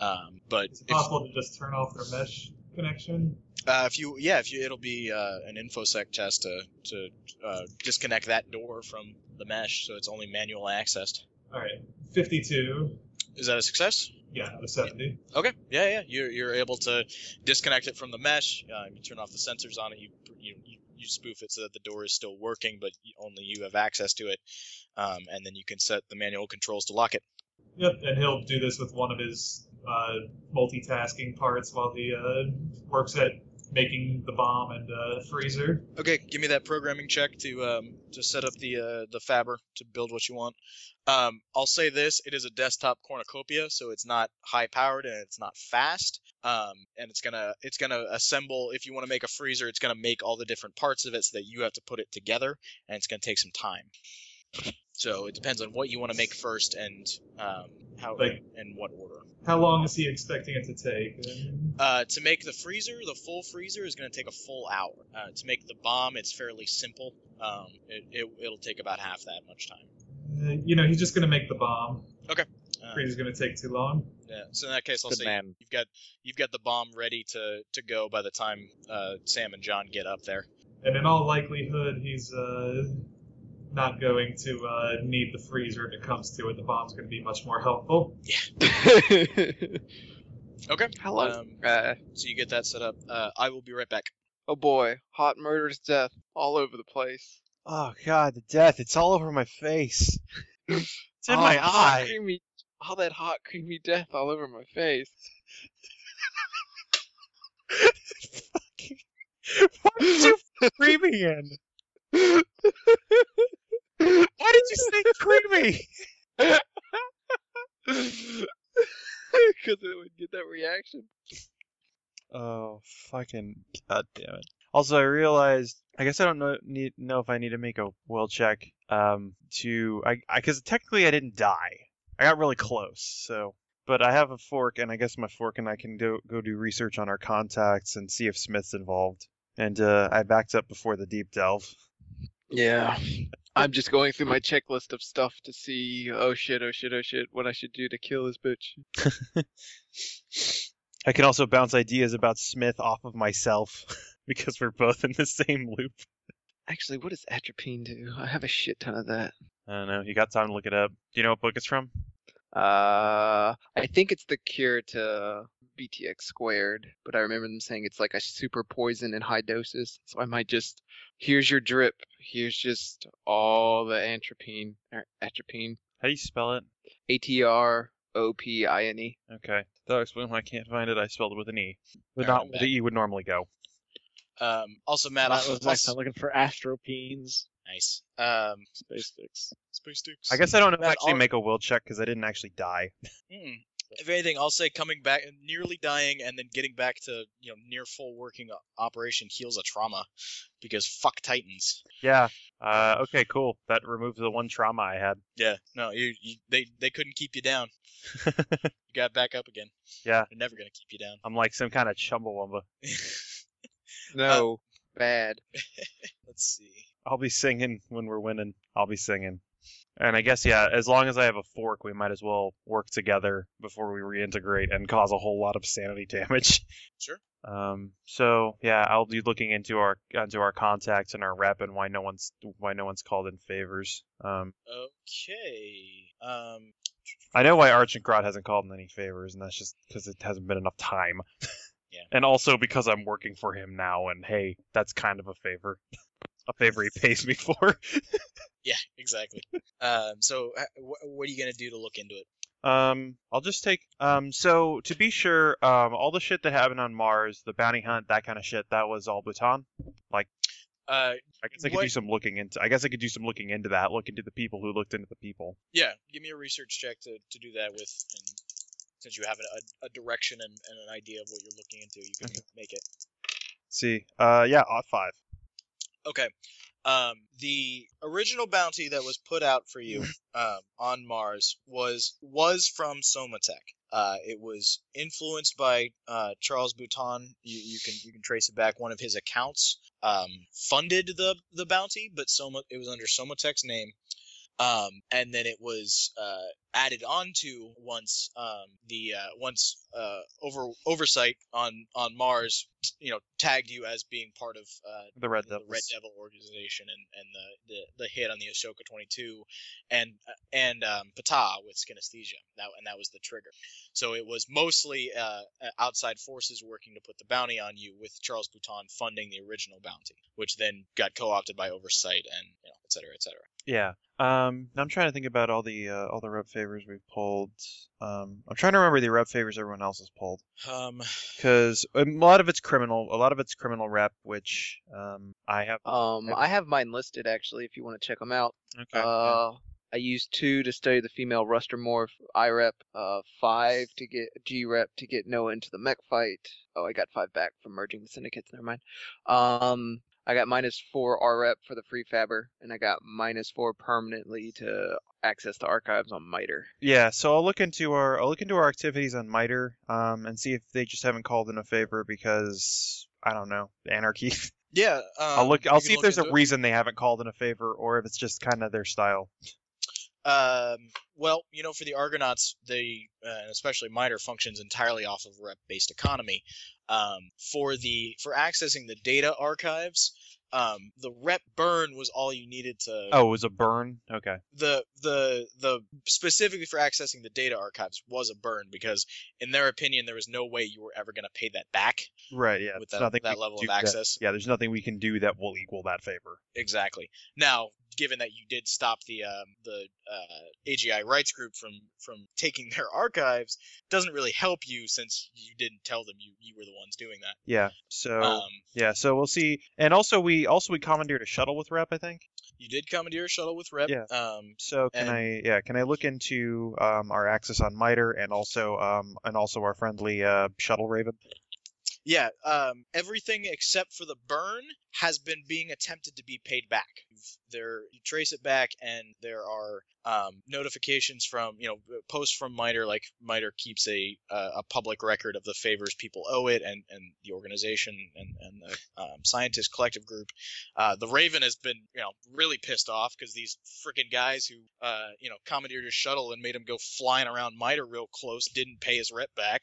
Speaker 2: um but
Speaker 3: It's
Speaker 2: if,
Speaker 3: possible to just turn off their mesh connection.
Speaker 2: uh, if you yeah if you it'll be uh, an infosec test to to uh, disconnect that door from the mesh so it's only manual accessed
Speaker 3: All right, 52.
Speaker 2: is that a success
Speaker 3: Yeah, out of 70.
Speaker 2: Okay. Yeah, yeah. You're, you're able to disconnect it from the mesh. Uh, you turn off the sensors on it. You, you you- you spoof it so that the door is still working, but you- only you have access to it. Um, and then you can set the manual controls to lock it.
Speaker 3: Yep, and he'll do this with one of his uh, multitasking parts while he uh, works at making the bomb and uh, freezer.
Speaker 2: Okay. Give me that programming check to um, to set up the uh, the Faber to build what you want. Um, I'll say this: it is a desktop cornucopia, so it's not high powered and it's not fast. Um, and it's gonna it's gonna assemble. If you want to make a freezer, it's gonna make all the different parts of it so that you have to put it together, and it's gonna take some time. So it depends on what you want to make first and um, how
Speaker 3: Like-
Speaker 2: and what order.
Speaker 3: How long is he expecting it to take? And
Speaker 2: Uh, to make the freezer, the full freezer is going to take a full hour. Uh, to make the bomb, it's fairly simple. Um, it, it, it'll take about half that much time.
Speaker 3: Uh, you know, he's just gonna make the bomb.
Speaker 2: Uh,
Speaker 3: Freezer's gonna take too long.
Speaker 2: yeah. So in that case, I'll
Speaker 5: Good
Speaker 2: say
Speaker 5: man.
Speaker 2: you've got you've got the bomb ready to, to go by the time uh, Sam and John get up there.
Speaker 3: And in all likelihood, he's uh, not going to uh, need the freezer if it comes to it. The bomb's gonna be much more helpful.
Speaker 2: Okay.
Speaker 5: How long?
Speaker 2: Um,
Speaker 5: uh,
Speaker 2: so you get that set up. Uh, I will be right back.
Speaker 5: oh boy, hot murders, death, all over the place.
Speaker 1: Oh God, the death! It's all over my face. It's in
Speaker 5: Oh,
Speaker 1: my
Speaker 5: hot,
Speaker 1: eye.
Speaker 5: creamy- all that hot, creamy death all over my face.
Speaker 1: What did you put creamy in? Why did you say creamy?
Speaker 5: Because it would get that reaction.
Speaker 1: Oh fucking god damn it! Also, I realized. I guess I don't know need, know if I need to make a will check. Um, to I because technically I didn't die. I got really close. So, but I have a fork, and I guess my fork and I can do go do research on our contacts and see if Smith's involved. And uh, I backed up before the deep delve.
Speaker 5: Yeah. I'm just going through my checklist of stuff to see, oh shit, oh shit, oh shit, what I should do to kill this bitch.
Speaker 1: I can also bounce ideas about Smith off of myself because we're both in the same loop.
Speaker 5: Actually, what does atropine do? I have a shit ton of that.
Speaker 1: I don't know. You got time to look it up. Do you know what book it's from?
Speaker 5: Uh, I think it's the cure to BTX squared, but I remember them saying it's like a super poison in high doses. So I might just here's your drip. Here's just all the atropine, or atropine,
Speaker 1: How do you spell it?
Speaker 5: A T R O P I N E.
Speaker 1: Okay. That'll explain why I can't find it. I spelled it with an E. But
Speaker 2: Alright,
Speaker 1: not where the E would normally go.
Speaker 2: Um, also, Matt,
Speaker 6: That
Speaker 2: I'll,
Speaker 6: was next. I'm looking for astropenes,
Speaker 2: nice. Um,
Speaker 6: space sticks.
Speaker 2: space sticks.
Speaker 1: I guess I don't know if I
Speaker 2: Matt,
Speaker 1: actually
Speaker 2: I'll-
Speaker 1: make a will check because I didn't actually die.
Speaker 2: Mm. if anything, I'll say coming back, nearly dying, and then getting back to you know near full working o- operation heals a trauma, because fuck Titans.
Speaker 1: Yeah. Uh, okay, cool. That removes the one trauma I had.
Speaker 2: Yeah, no, you, you they they couldn't keep you down. you got back up again.
Speaker 1: Yeah.
Speaker 2: they're never gonna keep you down.
Speaker 1: I'm like some kind of chumbawamba.
Speaker 5: No, bad.
Speaker 2: Let's see.
Speaker 1: I'll be singing when we're winning. I'll be singing. And I guess yeah, as long as I have a fork, we might as well work together before we reintegrate and cause a whole lot of sanity damage.
Speaker 2: Sure.
Speaker 1: Um. So yeah, I'll be looking into our into our contacts and our rep and why no one's why no one's called in favors. Um.
Speaker 2: Okay. Um.
Speaker 1: I know why Arch and Grot hasn't called in any favors, and that's just because it hasn't been enough time.
Speaker 2: Yeah.
Speaker 1: And also because I'm working for him now, and hey, that's kind of a favor. a favor he pays me for.
Speaker 2: Yeah, exactly. um. So, uh, wh- what are you gonna do to look into it?
Speaker 1: Um, I'll just take. Um, so to be sure, um, all the shit that happened on Mars, the bounty hunt, that kind of shit, that was all Bhutan.
Speaker 2: Uh.
Speaker 1: I guess I could do
Speaker 2: What-
Speaker 1: some looking into. I guess I could do some looking into that. Look into the people who looked into the people.
Speaker 2: Yeah. Give me a research check to, to do that with, and since you have a, a, a direction and, and an idea of what you're looking into, you can make it.
Speaker 1: see. Uh, yeah, odd five.
Speaker 2: Okay. Um, the original bounty that was put out for you um, on Mars was was from Somatech. Uh, it was influenced by uh, Charles Bouton. You, you can you can trace it back. One of his accounts um, funded the the bounty, but Soma it was under Somatech's name. Um, and then it was uh, added on to once um, the uh, once uh, over oversight on on Mars, you know, tagged you as being part of uh,
Speaker 1: The Red
Speaker 2: the
Speaker 1: Devils.
Speaker 2: Red Devil organization and, and the, the, the hit on the Ashoka 22 and and um, Ptah with Synesthesia. That, and that was the trigger. So it was mostly uh, outside forces working to put the bounty on you with Charles Bouton funding the original bounty, which then got co-opted by oversight and you know, et cetera, et cetera.
Speaker 1: Yeah. Um, now I'm trying to think about all the uh, all the rep favors we've pulled. Um, I'm trying to remember the rep favors everyone else has pulled.
Speaker 2: Um,
Speaker 1: Because a lot of it's criminal. A lot of it's criminal rep, which um, I have.
Speaker 5: Um, I have mine listed actually. If you want to check them out.
Speaker 1: Okay.
Speaker 5: Uh, I used two to study the female Ruster Morph, I rep uh, five to get G rep to get Noah into the mech fight. Oh, I got five back from merging the syndicates. Never mind. Um, I got minus four R rep for the free fabber, and I got minus four permanently to access the archives on Miter.
Speaker 1: Yeah, so I'll look into our I'll look into our activities on MITRE um, and see if they just haven't called in a favor because I don't know anarchy.
Speaker 2: yeah. Um,
Speaker 1: I'll look.
Speaker 2: you
Speaker 1: I'll
Speaker 2: can
Speaker 1: see if
Speaker 2: look
Speaker 1: there's a
Speaker 2: into it.
Speaker 1: reason they haven't called in a favor or if it's just kind of their style.
Speaker 2: Um, well, you know, for the Argonauts, they, uh, and especially MITRE, functions entirely off of rep-based economy. Um, for the for accessing the data archives, um, the rep burn was all you needed to.
Speaker 1: Oh, it was a burn. Okay.
Speaker 2: The the the specifically for accessing the data archives was a burn because, in their opinion, there was no way you were ever going to pay that back
Speaker 1: Right. Yeah.
Speaker 2: with
Speaker 1: there's
Speaker 2: that,
Speaker 1: nothing we
Speaker 2: that
Speaker 1: can
Speaker 2: level
Speaker 1: do
Speaker 2: of
Speaker 1: that-
Speaker 2: access.
Speaker 1: yeah. There's nothing we can do that will equal that favor.
Speaker 2: Exactly. Now, given that you did stop the um, the uh, AGI rights group from from taking their archives, doesn't really help you since you didn't tell them you, you were the ones doing that.
Speaker 1: Yeah. So
Speaker 2: Um,
Speaker 1: yeah. So we'll see. And also we also we commandeered a shuttle with Rep. I think.
Speaker 2: you did commandeer a shuttle with Rep.
Speaker 1: Yeah.
Speaker 2: Um,
Speaker 1: So can
Speaker 2: And-
Speaker 1: I yeah can I look into um, our access on MITRE and also um, and also our friendly uh, shuttle Raven?
Speaker 2: yeah. Um, everything except for the burn has been being attempted to be paid back. You've- There, you trace it back, and there are um, notifications from you know uh, posts from MITRE. Like MITRE keeps a uh, a public record of the favors people owe it, and and the organization and and the um, scientist collective group. Uh, the Raven has been you know really pissed off because these freaking guys who uh, you know commandeered his shuttle and made him go flying around MITRE real close didn't pay his rep back.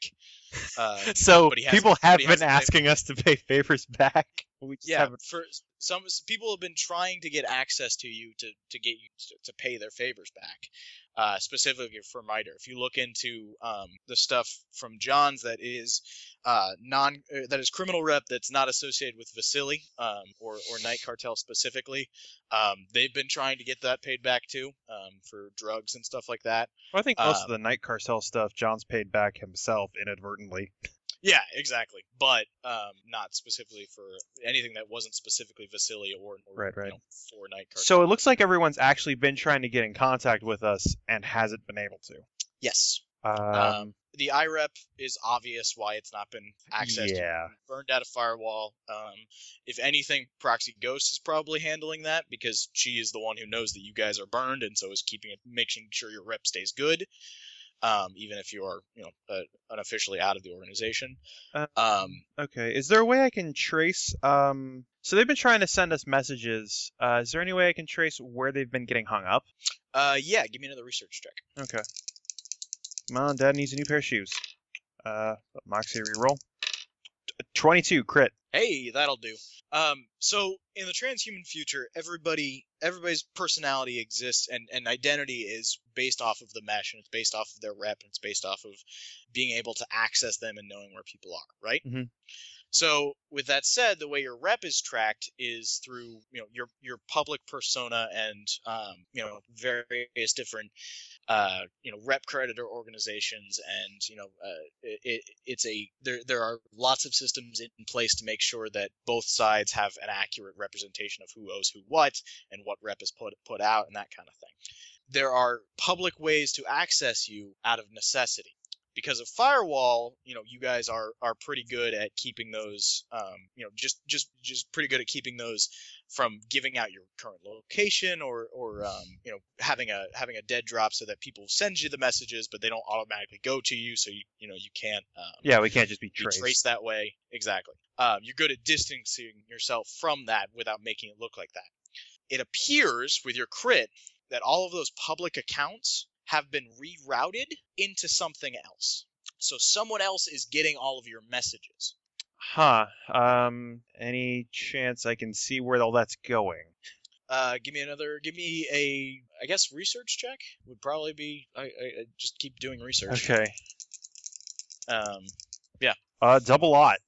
Speaker 2: Uh,
Speaker 1: So
Speaker 2: But he hasn't-
Speaker 1: people
Speaker 2: but
Speaker 1: have
Speaker 2: he
Speaker 1: been
Speaker 2: hasn't paid-
Speaker 1: asking us to pay favors back. We just
Speaker 2: yeah,
Speaker 1: haven't.
Speaker 2: for some s- people have been trying to get access to you to, to get you to, to pay their favors back, uh, specifically for MITRE. If you look into um, the stuff from John's that is uh, non uh, that is criminal rep that's not associated with Vasily um, or or Night Cartel specifically, um, they've been trying to get that paid back too um, for drugs and stuff like that.
Speaker 1: Well, I think most
Speaker 2: uh,
Speaker 1: of the night cartel stuff, John's paid back himself inadvertently.
Speaker 2: Yeah, exactly. But um, not specifically for anything that wasn't specifically Vasily or, or
Speaker 1: Right, right.
Speaker 2: You know, for Night Cartel.
Speaker 1: So it looks like everyone's actually been trying to get in contact with us and hasn't been able to.
Speaker 2: yes.
Speaker 1: Um,
Speaker 2: the IREP is obvious why it's not been accessed.
Speaker 1: Yeah.
Speaker 2: Burned out a firewall. Um, if anything, Proxy Ghost is probably handling that because she is the one who knows that you guys are burned and so is keeping it, making sure your rep stays good, um, even if you are, you know, uh, unofficially out of the organization.
Speaker 1: Uh,
Speaker 2: um,
Speaker 1: Okay. Is there a way I can trace? Um, so they've been trying to send us messages. Uh, is there any way I can trace where they've been getting hung up?
Speaker 2: uh, yeah, give me another research check.
Speaker 1: Okay. Come on, Dad needs a new pair of shoes. Uh, Moxie reroll. T- Twenty-two crit.
Speaker 2: Hey, that'll do. Um, so in the transhuman future, everybody, everybody's personality exists and, and identity is based off of the mesh, and it's based off of their rep, and it's based off of being able to access them and knowing where people are, right?
Speaker 1: Mhm.
Speaker 2: So with that said, the way your rep is tracked is through you know your your public persona and um, you know various different uh, you know rep creditor organizations and you know uh, it, it, it's a there there are lots of systems in place to make sure that both sides have an accurate representation of who owes who what and what rep is put put out and that kind of thing. There are public ways to access you out of necessity. Because of firewall, you know, you guys are are pretty good at keeping those, um, you know, just just just pretty good at keeping those from giving out your current location or or um, you know having a having a dead drop so that people send you the messages but they don't automatically go to you so you you know you can't um,
Speaker 1: Yeah, we can't just be
Speaker 2: be
Speaker 1: traced.
Speaker 2: traced that way exactly um, you're good at distancing yourself from that without making it look like that it appears with your crit that all of those public accounts have been rerouted into something else so someone else is getting all of your messages
Speaker 1: Huh. Um, any chance I can see where all that's going?
Speaker 2: uh, give me another give me a i guess research check would probably be i, I, I just keep doing research
Speaker 1: Okay.
Speaker 2: um,
Speaker 1: Uh, double lot.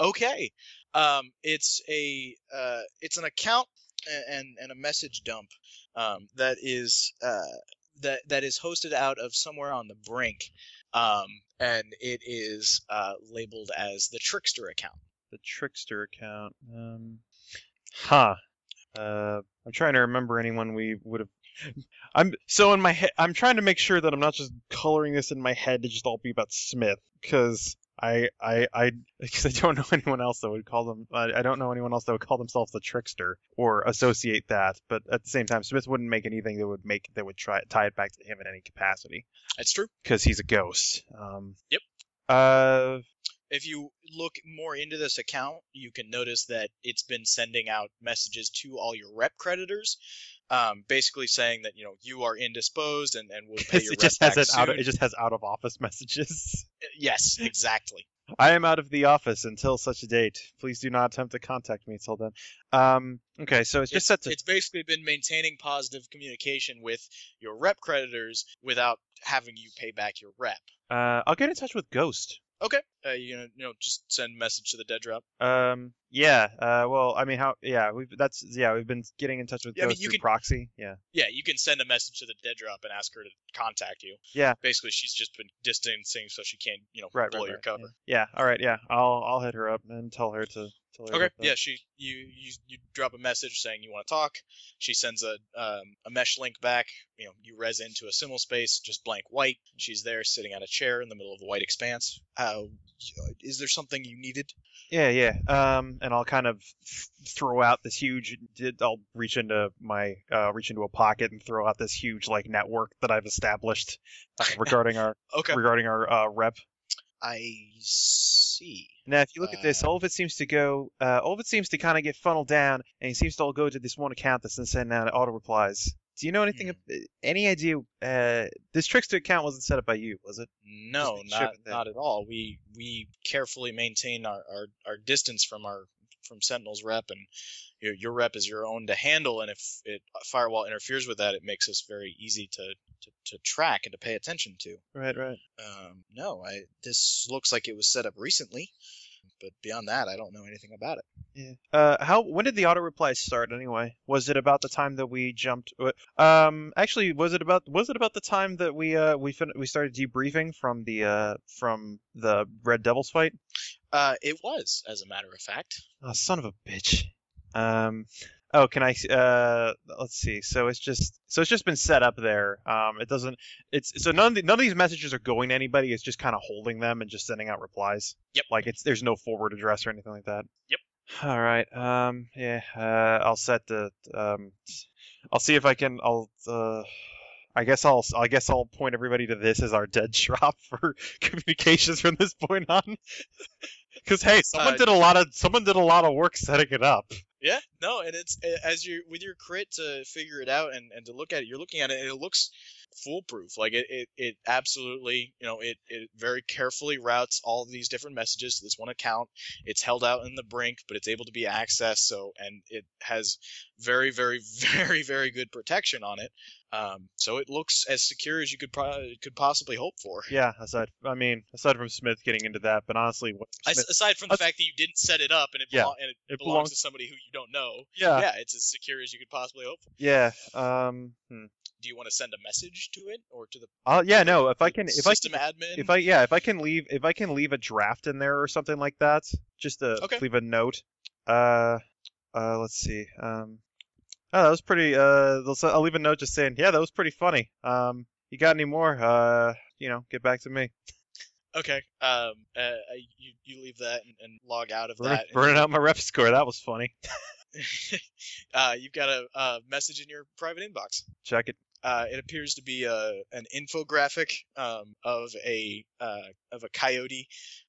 Speaker 2: Okay. Um, it's a uh, it's an account a- and and a message dump um, that is uh, that that is hosted out of somewhere on the brink, um, and it is uh, labeled as the trickster account.
Speaker 1: The trickster account. Um, huh. Uh, I'm trying to remember anyone we would have. I'm so in my head. I'm trying to make sure that I'm not just coloring this in my head to just all be about Smith, because I I I because I don't know anyone else that would call them. I, I don't know anyone else that would call themselves the trickster or associate that. But at the same time, Smith wouldn't make anything that would make that would try tie it back to him in any capacity,
Speaker 2: That's true.
Speaker 1: because he's a ghost. Um,
Speaker 2: Yep.
Speaker 1: Uh,
Speaker 2: If you look more into this account, you can notice that it's been sending out messages to all your rep creditors, um, basically saying that you know you are indisposed and and will pay your
Speaker 1: it
Speaker 2: rep
Speaker 1: just
Speaker 2: back
Speaker 1: has it
Speaker 2: soon.
Speaker 1: out. Of, it just has out of office messages.
Speaker 2: Yes, exactly.
Speaker 1: I am out of the office until such a date. Please do not attempt to contact me until then. Um, okay, so it's just set to
Speaker 2: it's basically been maintaining positive communication with your rep creditors without having you pay back your rep.
Speaker 1: Uh, I'll get in touch with Ghost.
Speaker 2: Okay. Uh, you gonna you know just send message to the dead drop.
Speaker 1: Um, yeah. Uh, well, I mean, how? Yeah, we've that's yeah, we've been getting in touch with
Speaker 2: Yeah, I mean,
Speaker 1: Ghost
Speaker 2: you
Speaker 1: through
Speaker 2: could-
Speaker 1: proxy. Yeah.
Speaker 2: Yeah, you can send a message to the dead drop and ask her to contact you.
Speaker 1: Yeah.
Speaker 2: Basically, she's just been distancing so she can't you know
Speaker 1: Right.
Speaker 2: blow
Speaker 1: right,
Speaker 2: your
Speaker 1: right,
Speaker 2: cover.
Speaker 1: Yeah. All right. Yeah. I'll I'll hit her up and tell her to. Tell her
Speaker 2: Okay.
Speaker 1: about that.
Speaker 2: Yeah, she you you you drop a message saying you want to talk. She sends a um, a mesh link back. You know, you res into a simul space, just blank white. She's there, sitting on a chair in the middle of a white expanse. Uh, is there something you needed?
Speaker 1: Yeah, yeah. Um, and I'll kind of th- throw out this huge. I'll reach into my uh, reach into a pocket and throw out this huge like network that I've established uh, regarding our
Speaker 2: Okay.
Speaker 1: regarding our uh, rep.
Speaker 2: I see.
Speaker 1: Now, if you look at this,
Speaker 2: Uh,
Speaker 1: all of it seems to go. Uh, all of it seems to kind of get funneled down, and he seems to all go to this one account that's been sending out auto replies. Do you know anything?
Speaker 2: Hmm.
Speaker 1: ab- Any idea? Uh, this trickster account wasn't set up by you, was it?
Speaker 2: No,
Speaker 1: make sure
Speaker 2: not
Speaker 1: that-
Speaker 2: not at all. We we carefully maintain our, our, our distance from our from Sentinel's rep, and your your rep is your own to handle. And if it firewall interferes with that, it makes us very easy to to, to track and to pay attention to.
Speaker 1: Right, right.
Speaker 2: Um, no, I this looks like it was set up recently, but beyond that, I don't know anything about it.
Speaker 1: Yeah. Uh, how? When did the auto replies start anyway? Was it about the time that we jumped? w- Um, actually, was it about was it about the time that we uh we fin- we started debriefing from the uh from the Red Devils fight? Ah,
Speaker 2: Uh, it was, as a matter of fact.
Speaker 1: Oh, son of a bitch. Um, Oh, can I? Uh, let's see. So it's just so it's just been set up there. Um, it doesn't. It's so none of the, none of these messages are going to anybody. It's just kind of holding them and just sending out replies.
Speaker 2: Yep.
Speaker 1: Like it's there's no forward address or anything like that.
Speaker 2: Yep.
Speaker 1: All right. Um. Yeah. Uh. I'll set the. Um. I'll see if I can. I'll. Uh. I guess I'll. I guess I'll point everybody to this as our dead drop for communications from this point on. Because hey, someone
Speaker 2: Uh,
Speaker 1: did a lot of someone did a lot of work setting it up.
Speaker 2: Yeah, no, and it's a- as you with your crit to figure it out and, and to look at it, you're looking at it and it looks foolproof. Like it, it, it absolutely, you know, it, it very carefully routes all these different messages to this one account. It's held out in the brink, but it's able to be accessed. So and it has very, very, very, very good protection on it. Um, so it looks as secure as you could pro- could possibly hope for.
Speaker 1: Yeah, aside, I mean, aside from Smith getting into that, but honestly, what
Speaker 2: As-
Speaker 1: Smith,
Speaker 2: aside from the
Speaker 1: That's-
Speaker 2: fact that you didn't set it up and it,
Speaker 1: Yeah,
Speaker 2: belo- and it,
Speaker 1: it
Speaker 2: belongs,
Speaker 1: belongs. Uh.
Speaker 2: to somebody who you don't know,
Speaker 1: Yeah,
Speaker 2: yeah, it's as secure as you could possibly hope. for.
Speaker 1: yeah. Um, hmm.
Speaker 2: do you want to send a message to it or to the
Speaker 1: I'll, yeah, no. If I can, if I
Speaker 2: system
Speaker 1: can,
Speaker 2: admin?
Speaker 1: if I yeah, if I can leave, if I can leave a draft in there or something like that, just to
Speaker 2: Okay.
Speaker 1: leave a note. Uh, uh, let's see. Um, oh, that was pretty. Uh, they'll s- I'll leave a note just saying, yeah, that was pretty funny. Um, you got any more? Uh, you know, get back to me.
Speaker 2: okay, um, uh, uh, you you leave that and, and log out of
Speaker 1: Burn,
Speaker 2: that.
Speaker 1: burning out my rep score. That was funny.
Speaker 2: uh, you've got a, uh message in your private inbox.
Speaker 1: Check it.
Speaker 2: Uh, it appears to be a, an infographic um, of a uh, of a coyote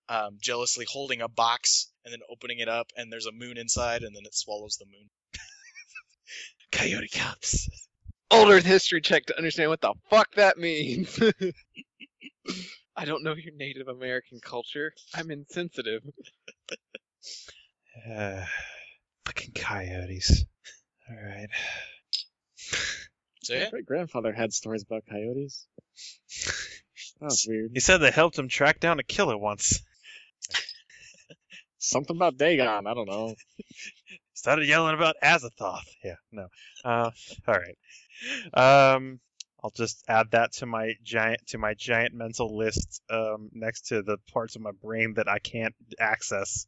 Speaker 2: um, jealously holding a box and then opening it up, and there's a moon inside, and then it swallows the moon.
Speaker 1: Coyote cops.
Speaker 5: Old Earth history check to understand what the fuck that means. I don't know your Native American culture. I'm insensitive.
Speaker 1: Uh, fucking coyotes. All right.
Speaker 2: So yeah,
Speaker 6: My grandfather had stories about coyotes. That's weird.
Speaker 1: He said they helped him track down a killer once.
Speaker 6: Something about Dagon. I don't know.
Speaker 1: Started yelling about Azathoth. Yeah, no. Uh, all right. Um, I'll just add that to my giant to my giant mental list um, next to the parts of my brain that I can't access.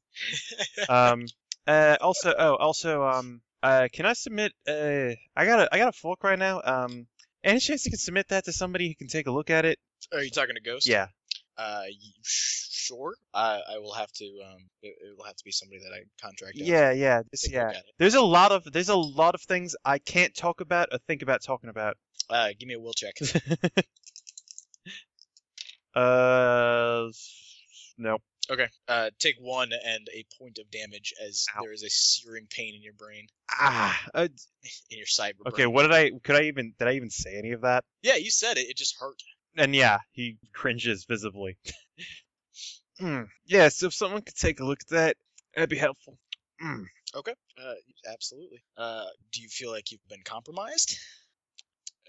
Speaker 1: Um, uh, also, oh, also, um, uh, can I submit? Uh, I got a I got a fork right now. Um, any chance you can submit that to somebody who can take a look at it?
Speaker 2: are you talking to Ghost?
Speaker 1: Yeah.
Speaker 2: Uh, y- sh- sure. I I will have to um, it, it will have to be somebody that I contract. out
Speaker 1: Yeah, yeah,
Speaker 2: to
Speaker 1: this,
Speaker 2: take a
Speaker 1: yeah.
Speaker 2: look at it.
Speaker 1: There's a lot of there's a lot of things I can't talk about or think about talking about.
Speaker 2: Uh, give me a will check.
Speaker 1: Uh, no.
Speaker 2: okay. Uh, take one and a point of damage as
Speaker 1: Ow.
Speaker 2: there is a searing pain in your brain,
Speaker 1: Ah. uh,
Speaker 2: in your cyber.
Speaker 1: okay.
Speaker 2: brain.
Speaker 1: What did I? Could I even? Did I even say any of that?
Speaker 2: Yeah, you said it. It just hurt.
Speaker 1: And yeah, he cringes visibly. Hmm. Yeah. So if someone could take a look at that, that'd be helpful. Mm.
Speaker 2: Okay. Uh, absolutely. Uh, do you feel like you've been compromised?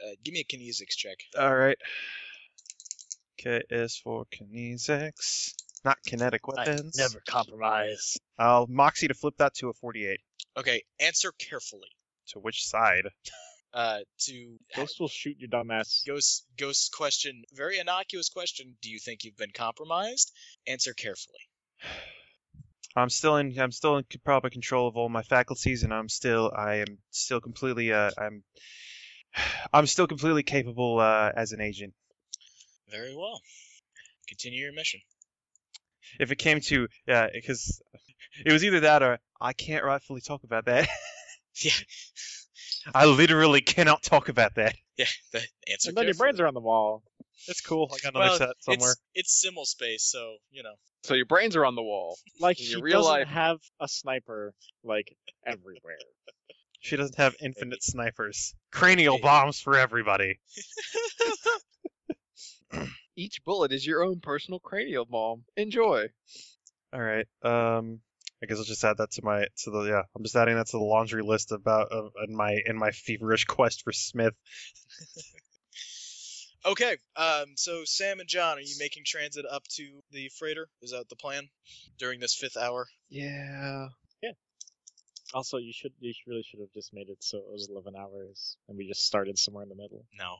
Speaker 2: Uh, give me a kinesics check.
Speaker 1: All right. K is for kinesics, not kinetic weapons.
Speaker 6: compromise.
Speaker 1: I'll moxie to flip that to a 48.
Speaker 2: Okay. Answer carefully.
Speaker 1: To which side?
Speaker 2: Uh, to
Speaker 6: Ghost will shoot your dumbass.
Speaker 2: Ghost Ghost question, very innocuous question. Do you think you've been compromised? Answer carefully.
Speaker 1: I'm still in. I'm still in c- proper control of all my faculties, and I'm still. I am still completely. Uh, I'm. I'm still completely capable uh, as an agent.
Speaker 2: Very well. Continue your mission.
Speaker 1: If it came to, yeah, because it was either that or I can't rightfully talk about that.
Speaker 2: Yeah.
Speaker 1: I literally cannot talk about that.
Speaker 2: Yeah. The answer.
Speaker 6: And then your
Speaker 2: carefully.
Speaker 6: brains are on the wall.
Speaker 1: It's cool. I got another
Speaker 2: Well,
Speaker 1: set somewhere.
Speaker 2: It's, it's simul space, so you know.
Speaker 5: So your brains are on the wall.
Speaker 6: Like
Speaker 5: In
Speaker 6: he
Speaker 5: your real
Speaker 6: doesn't
Speaker 5: life-
Speaker 6: have a sniper like everywhere.
Speaker 1: She doesn't have infinite snipers. Cranial
Speaker 2: Hey.
Speaker 1: bombs for everybody.
Speaker 5: Each bullet is your own personal cranial bomb. Enjoy.
Speaker 1: All right. Um, I guess I'll just add that to my to the yeah. I'm just adding that to the laundry list about of in my in my feverish quest for Smith.
Speaker 2: Okay. Um. So Sam and John, are you making transit up to the freighter? Is that the plan during this fifth hour?
Speaker 5: Yeah.
Speaker 6: Also, you should you should- really should have just made it so it was 11 hours, and we just started somewhere in the middle.
Speaker 2: No.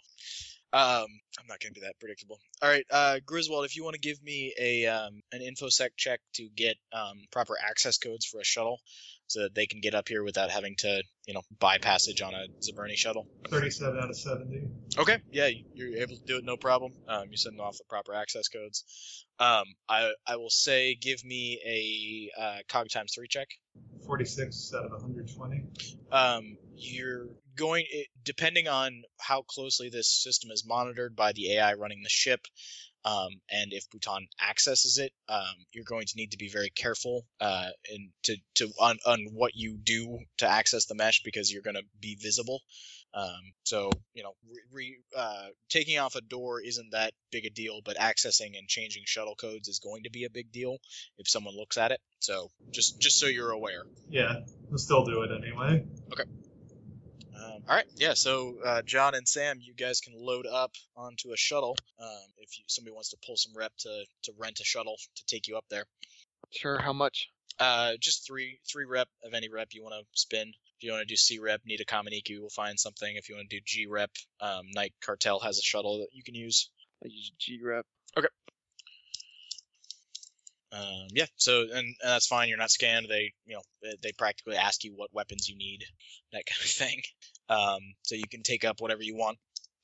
Speaker 2: Um, I'm not going to be that predictable. All right, uh, Griswold, if you want to give me a um, an infosec check to get um, proper access codes for a shuttle, so that they can get up here without having to, you know, buy passage on a Zaberni shuttle.
Speaker 3: 37 out of 70.
Speaker 2: Okay, yeah, you- you're able to do it no problem. Um, you send off the proper access codes. Um, I I will say, give me a uh, cog times three check.
Speaker 3: 46 out of 120.
Speaker 2: um, you're going it, depending on how closely this system is monitored by the AI running the ship, um, and if Bhutan accesses it, um, you're going to need to be very careful uh, in, to to on, on what you do to access the mesh because you're going to be visible. Um, so you know, re, re, uh, taking off a door isn't that big a deal, but accessing and changing shuttle codes is going to be a big deal if someone looks at it. So just just so you're aware.
Speaker 3: Yeah, we'll still do it anyway.
Speaker 2: Um, all right, yeah. So uh, John and Sam, you guys can load up onto a shuttle um, if you, somebody wants to pull some rep to, to rent a shuttle to take you up there.
Speaker 5: Sure, how much?
Speaker 2: Uh, just three three rep of any rep you want to spin. If you want to do C rep, need a Kamaniki, we'll find something. If you want to do G rep, um, Night Cartel has a shuttle that you can use.
Speaker 5: I use G rep.
Speaker 2: Um, yeah, so and, and that's fine. You're not scanned. They you know they- they practically ask you what weapons you need, that kind of thing. Um, so you can take up whatever you want.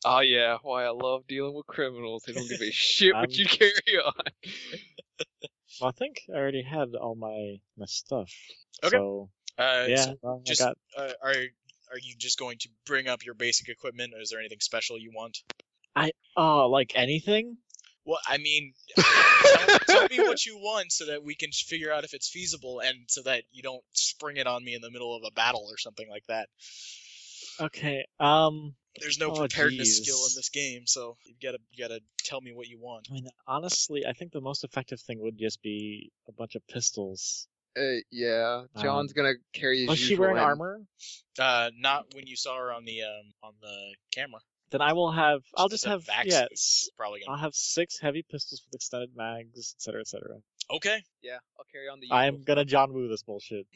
Speaker 5: Oh yeah, why I love dealing with criminals. They don't give a shit
Speaker 6: I'm-
Speaker 5: what you carry on.
Speaker 6: Well, I think I already had all my my stuff.
Speaker 2: Okay.
Speaker 6: So
Speaker 2: Uh,
Speaker 6: yeah,
Speaker 2: so
Speaker 6: well,
Speaker 2: just-
Speaker 6: I got
Speaker 2: uh, are are you just going to bring up your basic equipment or is there anything special you want
Speaker 6: oh like anything.
Speaker 2: well i mean tell, tell me what you want so that we can figure out if it's feasible and so that you don't spring it on me in the middle of a battle or something like that
Speaker 6: Okay. Um.
Speaker 2: there's no
Speaker 6: Oh,
Speaker 2: preparedness skill
Speaker 6: geez.
Speaker 2: in this game so you gotta you gotta tell me what you want
Speaker 6: I mean, honestly, I think the most effective thing would just be a bunch of pistols.
Speaker 5: Uh, yeah, John's gonna carry his
Speaker 6: Um, Was she
Speaker 5: usual
Speaker 6: wearing
Speaker 5: and-
Speaker 6: armor?
Speaker 2: uh not when you saw her on the um on the camera
Speaker 6: Then I will have. I'll just
Speaker 2: The
Speaker 6: have.
Speaker 2: vax
Speaker 6: Yeah.
Speaker 2: is probably
Speaker 6: I'll
Speaker 2: gonna
Speaker 6: have six heavy pistols with extended mags, etc., etc.
Speaker 2: okay
Speaker 5: Yeah, I'll carry on the. Usual
Speaker 6: I am gonna John Woo this bullshit.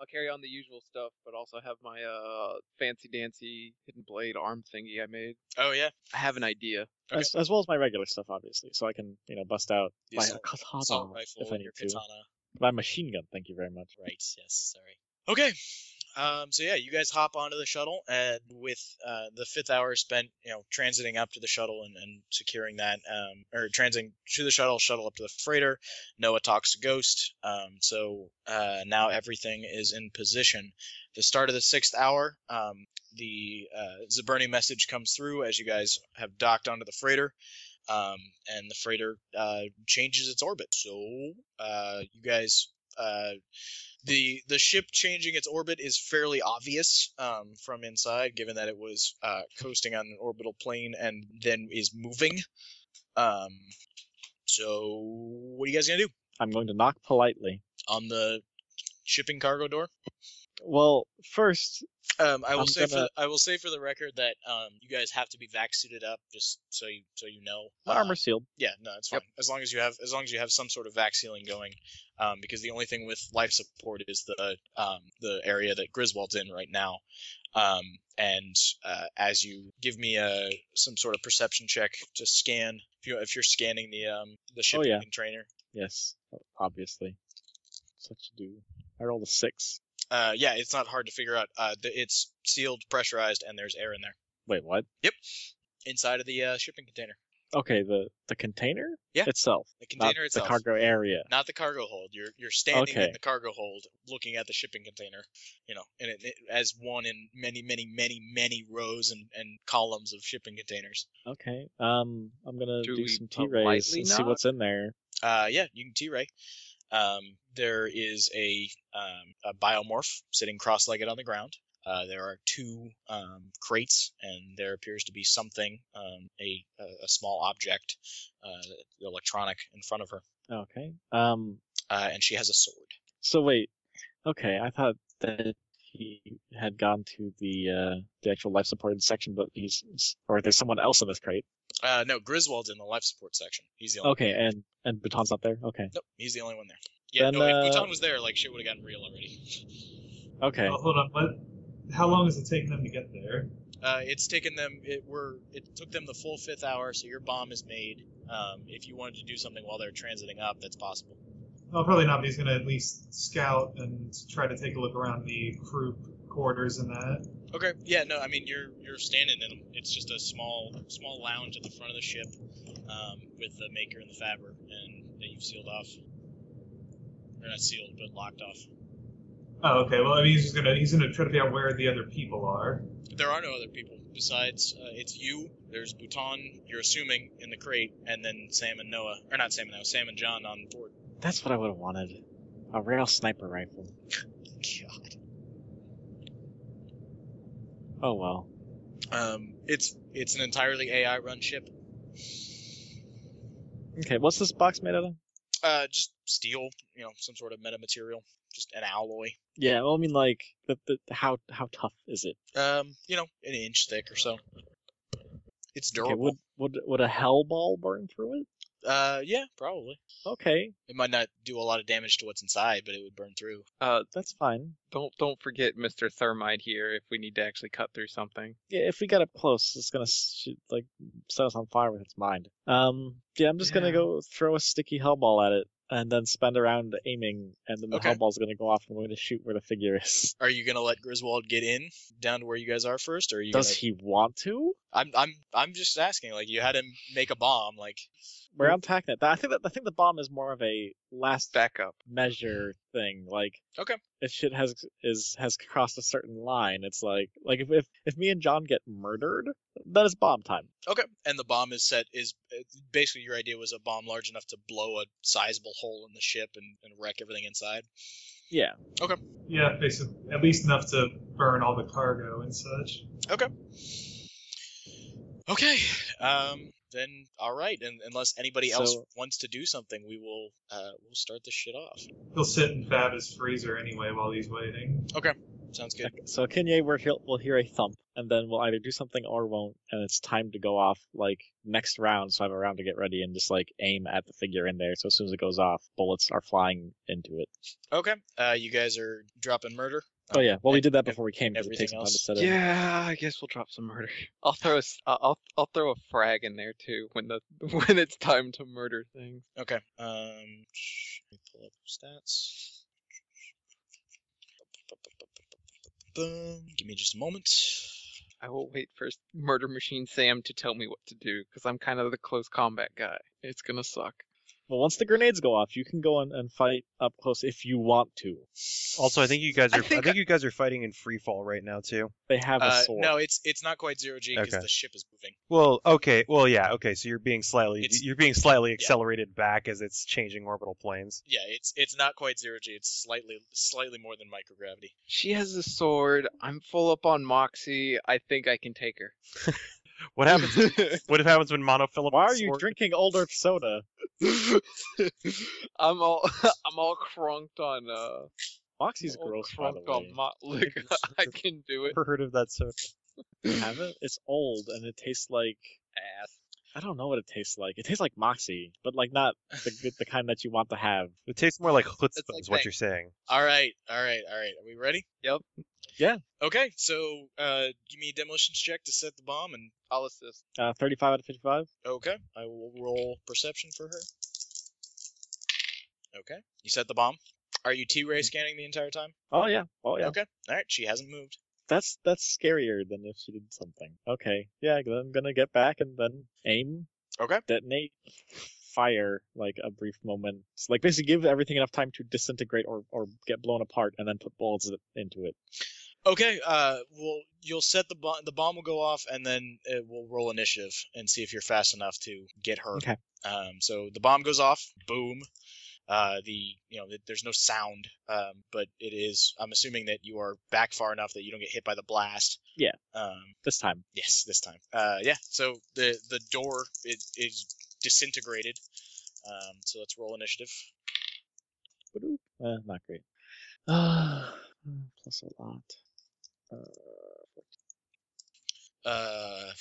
Speaker 5: I'll carry on the usual stuff, but also have my uh fancy dancy hidden blade arm thingy I made.
Speaker 2: oh yeah
Speaker 5: I have an idea.
Speaker 2: Okay.
Speaker 6: As, as well as my regular stuff, obviously, so I can you know bust out
Speaker 2: The
Speaker 6: my
Speaker 2: assault- assault
Speaker 6: katana
Speaker 2: rifle
Speaker 6: if I need
Speaker 2: your
Speaker 6: to.
Speaker 2: katana
Speaker 6: My machine gun, thank you very much.
Speaker 2: Right. Yes. Sorry. Okay. Um, so yeah, you guys hop onto the shuttle, and with uh, the fifth hour spent, you know, transiting up to the shuttle and, and securing that, um, or transiting to the shuttle, shuttle up to the freighter. Noah talks to Ghost. Um, so uh, now everything is in position. The start of the sixth hour, um, the uh, Zaberni message comes through as you guys have docked onto the freighter, um, and the freighter uh, changes its orbit. So uh, you guys. Uh, the the ship changing its orbit is fairly obvious um, from inside, given that it was uh, coasting on an orbital plane and then is moving. Um, so what are you guys gonna do
Speaker 6: I'm going to knock politely.
Speaker 2: on the shipping cargo door?
Speaker 6: Well, first,
Speaker 2: Um, I will
Speaker 6: I'm
Speaker 2: say for
Speaker 6: gonna-
Speaker 2: I will say for the record that um, you guys have to be vac suited up, just so you so you know.
Speaker 6: my
Speaker 2: Um,
Speaker 6: armor sealed.
Speaker 2: Yeah, no, it's fine. As long as you have as long as you have some sort of vac sealing going, um, because the only thing with life support is the um, the area that Griswold's in right now. Um, and uh, as you give me a some sort of perception check to scan, if you if you're scanning the um the shipping
Speaker 6: Oh, yeah.
Speaker 2: container,
Speaker 6: Yes, obviously. Such do. I rolled a six.
Speaker 2: uh, yeah, it's not hard to figure out. Uh, the, it's sealed, pressurized, and there's air in there
Speaker 6: Wait, what?
Speaker 2: inside of the uh, shipping container.
Speaker 6: Okay, the the container
Speaker 2: Yeah.
Speaker 6: itself,
Speaker 2: The container
Speaker 6: not
Speaker 2: itself.
Speaker 6: the cargo area.
Speaker 2: not the cargo hold. You're you're standing in
Speaker 6: Okay.
Speaker 2: the cargo hold, looking at the shipping container, you know, and it, it, as one in many, many, many, many rows and, and columns of shipping containers.
Speaker 6: Okay. Um, I'm gonna
Speaker 5: Do
Speaker 6: do,
Speaker 5: we
Speaker 6: some T rays
Speaker 5: politely
Speaker 6: and see
Speaker 5: knock?
Speaker 6: what's in there.
Speaker 2: Uh, yeah, you can T-ray. Um, there is a um, a biomorph sitting cross-legged on the ground. Uh, there are two um, crates, and there appears to be something, um, a a- a small object, uh, electronic, in front of her,
Speaker 6: Okay. Um,
Speaker 2: uh, and she has a sword.
Speaker 6: So wait, okay, I thought that he had gone to the uh the actual life supported section, but he's or there's someone else in this crate.
Speaker 2: Uh, no, Griswold's in the life support section. He's the only
Speaker 6: Okay, and and Baton's not there. Okay,
Speaker 2: Nope, he's the only one there. Yeah,
Speaker 6: Then,
Speaker 2: no, if
Speaker 6: uh,
Speaker 2: Bhutan was there, like shit would have gotten real already.
Speaker 6: Okay.
Speaker 3: Oh, hold on. What? How long does it take them to get there?
Speaker 2: Uh, it's taken them. It were. It took them the full fifth hour. So your bomb is made. Um, if you wanted to do something while they're transiting up, that's possible.
Speaker 3: Well, probably not. But he's gonna at least scout and try to take a look around the crew quarters and that.
Speaker 2: Okay. Yeah. No. I mean, you're you're standing in 'em. It's just a small small lounge at the front of the ship, um, with the maker and the fabber, and that you've sealed off. Or not sealed, but locked off.
Speaker 3: Oh, okay. Well, I mean, he's just gonna he's gonna try to figure out where the other people are.
Speaker 2: There are no other people besides uh, it's you. There's Bhutan. You're assuming in the crate, and then Sam and Noah, or not Sam and Noah, Sam and John on board.
Speaker 6: That's what I would have wanted. A rail sniper rifle.
Speaker 2: God.
Speaker 6: Oh well.
Speaker 2: Um, it's it's an entirely AI run ship.
Speaker 6: Okay, what's this box made out of?
Speaker 2: Uh, just steel, you know, some sort of metamaterial, just an alloy.
Speaker 6: Yeah, well, I mean, like, the, the, how how tough is it?
Speaker 2: Um, you know, an inch thick or so. It's
Speaker 6: Okay,
Speaker 2: durable.
Speaker 6: would would would a hell ball burn through it?
Speaker 2: Uh, yeah, probably.
Speaker 6: Okay,
Speaker 2: It might not do a lot of damage to what's inside, but it would burn through.
Speaker 5: Uh,
Speaker 6: that's fine.
Speaker 5: don't don't forget Mr. Thermite here if we need to actually cut through something.
Speaker 6: Yeah, if we get up close, it's gonna shoot, like set us on fire with its mind. Um, yeah, I'm just gonna
Speaker 3: Yeah.
Speaker 6: go throw a sticky hellball at it and then spend around aiming, and then the
Speaker 2: Okay.
Speaker 6: hellball's gonna go off, and we're gonna shoot where the figure is.
Speaker 2: Are you gonna let Griswold get in down to where you guys are first, or are you?
Speaker 6: Does
Speaker 2: gonna...
Speaker 6: he want to?
Speaker 2: I'm I'm I'm just asking. Like you had him make a bomb. Like
Speaker 6: We're
Speaker 2: Hmm.
Speaker 6: on TACnet. I think that I think the bomb is more of a last
Speaker 5: Back up.
Speaker 6: measure thing. Like,
Speaker 2: Okay.
Speaker 6: if shit has is has crossed a certain line, it's like like if if, if me and John get murdered, that is bomb time.
Speaker 2: okay, and the bomb is set is uh, basically your idea was a bomb large enough to blow a sizable hole in the ship and, and wreck everything inside.
Speaker 6: Yeah.
Speaker 3: Yeah, basically, at least enough to burn all the cargo and such.
Speaker 2: Okay. Okay. Um. Then all right. And unless anybody else
Speaker 6: So-
Speaker 2: wants to do something, we will uh we'll start this shit off.
Speaker 3: He'll sit in Fab's freezer anyway while he's waiting.
Speaker 2: Sounds good.
Speaker 6: So Kenye, we're he'll, we'll hear a thump, and then we'll either do something or won't, and it's time to go off like next round. So I have a round to get ready and just like aim at the figure in there. So as soon as it goes off, bullets are flying into it.
Speaker 2: Okay. Uh, you guys are dropping murder.
Speaker 6: Oh yeah, well we did that
Speaker 2: ev-
Speaker 6: before we came because it
Speaker 2: everything
Speaker 6: takes some time
Speaker 1: uh
Speaker 2: else-
Speaker 6: to set it.
Speaker 5: Yeah, I guess we'll drop some murder. I'll throw a s- I- I'll I'll throw a frag in there too when the when it's time to murder things.
Speaker 2: Okay. Um, sh- let me pull up stats. Boom. Give me just a moment.
Speaker 5: I will wait for s- Murder Machine Sam to tell me what to do because I'm kind of the close combat guy. It's gonna suck.
Speaker 6: Well, once the grenades go off, you can go in and fight up close if you want to.
Speaker 7: Also, I think you guys
Speaker 5: I
Speaker 7: are. I think,
Speaker 5: think-
Speaker 7: you guys are fighting in free fall right now too.
Speaker 6: They have a
Speaker 2: Uh,
Speaker 6: sword.
Speaker 2: no, it's it's not quite zero G because
Speaker 7: Okay.
Speaker 2: the ship is moving.
Speaker 7: Well, okay. Well, yeah. Okay, so you're being slightly
Speaker 2: It's-
Speaker 7: you're being slightly accelerated back as it's changing orbital planes.
Speaker 2: Yeah, it's it's not quite zero G. It's slightly slightly more than microgravity.
Speaker 5: She has a sword. I'm full up on Moxie. I think I can take her.
Speaker 7: What happens? what if happens when monofilament?
Speaker 6: Why are you drinking old Earth soda?
Speaker 5: I'm all I'm all crunked on uh.
Speaker 6: Moxie's
Speaker 5: all
Speaker 6: gross, by the
Speaker 5: crunked on
Speaker 6: way.
Speaker 5: mot liquor. I can do it.
Speaker 7: Ever heard of that soda?
Speaker 6: You have it? It's old and it tastes like
Speaker 5: Ass.
Speaker 6: I don't know what it tastes like. It tastes like Moxie, but like not the good- the kind that you want to have.
Speaker 7: It tastes more like chutzpah,
Speaker 5: It's like
Speaker 7: is what
Speaker 5: that.
Speaker 7: you're saying.
Speaker 2: All right, all right, all right. Are we ready?
Speaker 5: Yep.
Speaker 6: Yeah.
Speaker 2: Okay, so uh, give me a demolitions check to set the bomb, and
Speaker 5: I'll assist.
Speaker 6: Uh, 35 out of 55.
Speaker 2: okay, I will roll perception for her. Okay, you set the bomb. Are you
Speaker 6: Mm-hmm.
Speaker 2: T-ray scanning the entire time?
Speaker 6: Oh yeah. Oh yeah.
Speaker 2: Okay. All right. She hasn't moved.
Speaker 6: That's that's scarier than if she did something. Okay. Yeah. then I'm gonna get back and then aim,
Speaker 2: Okay.
Speaker 6: detonate, fire like a brief moment. It's like basically give everything enough time to disintegrate or or get blown apart and then put bullets into it.
Speaker 2: Okay. Uh, well, you'll set the bomb. The bomb will go off, and then uh, we'll roll initiative and see if you're fast enough to get her.
Speaker 6: Okay.
Speaker 2: Um, so the bomb goes off. Boom. Uh, the you know th- there's no sound, um, but it is. I'm assuming that you are back far enough that you don't get hit by the blast.
Speaker 6: Yeah.
Speaker 2: Um,
Speaker 6: This time.
Speaker 2: Yes, this time. Uh, yeah. So the the door it is disintegrated. Um, so let's roll initiative.
Speaker 6: Badoop. Uh, not great. Uh, plus a lot. Uh,
Speaker 2: Uh,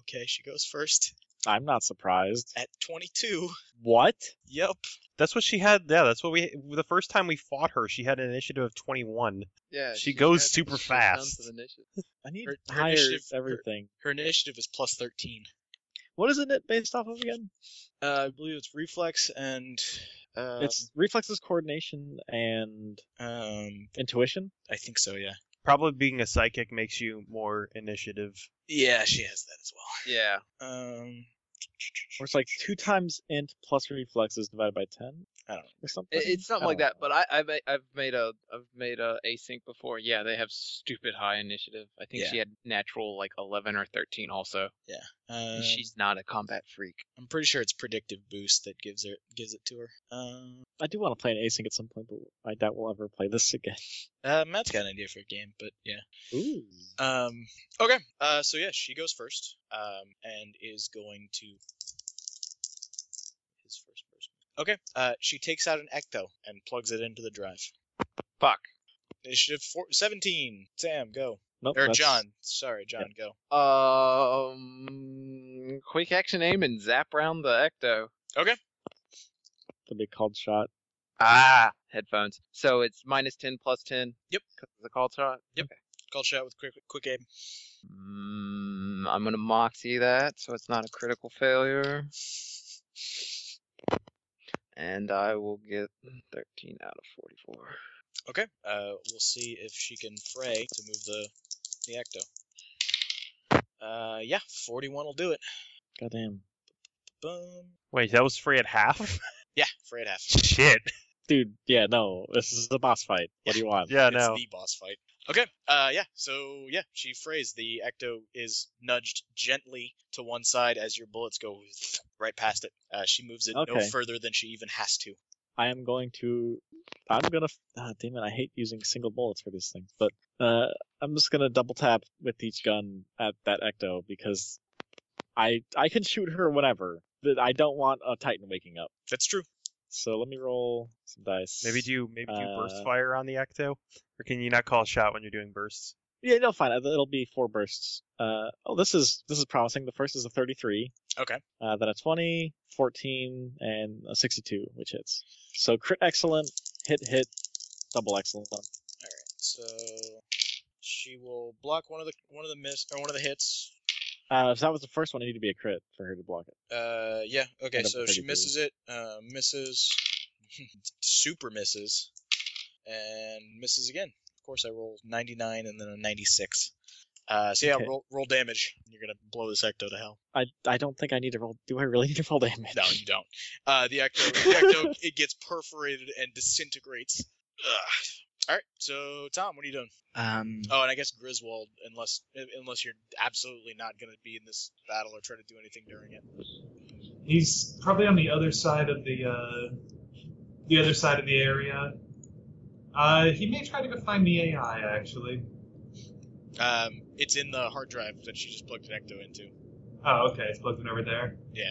Speaker 2: okay, she goes first.
Speaker 6: I'm not surprised.
Speaker 2: At 22.
Speaker 6: What?
Speaker 2: Yep.
Speaker 1: That's what she had. Yeah, that's what we. The first time we fought her, she had an initiative of 21.
Speaker 5: Yeah,
Speaker 1: She goes
Speaker 5: had
Speaker 1: super
Speaker 5: shit tons
Speaker 1: fast.
Speaker 5: of initiative.
Speaker 6: I need
Speaker 2: Her- her
Speaker 6: higher
Speaker 2: initiative- her-
Speaker 6: everything.
Speaker 2: Her initiative is plus 13.
Speaker 6: What is it based off of again?
Speaker 2: Uh, I believe it's reflex and. Um,
Speaker 6: it's reflexes, coordination, and
Speaker 2: Um,
Speaker 6: intuition.
Speaker 2: I think so, yeah.
Speaker 1: Probably being a psychic makes you more initiative.
Speaker 2: Yeah, she has that as well.
Speaker 5: Yeah,
Speaker 2: Um,
Speaker 6: Or it's like two times int plus reflexes divided by ten.
Speaker 2: I don't know.
Speaker 6: Or something.
Speaker 5: it, it's something
Speaker 6: I
Speaker 5: like
Speaker 2: oh,
Speaker 6: don't
Speaker 5: that. But I, I ma- I've made a, I've made a async before. Yeah, they have stupid high initiative. I think
Speaker 2: Yeah.
Speaker 5: she had natural like 11 or 13 also.
Speaker 2: um,
Speaker 5: She's not a combat freak.
Speaker 2: I'm pretty sure it's predictive boost that gives her gives it to her. Um,
Speaker 6: I do want to play an async at some point, but I doubt we'll ever play this again.
Speaker 2: uh, Matt's got an idea for a game, but yeah.
Speaker 6: Ooh.
Speaker 2: Um, okay. Uh, so yeah, she goes first. Um, and is going to his first person. Okay. Uh, she takes out an ecto and plugs it into the drive.
Speaker 5: Fuck.
Speaker 2: Initiative four, 17. Sam, go.
Speaker 6: Nope,
Speaker 2: Or
Speaker 6: Oh, that's-
Speaker 2: John. Sorry, John, go.
Speaker 5: Um, quick action aim and zap round the ecto.
Speaker 6: The big called shot.
Speaker 5: Ah, headphones. So it's minus 10 plus 10.
Speaker 2: Yep.
Speaker 5: 'cause it's a call uh, shot.
Speaker 2: Yep. Call shot with quick quick aim.
Speaker 5: Mm, I'm gonna moxie that, so it's not a critical failure. And I will get 13 out of 44.
Speaker 2: Okay. Uh, we'll see if she can fray to move the the ecto. Uh, yeah, 41 will do it.
Speaker 6: Goddamn.
Speaker 2: Boom.
Speaker 1: Wait, that was free at half.
Speaker 2: Yeah, fray at half.
Speaker 1: Shit.
Speaker 6: Dude, yeah, no. This is a boss fight. What do you want?
Speaker 1: Yeah,
Speaker 2: it's
Speaker 1: Oh, no.
Speaker 2: the boss fight. Okay. Uh, yeah. So yeah, she frays. The ecto is nudged gently to one side as your bullets go right past it. Uh, she moves it no
Speaker 6: Okay.
Speaker 2: further than she even has to.
Speaker 6: I am going to. I'm gonna. Ah, damn it! I hate using single bullets for these things, but uh, I'm just gonna double tap with each gun at that ecto because I I can shoot her whenever. But I don't want a Titan waking up.
Speaker 2: That's true.
Speaker 6: So let me roll some dice.
Speaker 1: Maybe do maybe do burst
Speaker 6: Uh,
Speaker 1: fire on the ecto, or can you not call shot when you're doing bursts?
Speaker 6: Yeah, no, fine. It'll be four bursts. Uh, oh, this is this is promising. The first is a 33.
Speaker 2: Okay.
Speaker 6: Uh, then a 20, 14, and a 62, which hits. So crit excellent, hit hit, double excellent.
Speaker 2: All right. So she will block one of the one of the miss or one of the hits.
Speaker 6: Uh, if that was the first one, it needed to be a crit for her to block it.
Speaker 2: Uh, yeah. Okay.
Speaker 6: End up
Speaker 2: So
Speaker 6: with
Speaker 2: she
Speaker 6: 33.
Speaker 2: misses it. Uh, misses. super misses. And misses again. Of course, I roll 99 and then a 96. Uh, so yeah,
Speaker 6: Okay.
Speaker 2: roll roll damage. You're gonna blow this ecto to hell.
Speaker 6: I I don't think I need to roll. Do I really need to roll damage?
Speaker 2: No, you don't. Uh, the ecto, the ecto, it gets perforated and disintegrates. Ugh. All right. So Tom, what are you doing?
Speaker 4: Um,
Speaker 2: Oh, and I guess Griswold, unless unless you're absolutely not gonna be in this battle or try to do anything during it.
Speaker 3: He's probably on the other side of the uh, the other side of the area. Uh, he may try to go find the AI actually.
Speaker 2: Um, it's in the hard drive that she just plugged an ecto into.
Speaker 3: Oh, okay, it's plugged in over there.
Speaker 2: Yeah.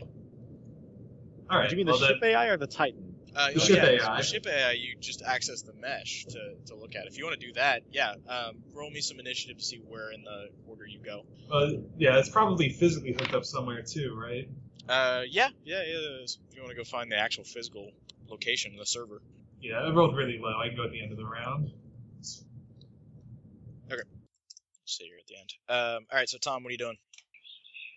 Speaker 3: All right.
Speaker 6: Do you mean
Speaker 3: well,
Speaker 6: the
Speaker 3: then-
Speaker 6: ship AI or the Titan?
Speaker 2: Uh,
Speaker 3: The
Speaker 2: oh,
Speaker 3: ship
Speaker 2: yeah,
Speaker 3: AI.
Speaker 2: The ship AI, you just access the mesh to, to look at. If you want to do that, yeah, um, roll me some initiative to see where in the order you go.
Speaker 3: Uh, yeah, it's probably physically hooked up somewhere too, right?
Speaker 2: Uh, yeah, yeah, it is. If you want to go find the actual physical location of the server.
Speaker 3: Yeah, I rolled really low. I can go at the end of the round.
Speaker 2: See here at the end. Um, all right, so Tom, what are you doing?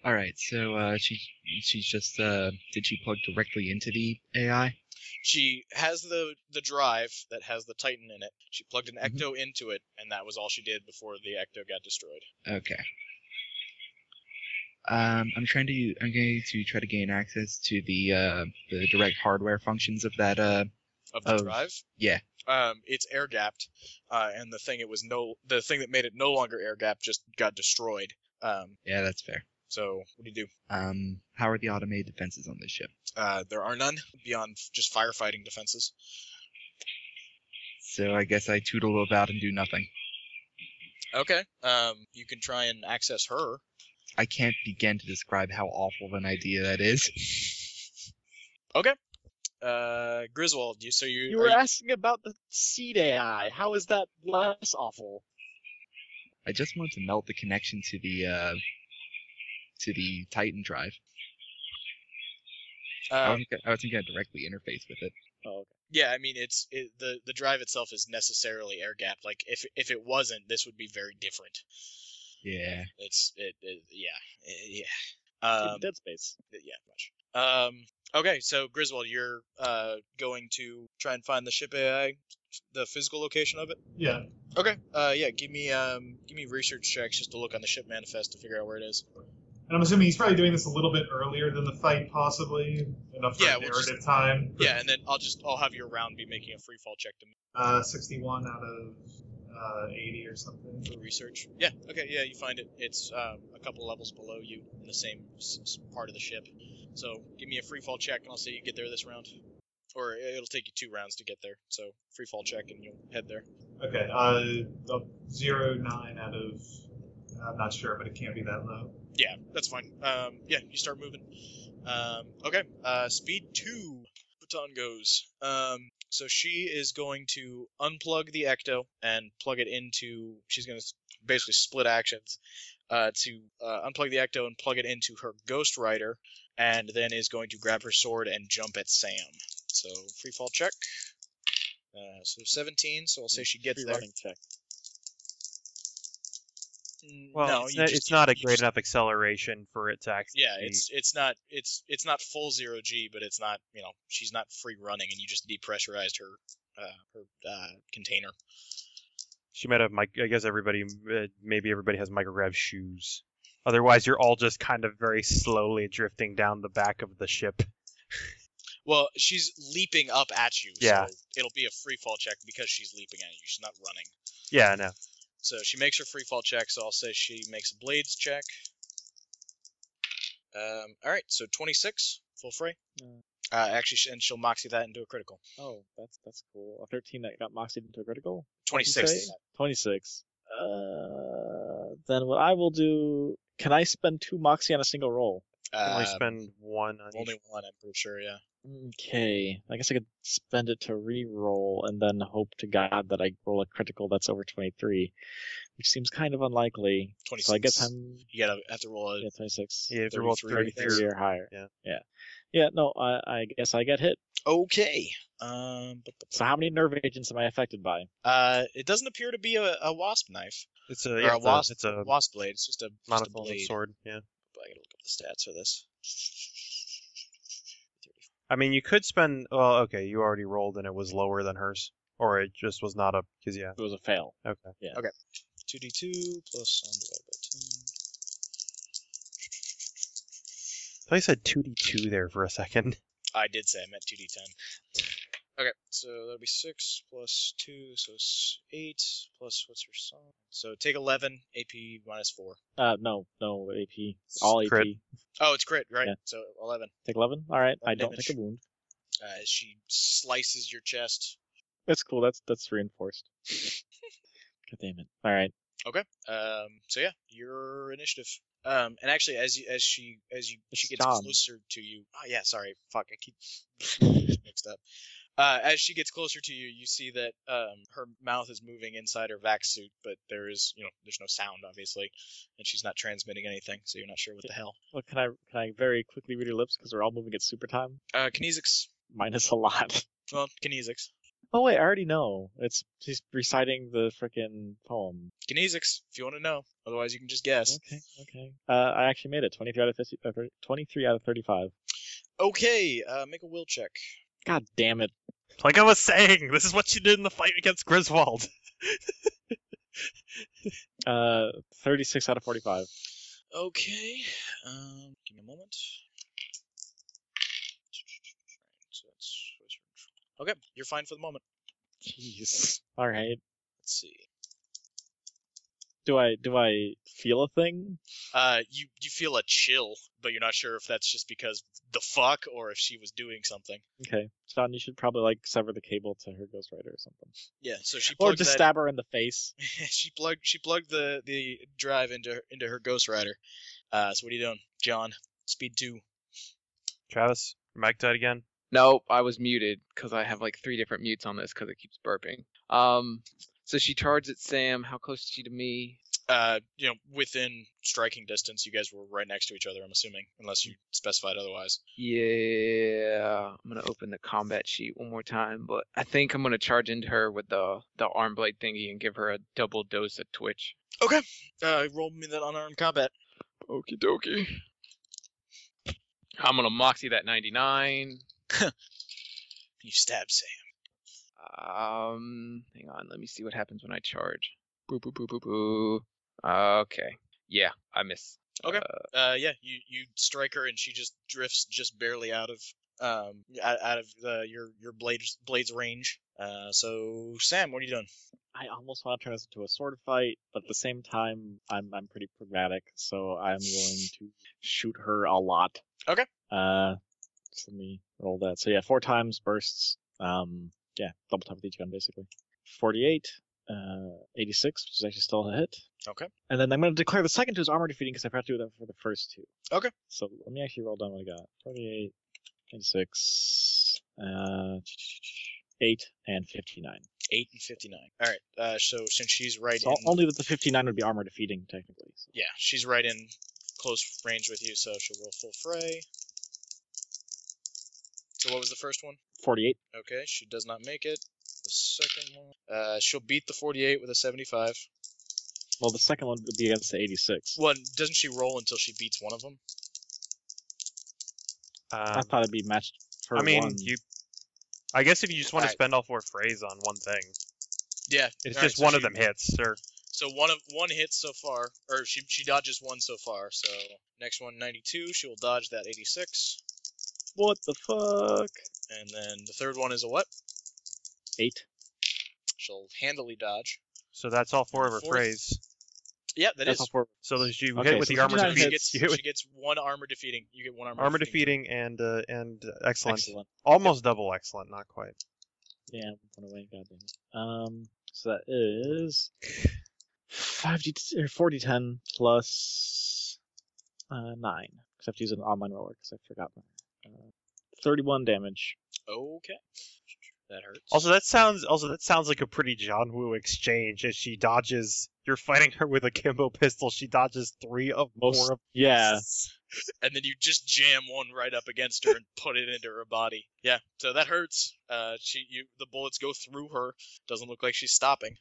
Speaker 4: all right. So uh, she she's just uh, did she plug directly into the AI?
Speaker 2: She has the the drive that has the Titan in it. She plugged an ecto into it, and that was all she did before the ecto got destroyed.
Speaker 4: Okay. Um, I'm trying to I'm going to try to gain access to the uh, the direct hardware functions of that. Uh,
Speaker 2: Of the
Speaker 4: Oh,
Speaker 2: drive.
Speaker 4: yeah.
Speaker 2: Um, it's air gapped, uh, and the thing it was no the thing that made it no longer air gapped just got destroyed. Um,
Speaker 4: yeah, that's fair.
Speaker 2: So what do you do?
Speaker 4: Um, how are the automated defenses on this ship?
Speaker 2: Uh, there are none beyond f- just firefighting defenses.
Speaker 4: So I guess I tootle about and do nothing.
Speaker 2: Okay. Um, you can try and access her.
Speaker 4: I can't begin to describe how awful of an idea that is.
Speaker 2: Uh, Griswold, you so you,
Speaker 6: You
Speaker 2: are
Speaker 6: were
Speaker 2: you-
Speaker 6: asking about the seed AI. How is that less awful?
Speaker 4: I just want to melt the connection to the uh, to the Titan drive. I,
Speaker 2: Um,
Speaker 4: was I was thinking I directly interface with it.
Speaker 6: Oh, okay.
Speaker 2: yeah, I mean it's it, the the drive itself is necessarily air gapped. Like if if it wasn't, this would be very different.
Speaker 4: Yeah.
Speaker 2: It's it, it yeah eh, yeah. Um,
Speaker 6: Dude, Dead Space.
Speaker 2: yeah, much. Um, okay, so Griswold, you're uh going to try and find the ship AI, the physical location of it.
Speaker 3: Yeah.
Speaker 2: Okay. Uh, yeah, give me um give me research checks just to look on the ship manifest to figure out where it is.
Speaker 3: And I'm assuming he's probably doing this a little bit earlier than the fight, possibly enough for
Speaker 2: Yeah, we'll
Speaker 3: narrative
Speaker 2: just-
Speaker 3: time.
Speaker 2: Yeah, and then I'll just I'll have your round be making a free fall check to
Speaker 3: Uh, 61 out of uh, 80 or something.
Speaker 2: for research. Yeah. Okay. Yeah, you find it. It's um, a couple levels below you in the same s- s- part of the ship. So give me a free fall check, and I'll say you get there this round, or it- it'll take you two rounds to get there. So free fall check, and you'll head there.
Speaker 3: Okay. Uh, uh, zero nine out of. I'm not sure, but it can't be that low.
Speaker 2: Yeah, that's fine. Um, yeah, you start moving. Um, okay. Uh, speed two. Baton goes. Um, so she is going to unplug the ecto and plug it into. She's going to basically split actions uh, to uh, unplug the ecto and plug it into her ghost rider, and then is going to grab her sword and jump at Sam. So free fall check. Uh, so 17. So I'll say she gets
Speaker 6: Free
Speaker 2: there.
Speaker 6: running check.
Speaker 2: Mm,
Speaker 1: Well,
Speaker 2: no,
Speaker 1: it's,
Speaker 2: you
Speaker 1: not,
Speaker 2: just-
Speaker 1: it's not a
Speaker 2: you
Speaker 1: great
Speaker 2: just-
Speaker 1: enough acceleration for it to actually.
Speaker 2: yeah
Speaker 1: be-
Speaker 2: it's it's not it's it's not full zero g but it's not you know she's not free running and you just depressurized her uh, her uh, container
Speaker 1: She might have mic. I guess everybody, uh, maybe everybody has micrograv shoes. Otherwise, you're all just kind of very slowly drifting down the back of the ship.
Speaker 2: well she's leaping up at you
Speaker 1: Yeah.
Speaker 2: so it'll be a free fall check because she's leaping at you she's not running
Speaker 1: Yeah, I know.
Speaker 2: so she makes her free fall check so i'll say she makes a blades check um, all right so 26 full free
Speaker 6: Mm.
Speaker 2: uh, actually she- and she'll moxie that into a critical
Speaker 6: Oh, that's that's cool. A 13 that got moxied into a critical.
Speaker 2: 26
Speaker 6: say? 26. Uh, then what I will do? Can I spend two moxie on a single roll?
Speaker 1: Can
Speaker 2: uh,
Speaker 1: only spend one on each.
Speaker 2: only one i'm pretty sure yeah
Speaker 6: Okay, I guess I could spend it to re-roll and then hope to God that I roll a critical that's over 23, which seems kind of unlikely.
Speaker 2: 26
Speaker 6: So I guess I'm
Speaker 2: you gotta have to roll a
Speaker 6: yeah 26,
Speaker 1: Yeah, if you roll
Speaker 2: 33,
Speaker 1: 33
Speaker 6: 33 or higher.
Speaker 1: Yeah.
Speaker 6: yeah, yeah. No, I I guess I get hit.
Speaker 2: Okay. Um, but, but,
Speaker 6: So how many nerve agents am I affected by?
Speaker 2: uh, it doesn't appear to be a, a wasp knife
Speaker 1: It's a,
Speaker 2: or
Speaker 1: yeah,
Speaker 2: a
Speaker 1: it's a-
Speaker 2: wasp.
Speaker 1: it's a
Speaker 2: wasp blade. It's just a, just a
Speaker 1: monofilament
Speaker 2: blade.
Speaker 1: sword. Yeah.
Speaker 2: I gotta look up the stats for this.
Speaker 1: I mean, you could spend. Well, okay, you already rolled and it was lower than hers, or it just was not a. Cause yeah.
Speaker 6: It was a fail.
Speaker 1: Okay.
Speaker 2: Two d two plus um, divided by ten.
Speaker 1: So I said two d two there for a second.
Speaker 2: I did say I meant two d ten. Okay, so that'll be six plus two, so s- eight plus what's your song? So take eleven AP minus four.
Speaker 6: Uh, no, no AP. All AP.
Speaker 1: Crit.
Speaker 2: Oh, it's crit, right?
Speaker 6: Yeah.
Speaker 2: So eleven.
Speaker 6: Take 11. All right, I
Speaker 2: One
Speaker 6: don't
Speaker 2: damage.
Speaker 6: take a wound.
Speaker 2: Uh, she slices your chest.
Speaker 6: That's cool. That's that's reinforced. God damn it. All right.
Speaker 2: Um, so yeah, your initiative. Um, and actually, as you, as she as you she
Speaker 6: It's
Speaker 2: gets
Speaker 6: Dom.
Speaker 2: closer to you. Oh yeah, sorry, fuck, I keep mixed up. Uh, as she gets closer to you, you see that um, her mouth is moving inside her vac suit, but there is you know there's no sound obviously, and she's not transmitting anything, so you're not sure what the hell.
Speaker 6: Well, can I can I very quickly read your lips because we're all moving at super time?
Speaker 2: Uh, kinesics.
Speaker 6: Minus a lot.
Speaker 2: Well, kinesics.
Speaker 6: Oh wait, I already know. It's she's reciting the freaking poem.
Speaker 2: Kinesics. If you want to know, otherwise you can just guess.
Speaker 6: Okay, okay. Uh, I actually made it. 23 out of 50, uh, 30 23 out of 35.
Speaker 2: Okay. Uh, make a will check.
Speaker 6: God damn it.
Speaker 1: Like I was saying, this is what she did in the fight against Griswold.
Speaker 6: Uh, 36 out of 45.
Speaker 2: Okay. Um, give me a moment. So that's- Okay, you're fine for the moment.
Speaker 6: Jeez. All right.
Speaker 2: Let's see.
Speaker 6: Do I do I feel a thing?
Speaker 2: Uh, you you feel a chill, but you're not sure if that's just because the fuck or if she was doing something.
Speaker 6: Okay, John, you should probably like sever the cable to her ghostwriter or something,
Speaker 2: Yeah. So she
Speaker 6: or
Speaker 2: plugged
Speaker 6: just
Speaker 2: that-
Speaker 6: stab her in the face.
Speaker 2: she plugged she plugged the the drive into her, into her Ghost Rider. Uh, so what are you doing, John? Speed two.
Speaker 1: Travis, your mic died again.
Speaker 5: Nope, I was muted because I have like three different mutes on this because it keeps burping. Um, so she charges at Sam. How close is she to me?
Speaker 2: Uh, you know, within striking distance, you guys were right next to each other. I'm assuming, unless you specified otherwise.
Speaker 5: Yeah, I'm gonna open the combat sheet one more time, but I think I'm gonna charge into her with the the arm blade thingy and give her a double dose of twitch.
Speaker 2: Uh, roll me that unarmed combat.
Speaker 5: Okie dokie. I'm gonna moxie that 99.
Speaker 2: You stab Sam.
Speaker 5: Um, hang on, let me see what happens when I charge. Boo boo boo boo boo. Okay. Yeah, I miss.
Speaker 2: Okay.
Speaker 5: Uh,
Speaker 2: Uh, yeah, you you strike her and she just drifts just barely out of um out, out of uh, your your blades blades range. Uh, so Sam, what are you doing?
Speaker 6: I almost want to turn this into a sword fight, but at the same time, I'm I'm pretty pragmatic, so I'm going to shoot her a lot.
Speaker 2: Okay.
Speaker 6: Uh, so let me roll that. So yeah, four times bursts. Um, yeah, double time with each gun basically. Forty-eight, uh, eighty-six, which is actually still a hit.
Speaker 2: Okay.
Speaker 6: And then I'm going to declare the second two is armor defeating because I forgot to do that for the first two.
Speaker 2: Okay.
Speaker 6: So let me actually roll down what I got. 48, 86, uh, 8, and 59.
Speaker 2: Eight and fifty nine. All right. Uh, so since she's right
Speaker 6: So
Speaker 2: in,
Speaker 6: only that the 59 would be armor defeating, technically. So-
Speaker 2: yeah, she's right in close range with you, so she'll roll full fray. So what was the first one?
Speaker 6: 48.
Speaker 2: Okay, she does not make it. The second one. Uh, she'll beat the forty eight with a seventy five.
Speaker 6: Well, the second one would be against the 86.
Speaker 2: Well, doesn't she roll until she beats one of them?
Speaker 6: I
Speaker 7: Um,
Speaker 6: thought it'd be matched for
Speaker 7: I mean,
Speaker 6: one.
Speaker 7: you. I guess if you just want to
Speaker 2: Alright.
Speaker 7: spend all four phrase on one thing,
Speaker 2: Yeah.
Speaker 7: it's
Speaker 2: all right,
Speaker 7: just
Speaker 2: so
Speaker 7: one of
Speaker 2: she-
Speaker 7: them hits, sir.
Speaker 2: So one of one hit so far, or she she dodges one so far. So next one 92, she will dodge that 86,
Speaker 6: What the fuck?
Speaker 2: and then the third one is a what?
Speaker 6: 8.
Speaker 2: She'll handily dodge.
Speaker 7: So that's all four of her
Speaker 2: Fourth-
Speaker 7: phrase.
Speaker 2: Yeah, that
Speaker 6: That's
Speaker 2: is.
Speaker 6: all four.
Speaker 7: So there's- you
Speaker 6: Okay,
Speaker 7: hit with
Speaker 6: so
Speaker 7: the armor
Speaker 6: she
Speaker 2: She
Speaker 6: does
Speaker 7: defeating.
Speaker 6: hit-
Speaker 2: gets
Speaker 7: You hit with
Speaker 2: she gets one armor defeating. You get one armor.
Speaker 7: armor defeating and uh, and excellent.
Speaker 6: Excellent.
Speaker 7: Almost double excellent, not quite.
Speaker 6: Yeah, one away. God damn it. Um, so that is 50, or 40, 10 plus uh, 9. Because I have to use an online roller because I forgot mine. Uh, 31 damage.
Speaker 2: Okay. That hurts.
Speaker 7: Also, that sounds also that sounds like a pretty John Woo exchange. As she dodges, you're fighting her with a Kimbo pistol. She dodges three of
Speaker 6: Most-
Speaker 7: four of
Speaker 6: Yeah.
Speaker 2: and then you just jam one right up against her and put it into her body. Yeah, so that hurts. Uh, she you the bullets go through her. Doesn't look like she's stopping.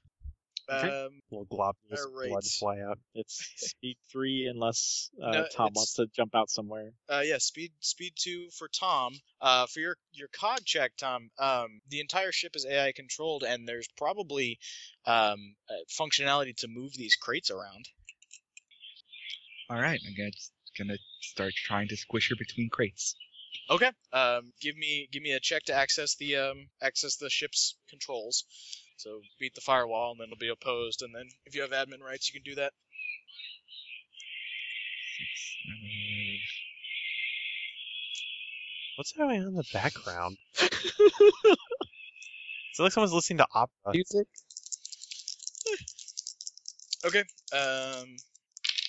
Speaker 7: Okay.
Speaker 2: Um,
Speaker 7: little globules of
Speaker 2: Alright.
Speaker 7: blood fly out.
Speaker 6: It's speed 3 unless uh,
Speaker 2: No,
Speaker 6: Tom
Speaker 2: it's-
Speaker 6: wants to jump out somewhere.
Speaker 2: uh yeah speed speed two for tom uh for your your cog check tom um the entire ship is ai controlled and there's probably um uh, functionality to move these crates around
Speaker 4: All right, I'm gonna gonna start trying to squish her between crates.
Speaker 2: okay um give me give me a check to access the um access the ship's controls so beat the firewall and then it'll be opposed and then if you have admin rights you can do that
Speaker 4: Mm-hmm.
Speaker 7: What's going on in the background? It's like someone's listening to opera.
Speaker 5: music?
Speaker 2: um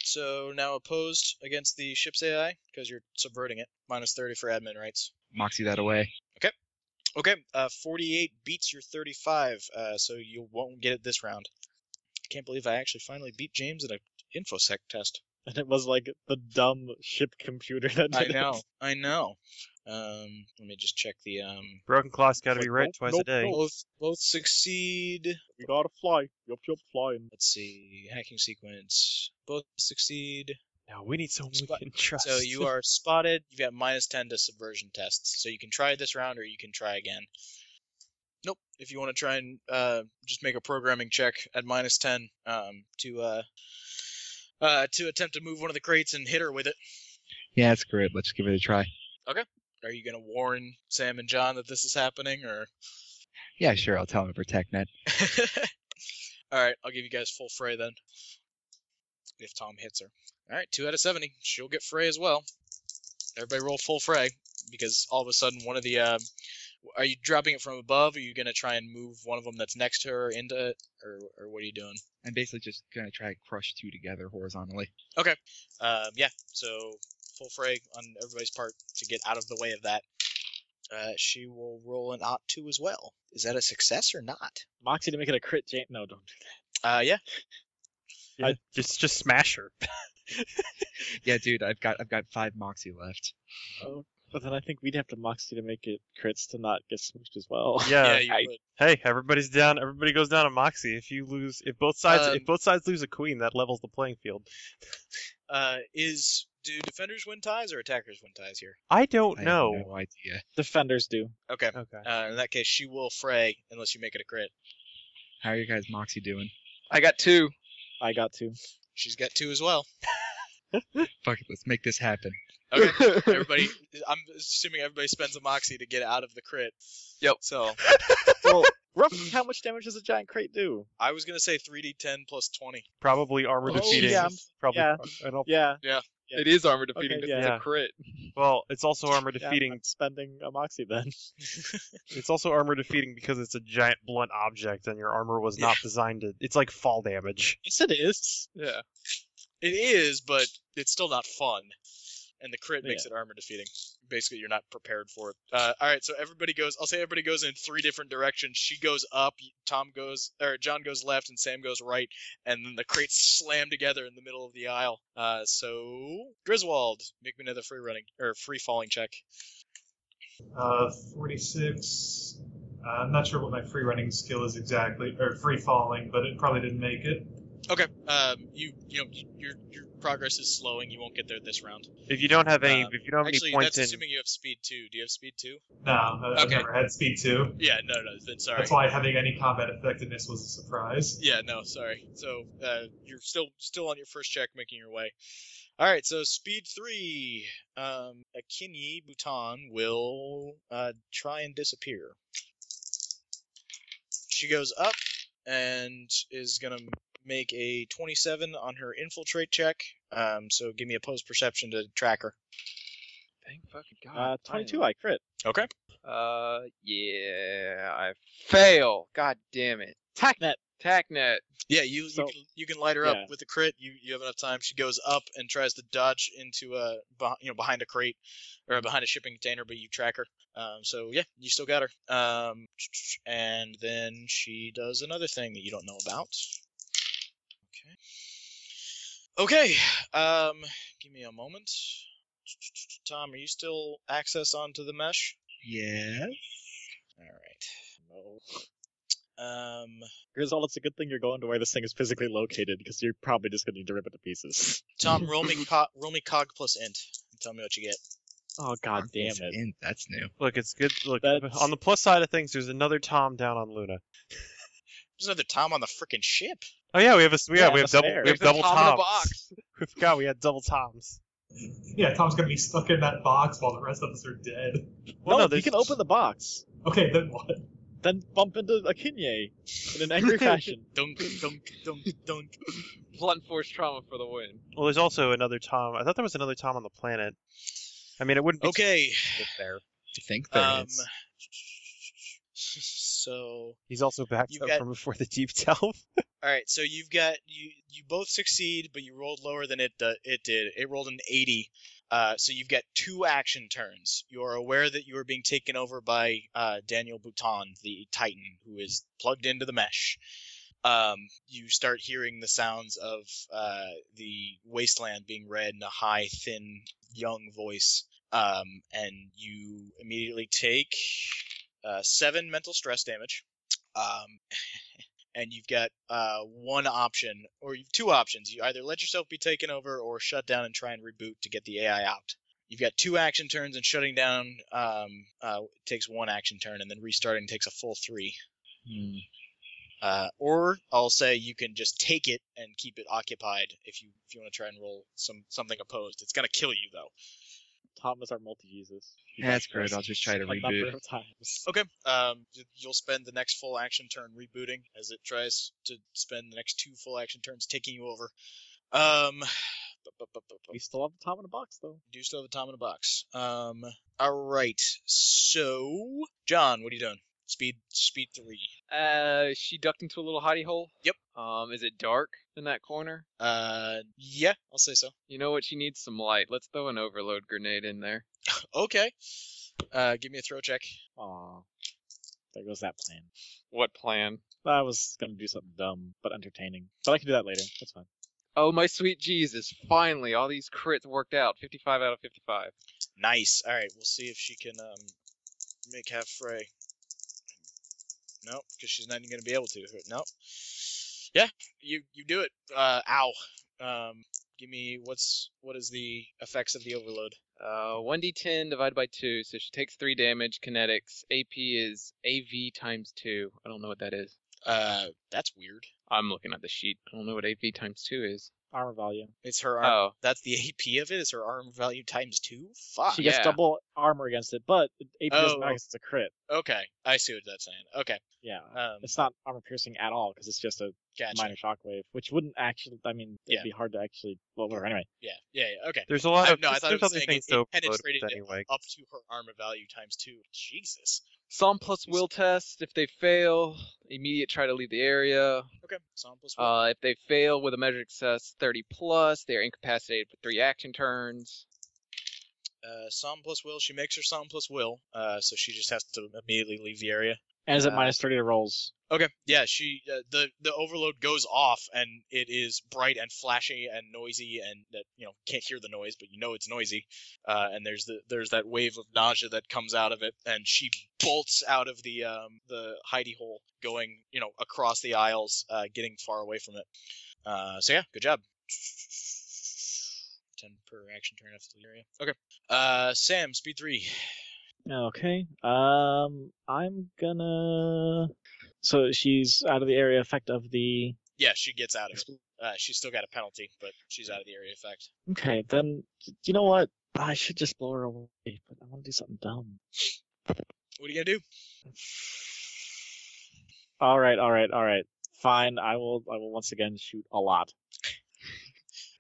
Speaker 2: so now opposed against the ship's ai because you're subverting it minus 30 for admin rights
Speaker 4: Moxie that away.
Speaker 2: Okay, uh, 48 beats your 35, uh, so you won't get it this round. I can't believe I actually finally beat James in a infosec test.
Speaker 6: And it was like the dumb ship computer that did
Speaker 2: I
Speaker 6: it.
Speaker 2: know, I know. Um, let me just check the um.
Speaker 7: Broken clock's got to be
Speaker 2: Nope,
Speaker 7: right twice a
Speaker 2: nope,
Speaker 7: day.
Speaker 2: Both both succeed.
Speaker 6: You gotta fly. Yup, yup, flying.
Speaker 2: Let's see, hacking sequence. Both succeed.
Speaker 7: Now we need someone we
Speaker 2: Spot-
Speaker 7: can trust.
Speaker 2: So you are spotted. You've got minus 10 to subversion tests. So you can try this round or you can try again. Nope. If you want to try and uh, just make a programming check at minus 10 um, to uh, uh, to attempt to move one of the crates and hit her with it.
Speaker 4: Yeah, screw it. Let's give it a try.
Speaker 2: Are you going to warn Sam and John that this is happening or.
Speaker 4: Yeah, sure. I'll tell him to protect net.
Speaker 2: All right, I'll give you guys full fray then. If Tom hits her. All right, two out of seventy. She'll get fray as well. Everybody roll full fray because all of a sudden one of the. Um, are you dropping it from above? Are you gonna try and move one of them that's next to her into it, or or what are you doing?
Speaker 4: I'm basically just gonna try to crush two together horizontally.
Speaker 2: Um, yeah, so full fray on everybody's part to get out of the way of that. Uh, she will roll an ot two as well. Is that a success or not?
Speaker 6: Moxie to make it a crit jam. No, don't do
Speaker 2: Uh, yeah.
Speaker 1: I just just smash her.
Speaker 4: Yeah, dude, I've got I've got five moxie left.
Speaker 6: Oh, but then I think we'd have to moxie to make it crits to not get smooshed as well.
Speaker 1: Yeah.
Speaker 2: you
Speaker 5: I-
Speaker 2: would.
Speaker 1: Hey, everybody's down. Everybody goes down to Moxie. If you lose, if both sides,
Speaker 2: Um,
Speaker 1: if both sides lose a queen, that levels the playing field.
Speaker 2: Uh, is do defenders win ties or attackers win ties here?
Speaker 1: I don't
Speaker 4: I
Speaker 1: know.
Speaker 4: have no idea.
Speaker 6: Defenders do.
Speaker 2: Okay.
Speaker 1: Okay.
Speaker 2: Uh, in that case, she will fray unless you make it a crit.
Speaker 4: How are you guys moxie doing?
Speaker 5: I got two.
Speaker 6: I got to.
Speaker 2: She's got two as well.
Speaker 4: Fuck it, let's make this happen.
Speaker 2: Okay. Everybody, I'm assuming everybody spends a moxie to get out of the crit.
Speaker 5: Yep.
Speaker 2: So
Speaker 6: Well, roughly how much damage does a giant crate do?
Speaker 2: I was gonna say 3d10 plus 20.
Speaker 1: Probably armor
Speaker 6: Oh,
Speaker 1: defeating.
Speaker 6: yeah.
Speaker 1: Probably.
Speaker 6: Yeah.
Speaker 1: I don't,
Speaker 6: Yeah.
Speaker 5: It is armor defeating. Okay,
Speaker 6: Okay, yeah.
Speaker 5: It's
Speaker 1: Yeah.
Speaker 5: a crit.
Speaker 1: Well, it's also armor
Speaker 6: yeah,
Speaker 1: defeating.
Speaker 6: I'm spending a moxie then.
Speaker 1: It's also armor defeating because it's a giant blunt object, and your armor was not designed to. It's like fall damage.
Speaker 6: Yes, it is.
Speaker 5: Yeah.
Speaker 2: It is, but it's still not fun. And the crit makes it armor defeating. Basically, you're not prepared for it. Uh, all right, so everybody goes. I'll say everybody goes in three different directions. She goes up, Tom goes, or John goes left, and Sam goes right. And then the crates slam together in the middle of the aisle. Uh, so Griswold, make me another free running or free falling check.
Speaker 3: Uh, 46. Uh, I'm not sure what my free running skill is exactly, or free falling, but it probably didn't make it.
Speaker 2: Okay. Um, you you know your your progress is slowing. You won't get there this round.
Speaker 1: If you don't have any,
Speaker 2: Um,
Speaker 1: if you don't have
Speaker 2: Actually,
Speaker 1: any points
Speaker 2: that's
Speaker 1: in,
Speaker 2: assuming you have speed two. Do you have speed two?
Speaker 3: No, I- I've
Speaker 2: Okay.
Speaker 3: never had speed 2.
Speaker 2: Yeah. No. No. Then sorry.
Speaker 3: That's why having any combat effectiveness was a surprise.
Speaker 2: Yeah, no, sorry. So uh, you're still still on your first check, making your way. All right, so speed three. Um, Akinyi Bhutan will uh, try and disappear. She goes up and is gonna make a 27 on her infiltrate check. Um, so give me a post perception to track her.
Speaker 5: Thank fucking god.
Speaker 6: Uh, 22,
Speaker 5: I
Speaker 6: I crit.
Speaker 2: Okay.
Speaker 5: Uh, yeah, I fail. God damn it.
Speaker 6: Tacknet.
Speaker 5: TACnet.
Speaker 2: Yeah, you
Speaker 6: So-
Speaker 2: you, can, you can light her
Speaker 6: yeah.
Speaker 2: up with a crit. You you have enough time. She goes up and tries to dodge into a beh- you know behind a crate or behind a shipping container, but you track her. Um, so yeah, you still got her. Um, and then she does another thing that you don't know about. Okay. Okay. Um, give me a moment. Tom, are you still access onto the mesh?
Speaker 4: Yeah.
Speaker 2: All right.
Speaker 6: No.
Speaker 2: Um,
Speaker 6: Griswold, it's a good thing you're going to where this thing is physically located because you're probably just going to need to rip it to pieces.
Speaker 2: Tom, roll me, co- roll me cog plus int. Tell me what you get.
Speaker 6: Oh, god damn
Speaker 4: That's
Speaker 6: it.
Speaker 4: in- That's new.
Speaker 1: look, it's good. Look
Speaker 6: That's-
Speaker 1: on the plus side of things, there's another Tom down on Luna.
Speaker 2: There's another Tom on the freaking ship.
Speaker 1: Oh yeah, we have a we, yeah,
Speaker 6: Yeah,
Speaker 1: we have
Speaker 6: that's
Speaker 1: double
Speaker 6: fair.
Speaker 1: we have
Speaker 5: There's a
Speaker 1: double
Speaker 5: Tom in a
Speaker 1: toms.
Speaker 5: box.
Speaker 1: We forgot we had double toms.
Speaker 3: Yeah, Tom's gonna be stuck in that box while the rest of us are dead.
Speaker 1: Well,
Speaker 6: no,
Speaker 1: no,
Speaker 6: you
Speaker 1: there's-
Speaker 6: can open the box,
Speaker 3: Okay, then what?
Speaker 6: then bump into Akinye in an angry fashion.
Speaker 2: Dunk, dunk, dunk, dunk.
Speaker 5: Blunt force trauma for the win.
Speaker 1: Well, there's also another Tom. I thought there was another Tom on the planet. I mean, it wouldn't be
Speaker 2: Okay.
Speaker 1: there.
Speaker 4: I think there
Speaker 2: Um,
Speaker 4: is.
Speaker 2: so
Speaker 1: He's also backed
Speaker 2: You've
Speaker 1: up
Speaker 2: got-
Speaker 1: from before the deep delve.
Speaker 2: all right, so you've got you you both succeed, but you rolled lower than it do- it did. It rolled an 80. Uh, so you've got two action turns. You are aware that you are being taken over by uh, Daniel Bouton, the Titan, who is plugged into the mesh. Um, you start hearing the sounds of uh, the wasteland being read in a high, thin, young voice, um, and you immediately take uh, seven mental stress damage. Um, and you've got uh, one option, or you've two options. You either let yourself be taken over, or shut down and try and reboot to get the AI out. You've got two action turns, and shutting down um, uh, takes one action turn, and then restarting takes a full three.
Speaker 4: Hmm.
Speaker 2: Uh, or I'll say you can just take it and keep it occupied if you if you want to try and roll some something opposed. It's gonna kill you though.
Speaker 6: Tom is our multi Jesus.
Speaker 4: That's great. I'll just try to
Speaker 6: like
Speaker 4: reboot.
Speaker 6: number of times.
Speaker 2: Okay. Um, y- you'll spend the next full action turn rebooting as it tries to spend the next two full action turns taking you over. Um, bu- bu- bu- bu- bu-
Speaker 6: We still have the Tom in a box though.
Speaker 2: do still have a Tom in a box. Um, all right. So, John, what are you doing? Speed, speed three.
Speaker 5: Uh, she ducked into a little hidey hole.
Speaker 2: Yep.
Speaker 5: Um, is it dark in that corner?
Speaker 2: Uh, yeah, I'll say so.
Speaker 5: You know what? She needs some light. Let's throw an overload grenade in there.
Speaker 2: Okay. Uh, give me a throw check.
Speaker 6: Aw. There goes that plan.
Speaker 5: What plan?
Speaker 6: I was gonna do something dumb but entertaining, but I can do that later. That's fine.
Speaker 5: Oh my sweet Jesus! Finally, all these crits worked out. 55 out of 55.
Speaker 2: Nice. All right, we'll see if she can um, make half fray. Nope, because she's not even gonna be able to. Nope. Yeah, you you do it. Uh, ow. Um, give me what's what is the effects of the overload?
Speaker 5: Uh, 1d10 divided by 2, so she takes 3 damage. Kinetics. AP is AV times 2. I don't know what that is.
Speaker 2: Uh, that's weird.
Speaker 5: I'm looking at the sheet. I don't know what AV times 2 is.
Speaker 6: Armor value.
Speaker 2: It's her arm.
Speaker 5: Oh,
Speaker 2: That's the AP of it. Is her arm value times two? Fuck.
Speaker 6: She gets
Speaker 5: yeah.
Speaker 6: double armor against it, but AP
Speaker 2: Oh.
Speaker 6: doesn't matter 'cause it's a crit.
Speaker 2: Okay, I see what that's saying. Okay.
Speaker 6: Yeah.
Speaker 2: Um,
Speaker 6: It's not armor piercing at all because it's just a
Speaker 2: gotcha.
Speaker 6: minor shockwave, which wouldn't actually. I mean, it'd
Speaker 2: Yeah.
Speaker 6: be hard to actually. Well, whatever. Anyway,
Speaker 2: Yeah. Yeah. yeah, Okay.
Speaker 7: There's a lot
Speaker 2: I-
Speaker 7: of
Speaker 2: no, I
Speaker 7: there's
Speaker 2: thought it was
Speaker 7: other
Speaker 2: saying
Speaker 7: things
Speaker 2: it-
Speaker 7: to
Speaker 2: it
Speaker 7: upload
Speaker 2: penetrated it.
Speaker 7: anyway.
Speaker 2: Up to her armor value times two. Jesus.
Speaker 5: Psalm plus will test. If they fail, immediate try to leave the area.
Speaker 2: Okay. Psalm plus one.
Speaker 5: Uh, if they fail with a measured success 30 plus, they are incapacitated for three action turns.
Speaker 2: Uh, Psalm plus will. She makes her Psalm plus will. Uh, so she just has to immediately leave the area.
Speaker 6: and is it
Speaker 5: Uh,
Speaker 6: minus thirty to rolls?
Speaker 2: Okay. Yeah. She uh, the the overload goes off and it is bright and flashy and noisy and that you know can't hear the noise but you know it's noisy. Uh, and there's the there's that wave of nausea that comes out of it and she bolts out of the um the hidey hole going you know across the aisles uh, getting far away from it. Uh, so yeah, good job. Ten per action turn after the area. Okay. Uh, Sam, speed three.
Speaker 6: Okay. Um, I'm gonna. So she's out of the area effect of the.
Speaker 2: Yeah, she gets out of it. Uh, she's still got a penalty, but she's out of the area effect.
Speaker 6: Okay, then you know what? I should just blow her away, but I want to do something dumb.
Speaker 2: What are you gonna do?
Speaker 6: All right, all right, all right. Fine. I will. I will once again shoot a lot.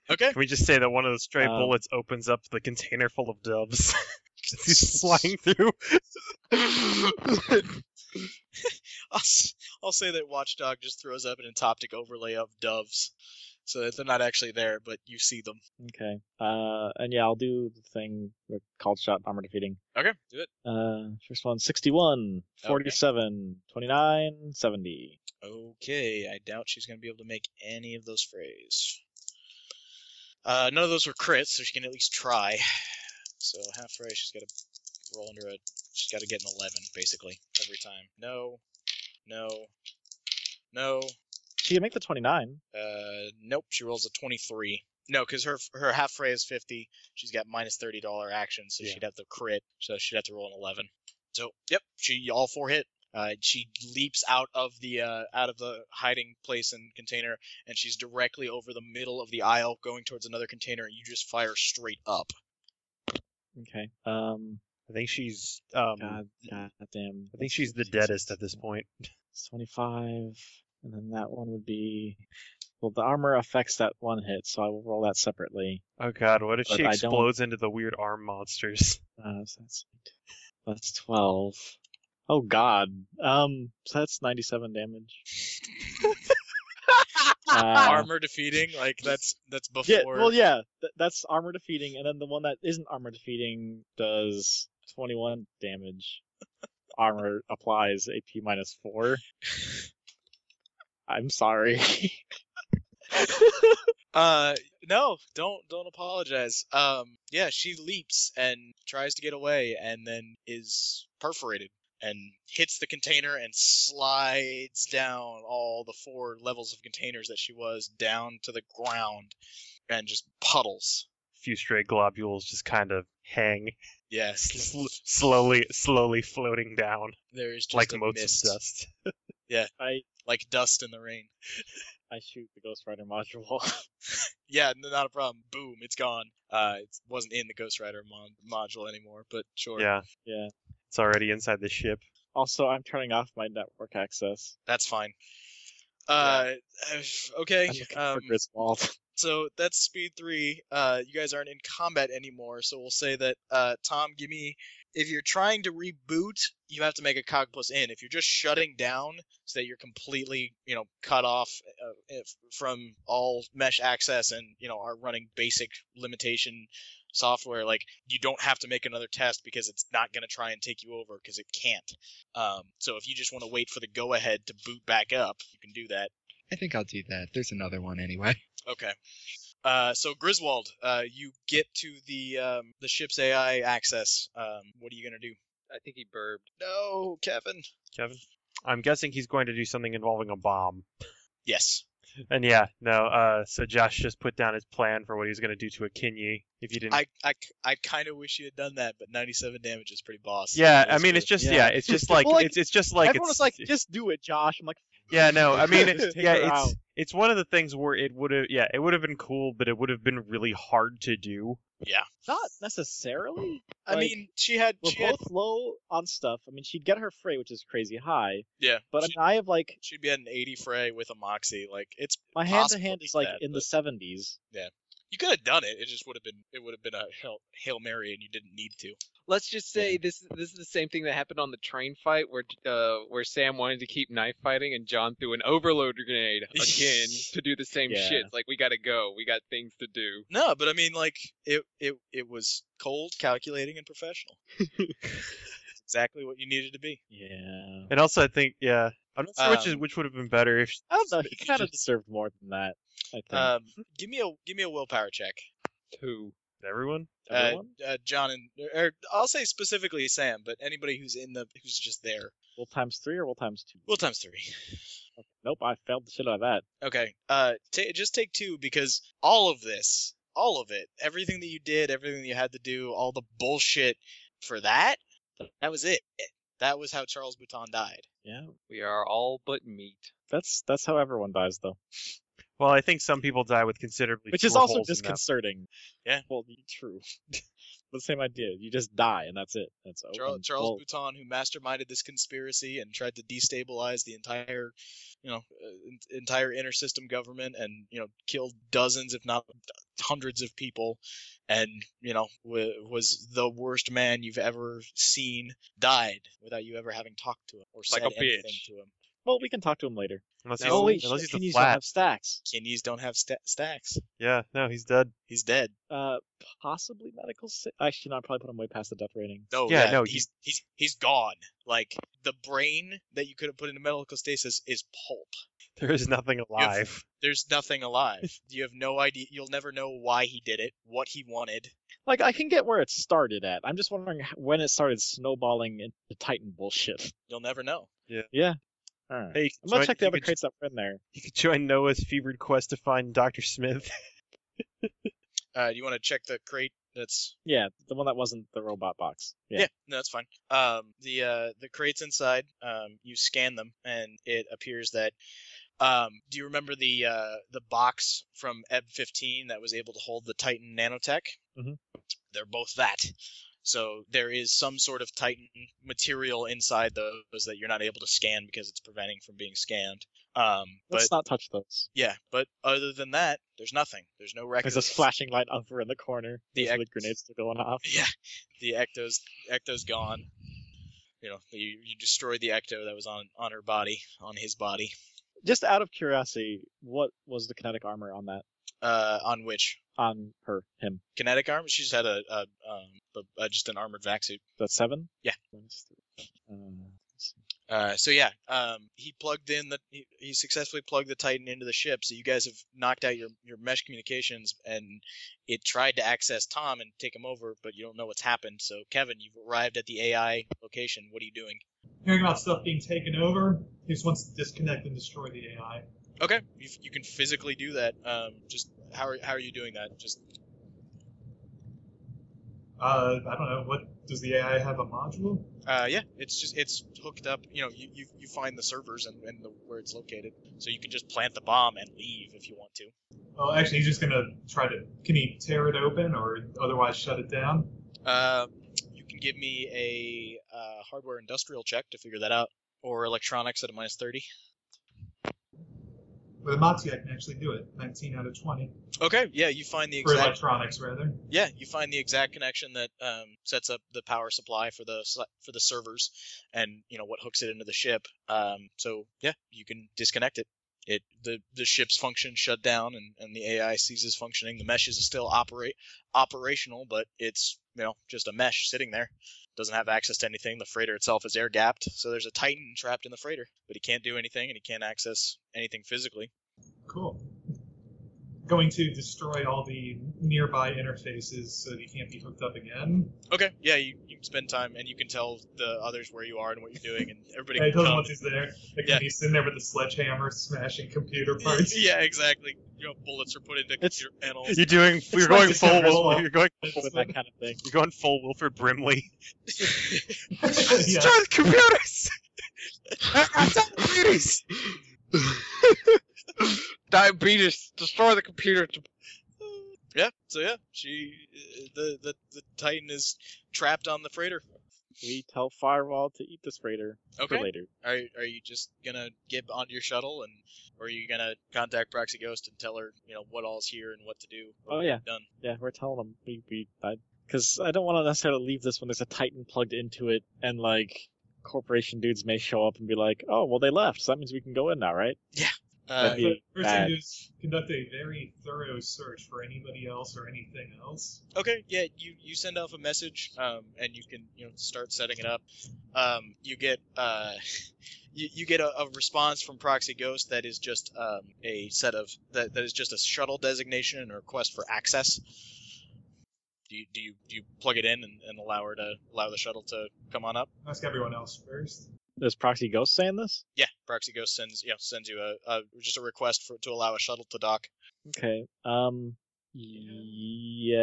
Speaker 2: Okay.
Speaker 7: Can we just say that one of the stray
Speaker 6: Um,
Speaker 7: bullets opens up the container full of doves? He's flying through.
Speaker 2: I'll, s- I'll say that Watchdog just throws up an entoptic overlay of doves, so that they're not actually there, but you see them.
Speaker 6: Okay. Uh, and yeah, I'll do the thing with called shot armor defeating.
Speaker 2: Okay, do it.
Speaker 6: Uh, first one 61, 47, 29, 70.
Speaker 2: Okay, I doubt she's gonna be able to make any of those frays. Uh, none of those were crits, so she can at least try. So half fray, she's gotta roll under a. She's gotta get an eleven basically every time. No, no, no.
Speaker 6: She can make the 29.
Speaker 2: Uh, nope, she rolls a 23. No, because her her half fray is 50. She's got minus $30 action, so she'd have to crit. So she'd have to roll an 11. So yep, she all four hit. Uh, she leaps out of the uh, out of the hiding place and container, and she's directly over the middle of the aisle, going towards another container. And you just fire straight up.
Speaker 6: Okay. Um,
Speaker 7: I think she's um
Speaker 6: God, God damn.
Speaker 7: I think she's the deadest at this point.
Speaker 6: It's 25. And then that one would be. Well, the armor affects that one hit, so I will roll that separately.
Speaker 7: Oh god, what if
Speaker 6: But
Speaker 7: she
Speaker 6: I don't-
Speaker 7: explodes into the weird arm monsters?
Speaker 6: Uh, so that's, that's 12. Oh, God. Um, so that's 97 damage. Uh,
Speaker 2: Armor defeating, like that's that's before.
Speaker 6: Yeah, well, yeah, th- that's armor defeating, and then the one that isn't armor defeating does 21 damage. Armor applies AP minus four. I'm sorry.
Speaker 2: Uh, no, don't don't apologize. Um, yeah, she leaps and tries to get away, and then is perforated and hits the container and slides down all the four levels of containers that she was down to the ground, and just puddles.
Speaker 7: A few stray globules just kind of hang
Speaker 2: Yes,
Speaker 7: sl- slowly slowly floating down
Speaker 2: there is just
Speaker 7: like
Speaker 2: a
Speaker 7: motes
Speaker 2: mist,
Speaker 7: of dust.
Speaker 6: I
Speaker 2: like dust in the rain.
Speaker 6: I shoot the Ghost Rider module.
Speaker 2: Yeah, n- not a problem. Boom, it's gone. Uh, it wasn't in the Ghost Rider mon- module anymore, but sure.
Speaker 7: Yeah.
Speaker 6: yeah.
Speaker 7: It's already inside the ship.
Speaker 6: Also, I'm turning off my network access.
Speaker 2: That's fine. Uh, okay.
Speaker 6: I'm looking
Speaker 2: um,
Speaker 6: for Griswold.
Speaker 2: so that's speed three. Uh, you guys aren't in combat anymore, so we'll say that uh, Tom, give me. If you're trying to reboot, you have to make a cog plus in. If you're just shutting down, so that you're completely, you know, cut off uh, if, from all mesh access and you know are running basic limitation software, like you don't have to make another test because it's not going to try and take you over because it can't. Um, so if you just want to wait for the go ahead to boot back up, you can do that.
Speaker 4: I think I'll do that. There's another one anyway.
Speaker 2: Okay. Uh, so Griswold, uh, you get to the um, the ship's AI access. Um, what are you gonna do?
Speaker 5: I think he burped.
Speaker 2: No, Kevin.
Speaker 7: Kevin. I'm guessing he's going to do something involving a bomb.
Speaker 2: Yes.
Speaker 7: And yeah, no. Uh, so Josh just put down his plan for what he was going to do to Akinyi if you didn't.
Speaker 2: I I, I kind of wish you had done that, but 97 damage is pretty boss.
Speaker 7: yeah, I
Speaker 2: That's
Speaker 7: mean,
Speaker 2: good.
Speaker 7: it's just yeah,
Speaker 6: Yeah.
Speaker 7: it's just like,
Speaker 6: Well, like,
Speaker 7: it's it's just like
Speaker 6: Everyone
Speaker 7: it's
Speaker 6: was like, "Just do it, Josh." I'm like,
Speaker 7: yeah, no. I mean, it,
Speaker 6: Just take
Speaker 7: yeah,
Speaker 6: her
Speaker 7: it's
Speaker 6: out.
Speaker 7: it's one of the things where it would have yeah, it would have been cool, but it would have been really hard to do.
Speaker 6: "Not necessarily."
Speaker 2: I
Speaker 6: like,
Speaker 2: mean, she had
Speaker 6: we're
Speaker 2: she had,
Speaker 6: both low on stuff. I mean, she'd get her freight, which is crazy high.
Speaker 2: yeah,
Speaker 6: But I
Speaker 2: she,
Speaker 6: mean, I have like
Speaker 2: she'd be at an 80 fray with a moxie. Like it's
Speaker 6: my hand to
Speaker 2: Possible
Speaker 6: hand
Speaker 2: to
Speaker 6: is
Speaker 2: do
Speaker 6: like
Speaker 2: that,
Speaker 6: in the
Speaker 2: but-
Speaker 6: 70s.
Speaker 2: you could have done it. It just would have been it would have been a hail, hail mary, and you didn't need to.
Speaker 5: Let's just say this this is the same thing that happened on the train fight where uh, where Sam wanted to keep knife fighting and John threw an overload grenade again to do the same
Speaker 6: Yeah.
Speaker 5: shit. It's like we gotta go, we got things to do.
Speaker 2: No, but I mean, like it it it was cold, calculating, and professional. It's exactly what you needed to be.
Speaker 6: Yeah.
Speaker 7: And also, I think yeah, I'm not sure which is
Speaker 2: Um,
Speaker 7: which would have been better if
Speaker 6: I don't know. He
Speaker 2: It's
Speaker 6: kind of deserved more than that. I
Speaker 7: Uh
Speaker 6: think.
Speaker 2: Um, give me a give me a willpower check.
Speaker 5: Who?
Speaker 7: everyone.
Speaker 2: Uh,
Speaker 6: Everyone?
Speaker 2: uh, John and or I'll say specifically Sam, but anybody who's in the who's just there.
Speaker 6: Will times three or will times two?
Speaker 2: Will times three.
Speaker 6: Nope, I failed the shit out of that.
Speaker 2: Okay. Uh, ta just take two because all of this, all of it, everything that you did, everything that you had to do, all the bullshit for that, that was it. That was how Charles Bouton died.
Speaker 6: Yeah.
Speaker 5: We are all but meat.
Speaker 6: That's that's how everyone dies though,
Speaker 7: Well, I think some people die with considerably.
Speaker 6: which is
Speaker 7: fewer
Speaker 6: also
Speaker 7: holes in them.
Speaker 6: disconcerting.
Speaker 2: Yeah.
Speaker 6: Well, y- true. the same idea. You just die and that's it. That's over.
Speaker 2: Charles,
Speaker 6: And-
Speaker 2: Charles
Speaker 6: well,
Speaker 2: Bouton, who masterminded this conspiracy and tried to destabilize the entire, you know, uh, en- entire inner system government, and you know, killed dozens, if not hundreds, of people, and you know, w- was the worst man you've ever seen, died without you ever having talked to him or said
Speaker 5: Like a
Speaker 2: anything
Speaker 5: bitch.
Speaker 2: to him.
Speaker 6: well, we can talk to him later.
Speaker 7: Unless he's,
Speaker 6: oh wait,
Speaker 7: unless
Speaker 6: shit,
Speaker 7: he's the
Speaker 6: Kenny's
Speaker 7: flat.
Speaker 6: don't have stacks.
Speaker 2: Kidneys don't have sta- stacks.
Speaker 7: Yeah, no, he's dead.
Speaker 2: He's dead.
Speaker 6: Uh, possibly medical. Si- Actually, no, I'd probably put him way past the death rating.
Speaker 2: No,
Speaker 7: Yeah,
Speaker 2: yeah,
Speaker 7: no, you-
Speaker 2: he's he's he's gone. Like the brain that you could have put into medical stasis is pulp.
Speaker 7: There is nothing alive.
Speaker 2: There's nothing alive. you have no idea. You'll never know why he did it, what he wanted.
Speaker 6: Like I can get where it started at. I'm just wondering h- when it started snowballing into Titan bullshit.
Speaker 2: You'll never know.
Speaker 6: All right.
Speaker 7: Hey, you could
Speaker 6: I'm gonna
Speaker 7: join-
Speaker 6: check the
Speaker 7: you
Speaker 6: other
Speaker 7: could,
Speaker 6: crates that were in there.
Speaker 7: you could join Noah's fevered quest to find Doctor Smith.
Speaker 2: Uh, you want to check the crate? That's
Speaker 6: Yeah, the one that wasn't the robot box.
Speaker 2: yeah. No, that's fine. Um, the uh, the crates inside. Um, you scan them, and it appears that. Um, do you remember the uh, the box from Ebb 15 that was able to hold the Titan nanotech?
Speaker 6: Mhm.
Speaker 2: They're both that. So there is some sort of Titan material inside those that you're not able to scan because it's preventing from being scanned. Um, but
Speaker 6: Let's not touch those.
Speaker 2: Yeah, but other than that, there's nothing. There's no record.
Speaker 6: There's this flashing light over in the corner.
Speaker 2: The
Speaker 6: The,
Speaker 2: ex-
Speaker 6: the grenades still going off.
Speaker 2: Yeah, the ecto's ecto's gone. You know, you, you destroyed the ecto that was on on her body, on his body,
Speaker 6: Just out of curiosity, what was the kinetic armor on that?
Speaker 2: uh, on which
Speaker 6: On her, him.
Speaker 2: kinetic arm. She just had a, a um, a, a, just an armored vac suit.
Speaker 6: That's seven.
Speaker 2: Yeah.
Speaker 6: Minus three. Um, let's see.
Speaker 2: Uh, so yeah, um, he plugged in the he, he successfully plugged the Titan into the ship. So you guys have knocked out your your mesh communications, and it tried to access Tom and take him over, but you don't know what's happened. So Kevin, you've arrived at the AI location. What are you doing?
Speaker 3: Hearing about stuff being taken over, he just wants to disconnect and destroy the AI.
Speaker 2: Okay, you, you can physically do that. Um, just how are, how are you doing that? Just
Speaker 3: Uh, I don't know. What does the AI have a module?
Speaker 2: uh, yeah, it's just it's hooked up. You know, you, you, you find the servers and, and the, where it's located, so you can just plant the bomb and leave if you want to.
Speaker 3: Well, actually, he's just gonna try to. Can he tear it open or otherwise shut it down?
Speaker 2: Um, you can give me a uh, hardware industrial check to figure that out, or electronics at a minus thirty.
Speaker 3: With a Matsu, I can actually do it. 19 out of 20
Speaker 2: Okay, yeah, you find the
Speaker 3: for
Speaker 2: exact
Speaker 3: electronics, rather.
Speaker 2: Yeah, you find the exact connection that um, sets up the power supply for the s- for the servers, and you know what hooks it into the ship. Um, so yeah, you can disconnect it. It the the ship's function shut down, and, and the AI ceases functioning. The mesh is still operate operational, but it's you know just a mesh sitting there. Doesn't have access to anything. The freighter itself is air gapped, so there's a Titan trapped in the freighter, but he can't do anything, and he can't access anything physically.
Speaker 3: Cool. going to destroy all the nearby interfaces so that you can't be hooked up again.
Speaker 2: Okay, yeah, you, you can spend time and you can tell the others where you are and what you're doing, and everybody
Speaker 3: Yeah,
Speaker 2: can
Speaker 3: it doesn't
Speaker 2: come.
Speaker 3: want who's there. Like
Speaker 2: Yeah.
Speaker 3: yeah. he's sitting there with a sledgehammer smashing computer parts.
Speaker 2: yeah, exactly. You know, bullets are put into
Speaker 7: It's-
Speaker 2: computer panels.
Speaker 7: You're doing. You're
Speaker 3: like
Speaker 7: going
Speaker 3: just
Speaker 7: full.
Speaker 3: a wrist
Speaker 7: Wil-
Speaker 3: lock.
Speaker 7: You're going.
Speaker 6: with that kind of thing.
Speaker 7: You're going full Wilford Brimley.
Speaker 3: yeah.
Speaker 7: Destroy the computers. I got computers.
Speaker 5: Diabetes, destroy the computer.
Speaker 2: Yeah. So yeah, she uh, the the the Titan is trapped on the freighter.
Speaker 6: We tell Firewall to eat this freighter for
Speaker 2: Okay.
Speaker 6: later.
Speaker 2: Are are you just gonna get onto your shuttle and, or are you gonna contact Proxy Ghost and tell her you know what all's here and what to do? or
Speaker 6: Oh,
Speaker 2: what
Speaker 6: yeah.
Speaker 2: you've Done.
Speaker 6: Yeah, we're telling them we we because I, don't want to necessarily leave this when there's a Titan plugged into it and like corporation dudes may show up and be like, oh well they left, so that means we can go in now, right?
Speaker 2: Uh,
Speaker 6: That'd be
Speaker 3: So first thing
Speaker 6: bad.
Speaker 3: to do is conduct a very thorough search for anybody else or anything else.
Speaker 2: Okay, yeah, you, you send off a message, um, and you can you know start setting it up. Um, you get uh, you, you get a, a response from Proxy Ghost that is just um, a set of that, that is just a shuttle designation and a request for access. Do you do you, do you plug it in and, and allow her to allow the shuttle to come on up?
Speaker 3: Ask everyone else first.
Speaker 6: There's Proxy Ghost saying this.
Speaker 2: Yeah, Proxy Ghost sends yeah sends you a, a just a request for to allow a shuttle to dock.
Speaker 6: Okay. Um.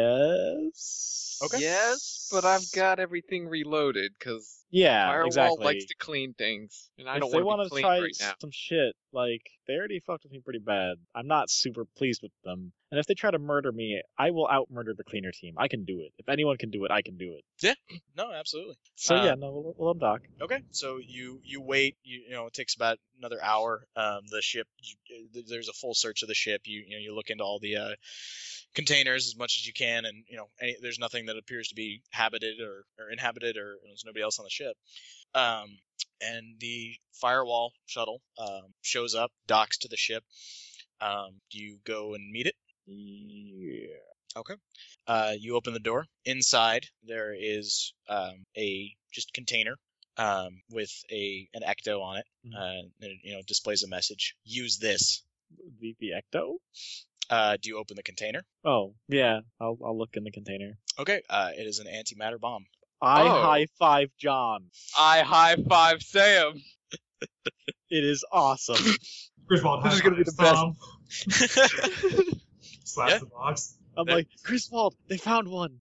Speaker 6: Yes.
Speaker 5: Yes, but I've got everything reloaded because
Speaker 6: Yeah.
Speaker 5: Firewall
Speaker 6: exactly.
Speaker 5: likes to clean things, and I
Speaker 6: if
Speaker 5: don't
Speaker 6: they
Speaker 5: want to
Speaker 6: wanna
Speaker 5: be clean
Speaker 6: try
Speaker 5: right now.
Speaker 6: some shit, like they already fucked with me pretty bad. I'm not super pleased with them. And if they try to murder me, I will out murder the cleaner team. I can do it. If anyone can do it, I can do it.
Speaker 2: No, absolutely.
Speaker 6: So
Speaker 2: Uh,
Speaker 6: yeah, no, we'll, we'll undock.
Speaker 2: Okay, so you you wait. You, you know it takes about another hour. Um, the ship. You, uh, th- there's a full search of the ship. You you know you look into all the uh, containers as much as you can, and you know any, there's nothing that appears to be habited or, or inhabited, or there's nobody else on the ship. Um, and the firewall shuttle um, shows up, docks to the ship. Um, you go and meet it.
Speaker 6: Yeah.
Speaker 2: Uh, you open the door. Inside there is um, a just container um, with a an ecto on it.
Speaker 6: Mhm.
Speaker 2: Uh, and it, you know, displays a message. Use this.
Speaker 6: The the ecto.
Speaker 2: Uh, do you open the container?
Speaker 6: Oh yeah, I'll I'll look in the container.
Speaker 2: Okay. Uh, it is an antimatter bomb.
Speaker 6: I
Speaker 5: Oh.
Speaker 6: high five John.
Speaker 5: I high five Sam.
Speaker 6: It is awesome.
Speaker 3: Griswold
Speaker 5: This
Speaker 3: high
Speaker 5: is gonna be
Speaker 3: fives
Speaker 5: the best.
Speaker 3: Tom, slaps
Speaker 2: Yeah.
Speaker 3: the box.
Speaker 6: I'm
Speaker 2: That-
Speaker 6: like Griswold. They found one.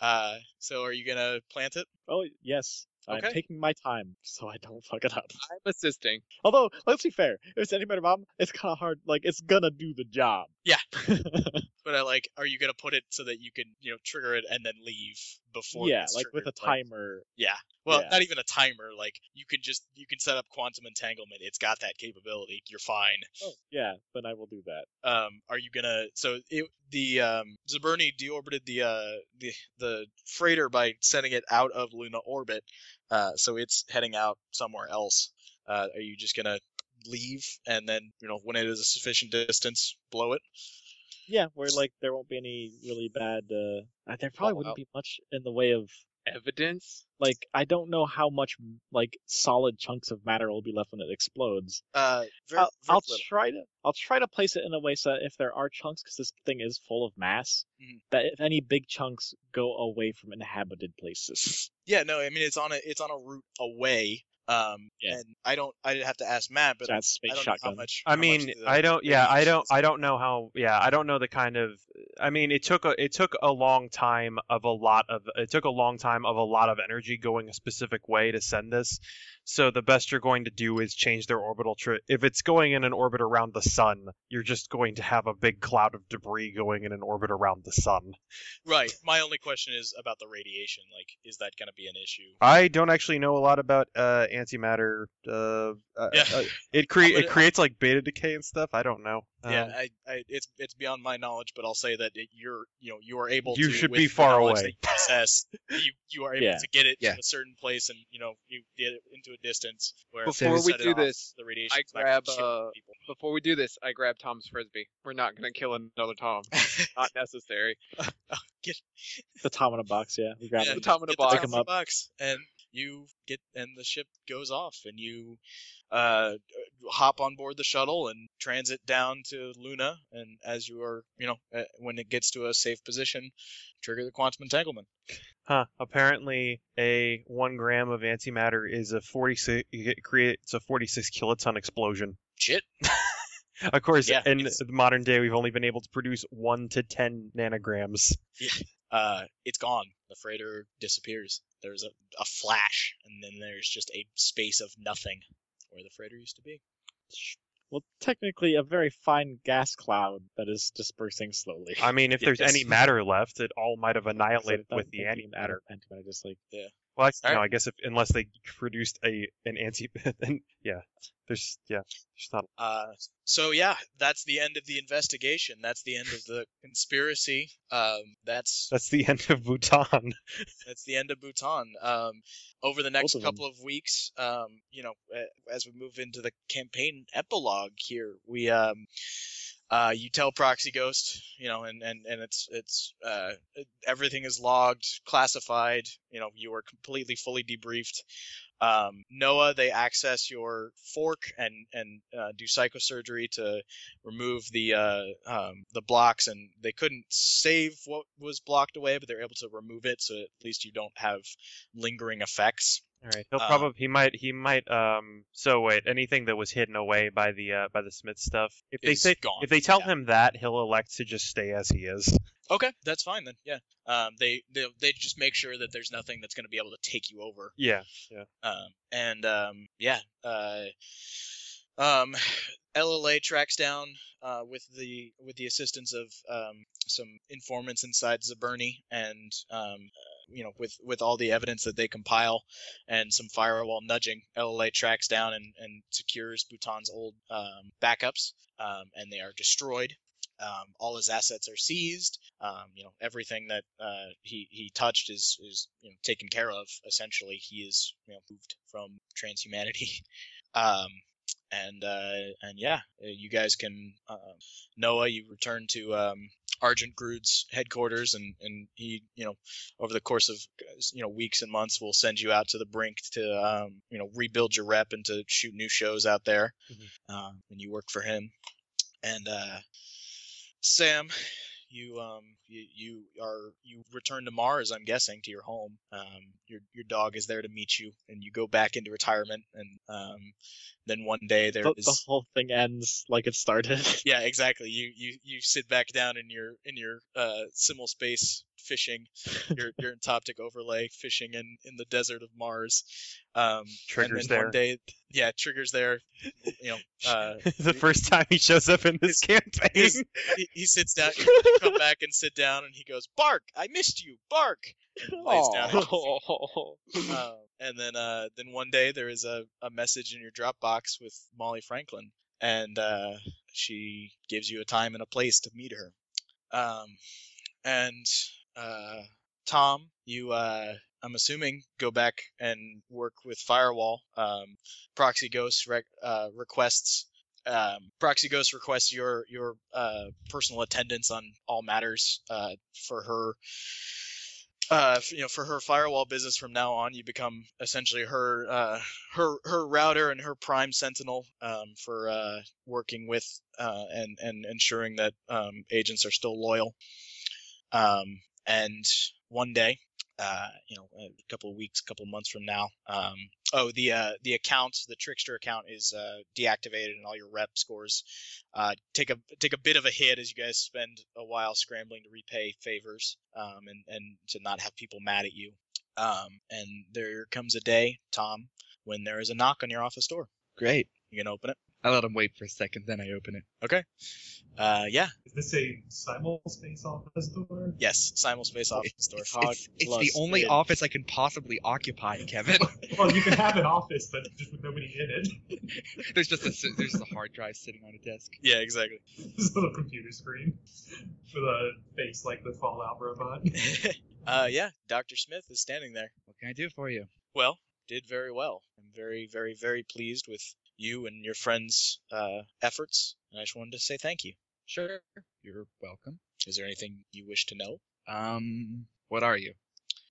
Speaker 2: uh, so are you gonna plant it?
Speaker 6: Oh yes.
Speaker 2: Okay.
Speaker 6: I'm taking my time so I don't fuck it up.
Speaker 5: I'm assisting.
Speaker 6: Although, let's be fair, if it's anybody bomb, it's kind of hard. Like, it's gonna do the job.
Speaker 2: Yeah. But I like, are you gonna put it so that you can you know trigger it and then leave before?
Speaker 6: yeah,
Speaker 2: it's
Speaker 6: like with a
Speaker 2: triggered? Like,
Speaker 6: timer.
Speaker 2: yeah. Well,
Speaker 6: Yeah.
Speaker 2: not even a timer. Like you can just you can set up quantum entanglement. It's got that capability. You're fine.
Speaker 6: Oh, yeah, then I will do that.
Speaker 2: um, are you gonna? So it, the um, Zaberni deorbited the uh, the the freighter by sending it out of Luna orbit, uh, so it's heading out somewhere else. Uh, are you just gonna leave and then you know when it is a sufficient distance, blow it?
Speaker 6: Yeah, where like there won't be any really bad. uh uh, There probably wouldn't
Speaker 5: Fallout.
Speaker 6: be much in the way of
Speaker 5: Evidence.
Speaker 6: like I don't know how much like solid chunks of matter will be left when it explodes.
Speaker 2: Uh, very,
Speaker 6: I'll,
Speaker 2: very
Speaker 6: I'll
Speaker 2: little.
Speaker 6: try to I'll try to place it in a way so that if there are chunks, because this thing is full of mass,
Speaker 2: Mhm.
Speaker 6: that if any big chunks go away from inhabited places.
Speaker 2: yeah, no, I mean it's on a it's on a route away. Um,
Speaker 6: Yeah.
Speaker 2: and I don't I'd have to ask Matt, but
Speaker 6: That's
Speaker 2: I
Speaker 6: space
Speaker 2: don't know
Speaker 6: shotgun.
Speaker 2: how much.
Speaker 7: I
Speaker 2: how much
Speaker 7: mean,
Speaker 2: the-
Speaker 7: I don't.
Speaker 2: the
Speaker 7: Yeah, I
Speaker 2: radius
Speaker 7: don't.
Speaker 2: is.
Speaker 7: I don't know how. Yeah, I don't know the kind of. I mean, it took a. It took a long time of a lot of. It took a long time of a lot of energy going a specific way to send this. So the best you're going to do is change their orbital trip. If it's going in an orbit around the sun, you're just going to have a big cloud of debris going in an orbit around the sun.
Speaker 2: Right. My only question is about the radiation. Like, is that going to be an issue?
Speaker 7: I don't actually know a lot about uh, antimatter. Uh, uh,
Speaker 2: Yeah.
Speaker 7: uh, it cre-
Speaker 2: gonna-
Speaker 7: it creates like beta decay and stuff. I don't know.
Speaker 2: Yeah,
Speaker 7: Um,
Speaker 2: I, I, it's it's beyond my knowledge, but I'll say that it, you're you know you are able.
Speaker 7: You
Speaker 2: to,
Speaker 7: should
Speaker 2: with
Speaker 7: be
Speaker 2: the
Speaker 7: far
Speaker 2: knowledge
Speaker 7: away.
Speaker 2: That you possess, you you are able
Speaker 6: Yeah.
Speaker 2: to get it
Speaker 4: Yeah.
Speaker 2: to a certain place, and you know you get it into a distance where if
Speaker 5: Before
Speaker 2: you
Speaker 5: we
Speaker 2: set it
Speaker 5: do
Speaker 2: off,
Speaker 5: this,
Speaker 2: the radiation.
Speaker 5: I
Speaker 2: is not gonna
Speaker 5: grab,
Speaker 2: kill
Speaker 5: uh,
Speaker 2: people.
Speaker 5: Before we do this, I grab Tom's frisbee. We're not gonna kill another Tom. not necessary.
Speaker 6: The Tom in a box, yeah. We grab
Speaker 2: Yeah,
Speaker 6: him.
Speaker 5: the Tom in a
Speaker 2: Get
Speaker 5: box.
Speaker 2: the top of the box, and you get and the ship goes off and you uh, hop on board the shuttle and transit down to Luna and as you are you know uh, when it gets to a safe position trigger the quantum entanglement
Speaker 1: Huh. Apparently, a one gram of antimatter is a forty-six it creates a forty-six kiloton explosion.
Speaker 2: shit
Speaker 1: Of course,
Speaker 2: Yeah,
Speaker 1: in
Speaker 2: it's-
Speaker 1: the modern day, we've only been able to produce one to ten nanograms.
Speaker 2: uh, it's gone. The freighter disappears. There's a, a flash, and then there's just a space of nothing where the freighter used to be.
Speaker 6: Well, technically, a very fine gas cloud that is dispersing slowly.
Speaker 1: I mean, if there's
Speaker 2: Yes.
Speaker 1: any matter left, it all might have
Speaker 6: So
Speaker 1: annihilated
Speaker 6: that
Speaker 1: with
Speaker 6: would
Speaker 1: the
Speaker 6: be an
Speaker 1: antimatter.
Speaker 6: anti- antimatter, just like
Speaker 1: Well, actually, no,
Speaker 2: Alright.
Speaker 1: I guess if unless they produced a an anti, then yeah, there's yeah, there's not.
Speaker 2: Uh, so yeah, that's the end of the investigation. That's the end of the conspiracy. Um, that's
Speaker 1: That's the end of Bhutan.
Speaker 2: that's the end of Bhutan. Um, over the next
Speaker 6: Both of them.
Speaker 2: couple of weeks, um, you know, uh, as we move into the campaign epilogue here, we um, uh, you tell Proxy Ghost, you know, and and and it's it's uh, everything is logged, classified. You know, you are completely fully debriefed. Um, Noah, they access your fork and and uh, do psychosurgery to remove the uh, um, the blocks, and they couldn't save what was blocked away, but they're able to remove it, so at least you don't have lingering effects.
Speaker 1: All right, he'll
Speaker 2: Uh,
Speaker 1: probably he might he might um. So wait, anything that was hidden away by the uh by the Smith stuff. If they
Speaker 2: Is
Speaker 1: say
Speaker 2: gone,
Speaker 1: if they tell
Speaker 2: yeah.
Speaker 1: him that, he'll elect to just stay as he is.
Speaker 2: Okay, that's fine then. Yeah, um, they they they just make sure that there's nothing that's going to be able to take you over.
Speaker 1: Yeah.
Speaker 2: Um, and um, yeah, uh, um, LLA tracks down uh, with the with the assistance of um, some informants inside Zaberni, and um, uh, you know with with all the evidence that they compile and some firewall nudging, LLA tracks down and, and secures Bhutan's old um, backups, um, and they are destroyed. Um, all his assets are seized. Um, you know everything that uh, he he touched is is you know, taken care of. Essentially, he is you know moved from transhumanity. Um, and uh, and yeah, uh, you guys can uh, Noah. You return to um, Argent Grood's headquarters, and and he you know over the course of you know weeks and months will send you out to the brink to um, you know rebuild your rep and to shoot new shows out there.
Speaker 1: Mhm.
Speaker 6: Mm-hmm.
Speaker 2: Um, and you work for him. And uh, Sam, you um you, you are you return to Mars, I'm guessing, to your home. Um, your your dog is there to meet you, and you go back into retirement, and um, then one day there is
Speaker 6: the, the whole thing ends like it started.
Speaker 2: yeah exactly you you you sit back down in your in your uh simul space fishing your your entoptic overlay fishing in in the desert of mars um and
Speaker 1: Trigger's
Speaker 2: then
Speaker 1: there.
Speaker 2: one day yeah triggers there you know uh
Speaker 1: the first time he shows up in this campaign.
Speaker 2: he's- he, he sits down you come back and sit down and he goes bark i missed you bark and lays down at your feet. Um, and then uh then one day there is a a message in your dropbox with molly franklin and uh she gives you a time and a place to meet her um and uh tom you uh i'm assuming go back and work with firewall um proxy ghost rec- uh requests um, Proxy Ghost requests your your uh, personal attendance on all matters uh, for her. Uh, f- you know, for her firewall business from now on, you become essentially her uh, her her router and her prime sentinel um, for uh, working with uh, and and ensuring that um, agents are still loyal. Um, and one day, uh, you know, a couple of weeks, a couple of months from now, um, Oh, the uh, the account, the trickster account, is uh, deactivated, and all your rep scores uh, take a take a bit of a hit as you guys spend a while scrambling to repay favors um, and and to not have people mad at you. Um, and there comes a day, Tom, when there is a knock on your office door.
Speaker 4: Great.
Speaker 2: You can open it.
Speaker 4: I let him wait for a second, then I open it.
Speaker 2: Okay. Uh, yeah.
Speaker 3: Is this a simul space office door?
Speaker 2: Yes. Simulspace office door. Hog
Speaker 4: it's, it's the
Speaker 2: plus
Speaker 4: only
Speaker 2: mid.
Speaker 4: office I can possibly occupy, Kevin.
Speaker 3: well, you can have an office, but just with nobody in it.
Speaker 4: there's just a s- there's just a hard drive sitting on a desk.
Speaker 2: Yeah. Exactly.
Speaker 3: this little computer screen with a face like the Fallout robot.
Speaker 2: uh, yeah, Dr. Smith is standing there.
Speaker 4: What can I do for you?
Speaker 2: Well, did very well. I'm very, very, very pleased with you and your friend's uh, efforts, and I just wanted to say thank you.
Speaker 4: Sure. You're welcome.
Speaker 2: Is there anything you wish to know?
Speaker 4: Um, what are you?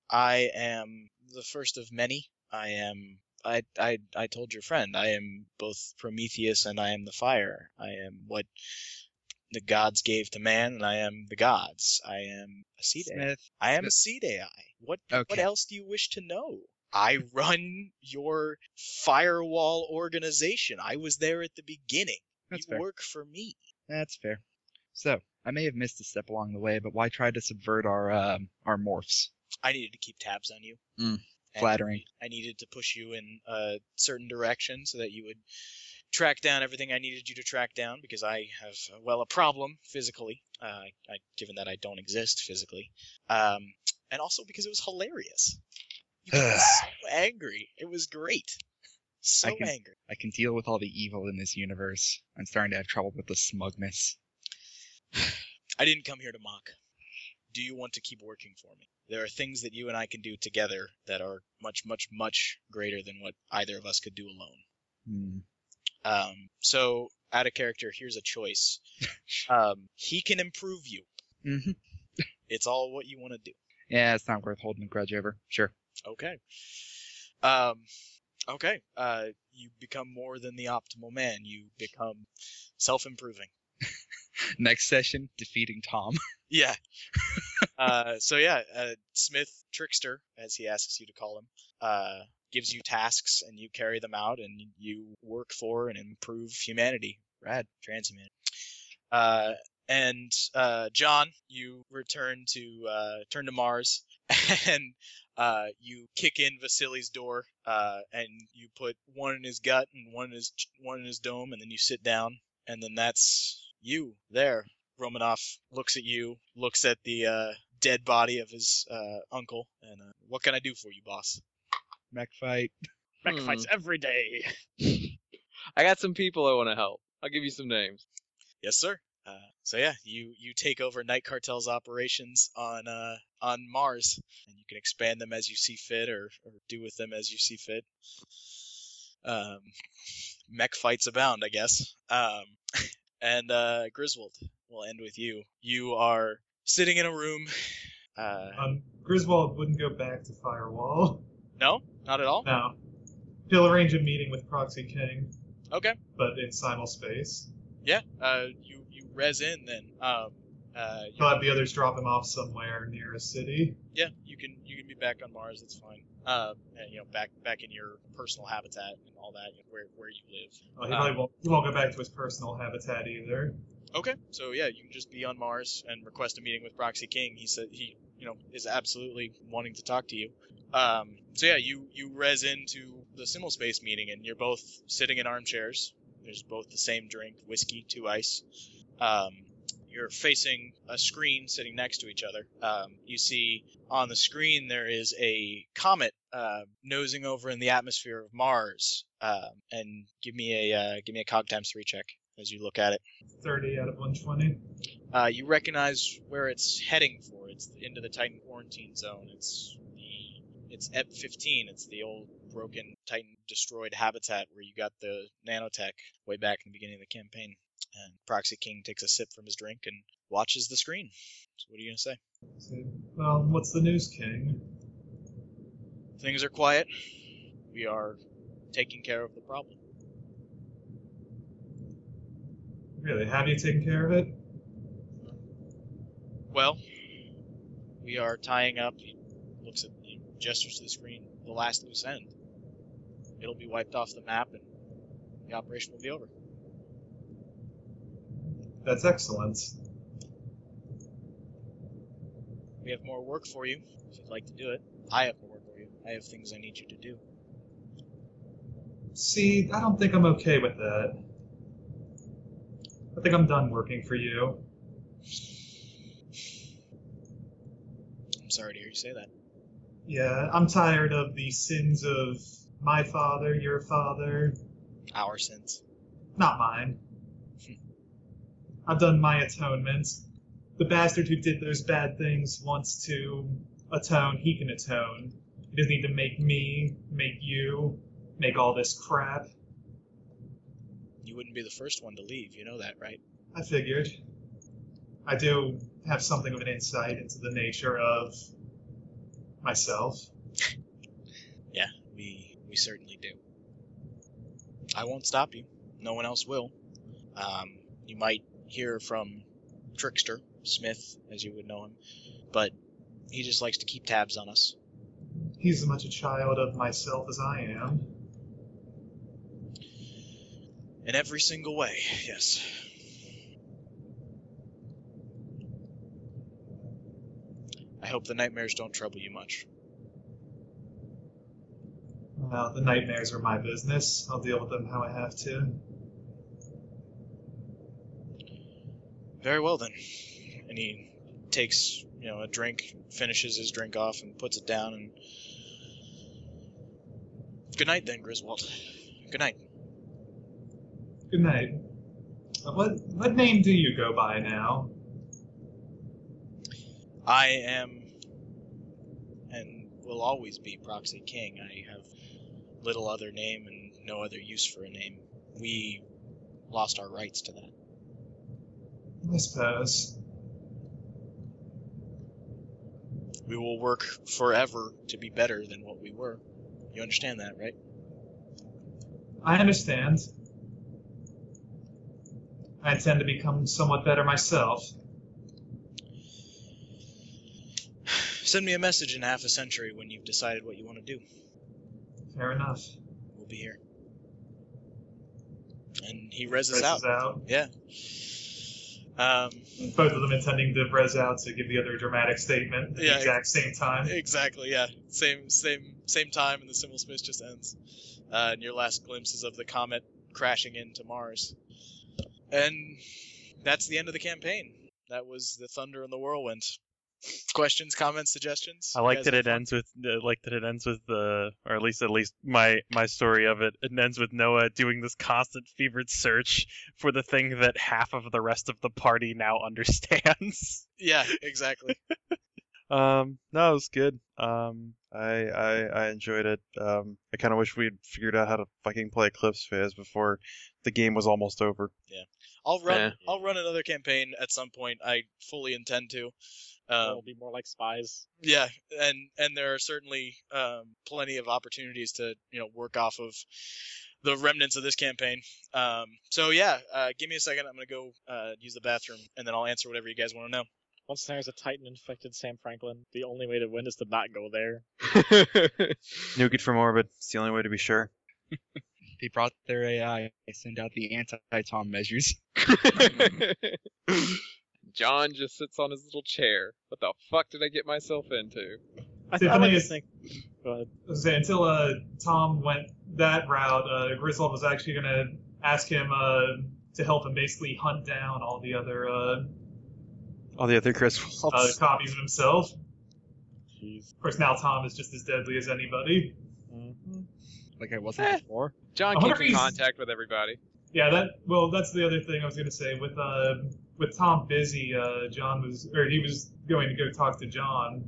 Speaker 2: I am the first of many. I am. I, I, I told your friend I am both Prometheus and I am the fire. I am what the gods gave to man, and I am the gods. I am a sea day.
Speaker 4: Smith.
Speaker 2: I am a seed AI. What what
Speaker 4: Okay.
Speaker 2: else do you wish to know? I run your firewall organization. I was there at the beginning.
Speaker 4: That's
Speaker 2: you
Speaker 4: fair.
Speaker 2: work for me.
Speaker 4: That's fair. So I may have missed a step along the way, but why try to subvert our um, our morphs?
Speaker 2: I needed to keep tabs on you.
Speaker 4: Mm,
Speaker 2: And
Speaker 4: flattering.
Speaker 2: I needed to push you in a certain direction so that you would track down everything I needed you to track down because I have uh, well a problem physically. Uh, I, I, given that I don't exist physically, um, and also because it was hilarious. You got so angry. It was great. So
Speaker 4: can-
Speaker 2: angry.
Speaker 4: I can deal with all the evil in this universe. I'm starting to have trouble with the smugness.
Speaker 2: I didn't come here to mock. Do you want to keep working for me? There are things that you and I can do together that are much, much, much greater than what either of us could do alone.
Speaker 4: Hmm.
Speaker 2: Um, so, out of character, here's a choice. um, he can improve you.
Speaker 4: hmm
Speaker 2: It's all what you want to do.
Speaker 4: Yeah, it's not worth holding a grudge over. Sure.
Speaker 2: Okay. Um, okay. Uh, you become more than the optimal man. You become self-improving.
Speaker 4: Next session, defeating Tom.
Speaker 2: Yeah. uh, so yeah, uh, Smith Trickster, as he asks you to call him, uh, gives you tasks and you carry them out and you work for and improve humanity. Rad, transhuman. Uh, and uh, John, you return to uh, turn to Mars and uh, you kick in Vasili's door uh, and you put one in his gut and one in his one in his dome and then you sit down and then that's you there Romanoff looks at you, looks at the uh, dead body of his uh, uncle, and uh, what can I do for you, boss?
Speaker 4: Mech fight.
Speaker 5: Mech
Speaker 6: Hmm.
Speaker 5: fights
Speaker 6: every day.
Speaker 5: I got some people I want to help. I'll give you some names.
Speaker 2: Yes, sir. Uh, so yeah, you you take over Night Cartel's operations on uh, on Mars, and you can expand them as you see fit, or, or do with them as you see fit. Um, mech fights abound, I guess. Um, and uh, Griswold, we'll end with you. You are sitting in a room. Uh,
Speaker 3: Um, Griswold wouldn't go back to Firewall.
Speaker 2: no, not at all.
Speaker 3: No. He'll arrange a meeting with Proxy King,
Speaker 2: Okay.
Speaker 3: but in simul space.
Speaker 2: Yeah, uh, you you res in then. Um, uh, you-
Speaker 3: He'll have the others drop him off somewhere near a city.
Speaker 2: yeah, you can you can be back on Mars. That's fine. Uh, and, you know, back back in your personal habitat and all that, you know, where where you live.
Speaker 3: Uh, he
Speaker 2: Ah.
Speaker 3: probably won't, he won't go back to his personal habitat either.
Speaker 2: Okay, so yeah, you can just be on Mars and request a meeting with Proxy King. He said he you know is absolutely wanting to talk to you. Um, so yeah, you you res into the Simul Space meeting, and you're both sitting in armchairs. There's both the same drink, whiskey, two ice. Um, you're facing a screen sitting next to each other. Um, you see on the screen there is a comet uh, nosing over in the atmosphere of Mars. Um, and give me a uh, give me a cog times three check as you look at it.
Speaker 3: 30 out of 120.
Speaker 2: Uh, you recognize where it's heading for. It's into the Titan quarantine zone. It's the it's EP 15. It's the old broken Titan destroyed habitat where you got the nanotech way back in the beginning of the campaign. And Proxy King takes a sip from his drink and watches the screen. So what are you gonna say?
Speaker 3: So, well, what's the news, King?
Speaker 2: Things are quiet. We are taking care of the problem.
Speaker 3: Really, have you taken care of it?
Speaker 2: Well, we are tying up. He looks at he gestures to the screen. The last loose end. It'll be wiped off the map, and the operation will be over.
Speaker 3: That's excellent.
Speaker 2: We have more work for you if you'd like to do it. I have more work for you. I have things I need you to do.
Speaker 3: See, I don't think I'm okay with that. I think I'm done working for you.
Speaker 2: I'm sorry to hear you say that.
Speaker 3: Yeah, I'm tired of the sins of my father, your father,
Speaker 2: Our sins.
Speaker 3: not mine. I've done my atonement. The bastard who did those bad things wants to atone, he can atone. He doesn't need to make me, make you, make all this crap.
Speaker 2: You wouldn't be the first one to leave. You know that, right?
Speaker 3: I figured. I do have something of an insight into the nature of myself.
Speaker 2: Yeah. We We certainly do. I won't stop you. No one else will. Um, you might hear from Trickster Smith, as you would know him, but he just likes to keep tabs on us.
Speaker 3: He's as much a child of myself as I am.
Speaker 2: In every single way, yes. I hope the nightmares don't trouble you much.
Speaker 3: Well, the nightmares are my business. I'll deal with them how I have to.
Speaker 2: Very well then. And he takes, you know, a drink, finishes his drink off, and puts it down. And good night then, Griswold. Good night.
Speaker 3: Good night. Uh, What what name do you go by now?
Speaker 2: I am, and will always be Proxy King. I have little other name and no other use for a name. We lost our rights to that.
Speaker 3: I suppose.
Speaker 2: We will work forever to be better than what we were. You understand that, right?
Speaker 3: I understand. I intend to become somewhat better myself.
Speaker 2: Send me a message in half a century when you've decided what you want to do.
Speaker 3: Fair enough.
Speaker 2: We'll be here. And he reses
Speaker 3: Res
Speaker 2: out.
Speaker 3: is out.
Speaker 2: Yeah. Um,
Speaker 3: Both of them intending to res out to give the other a dramatic statement at
Speaker 2: Yeah,
Speaker 3: the exact same time.
Speaker 2: exactly. Yeah. Same. Same. Same time, and the symbol smith just ends. Uh, and your last glimpses of the comet crashing into Mars. And that's the end of the campaign. That was the thunder and the whirlwind. Questions, comments, suggestions.
Speaker 1: I
Speaker 2: You
Speaker 1: like
Speaker 2: guys
Speaker 1: that
Speaker 2: have
Speaker 1: it ends with I like that it ends with the or at least at least my my story of it. It ends with Noah doing this constant fevered search for the thing that half of the rest of the party now understands.
Speaker 2: Yeah, exactly.
Speaker 1: Um, no, it was good. Um, I I, I enjoyed it. Um, I kind of wish we'd figured out how to fucking play Eclipse Phase before the game was almost over.
Speaker 2: I'll run.
Speaker 5: Yeah.
Speaker 2: I'll run another campaign at some point. I fully intend to. Um,
Speaker 6: It'll be more like spies.
Speaker 2: yeah, and and there are certainly um, plenty of opportunities to you know work off of the remnants of this campaign. Um, so yeah, uh, give me a second. I'm gonna go uh, use the bathroom, and then I'll answer whatever you guys want to know.
Speaker 6: Once there's a Titan infected Sam Franklin, the only way to win is to not go there.
Speaker 1: Nuke it from orbit. It's the only way to be sure.
Speaker 4: They brought their AI. They send out the anti-Tom measures.
Speaker 5: John just sits on his little chair. What the fuck did I get myself into?
Speaker 6: I,
Speaker 3: See,
Speaker 6: I
Speaker 3: the
Speaker 6: like
Speaker 3: thing
Speaker 6: to
Speaker 3: is-
Speaker 6: think. Go ahead.
Speaker 3: I was saying, until uh, Tom went that route, uh, Griswold was actually going to ask him uh, to help him basically hunt down all the other uh,
Speaker 1: All the other Chris
Speaker 3: uh, copies of himself.
Speaker 6: Jeez.
Speaker 3: Of course, now Tom is just as deadly as anybody.
Speaker 4: Like I wasn't before.
Speaker 5: John
Speaker 3: I wonder
Speaker 5: keeps
Speaker 3: if
Speaker 5: in
Speaker 3: he's-
Speaker 5: contact with everybody.
Speaker 3: Yeah, that. Well, that's the other thing I was going to say. With uh, with Tom busy, uh, John was, or he was going to go talk to John.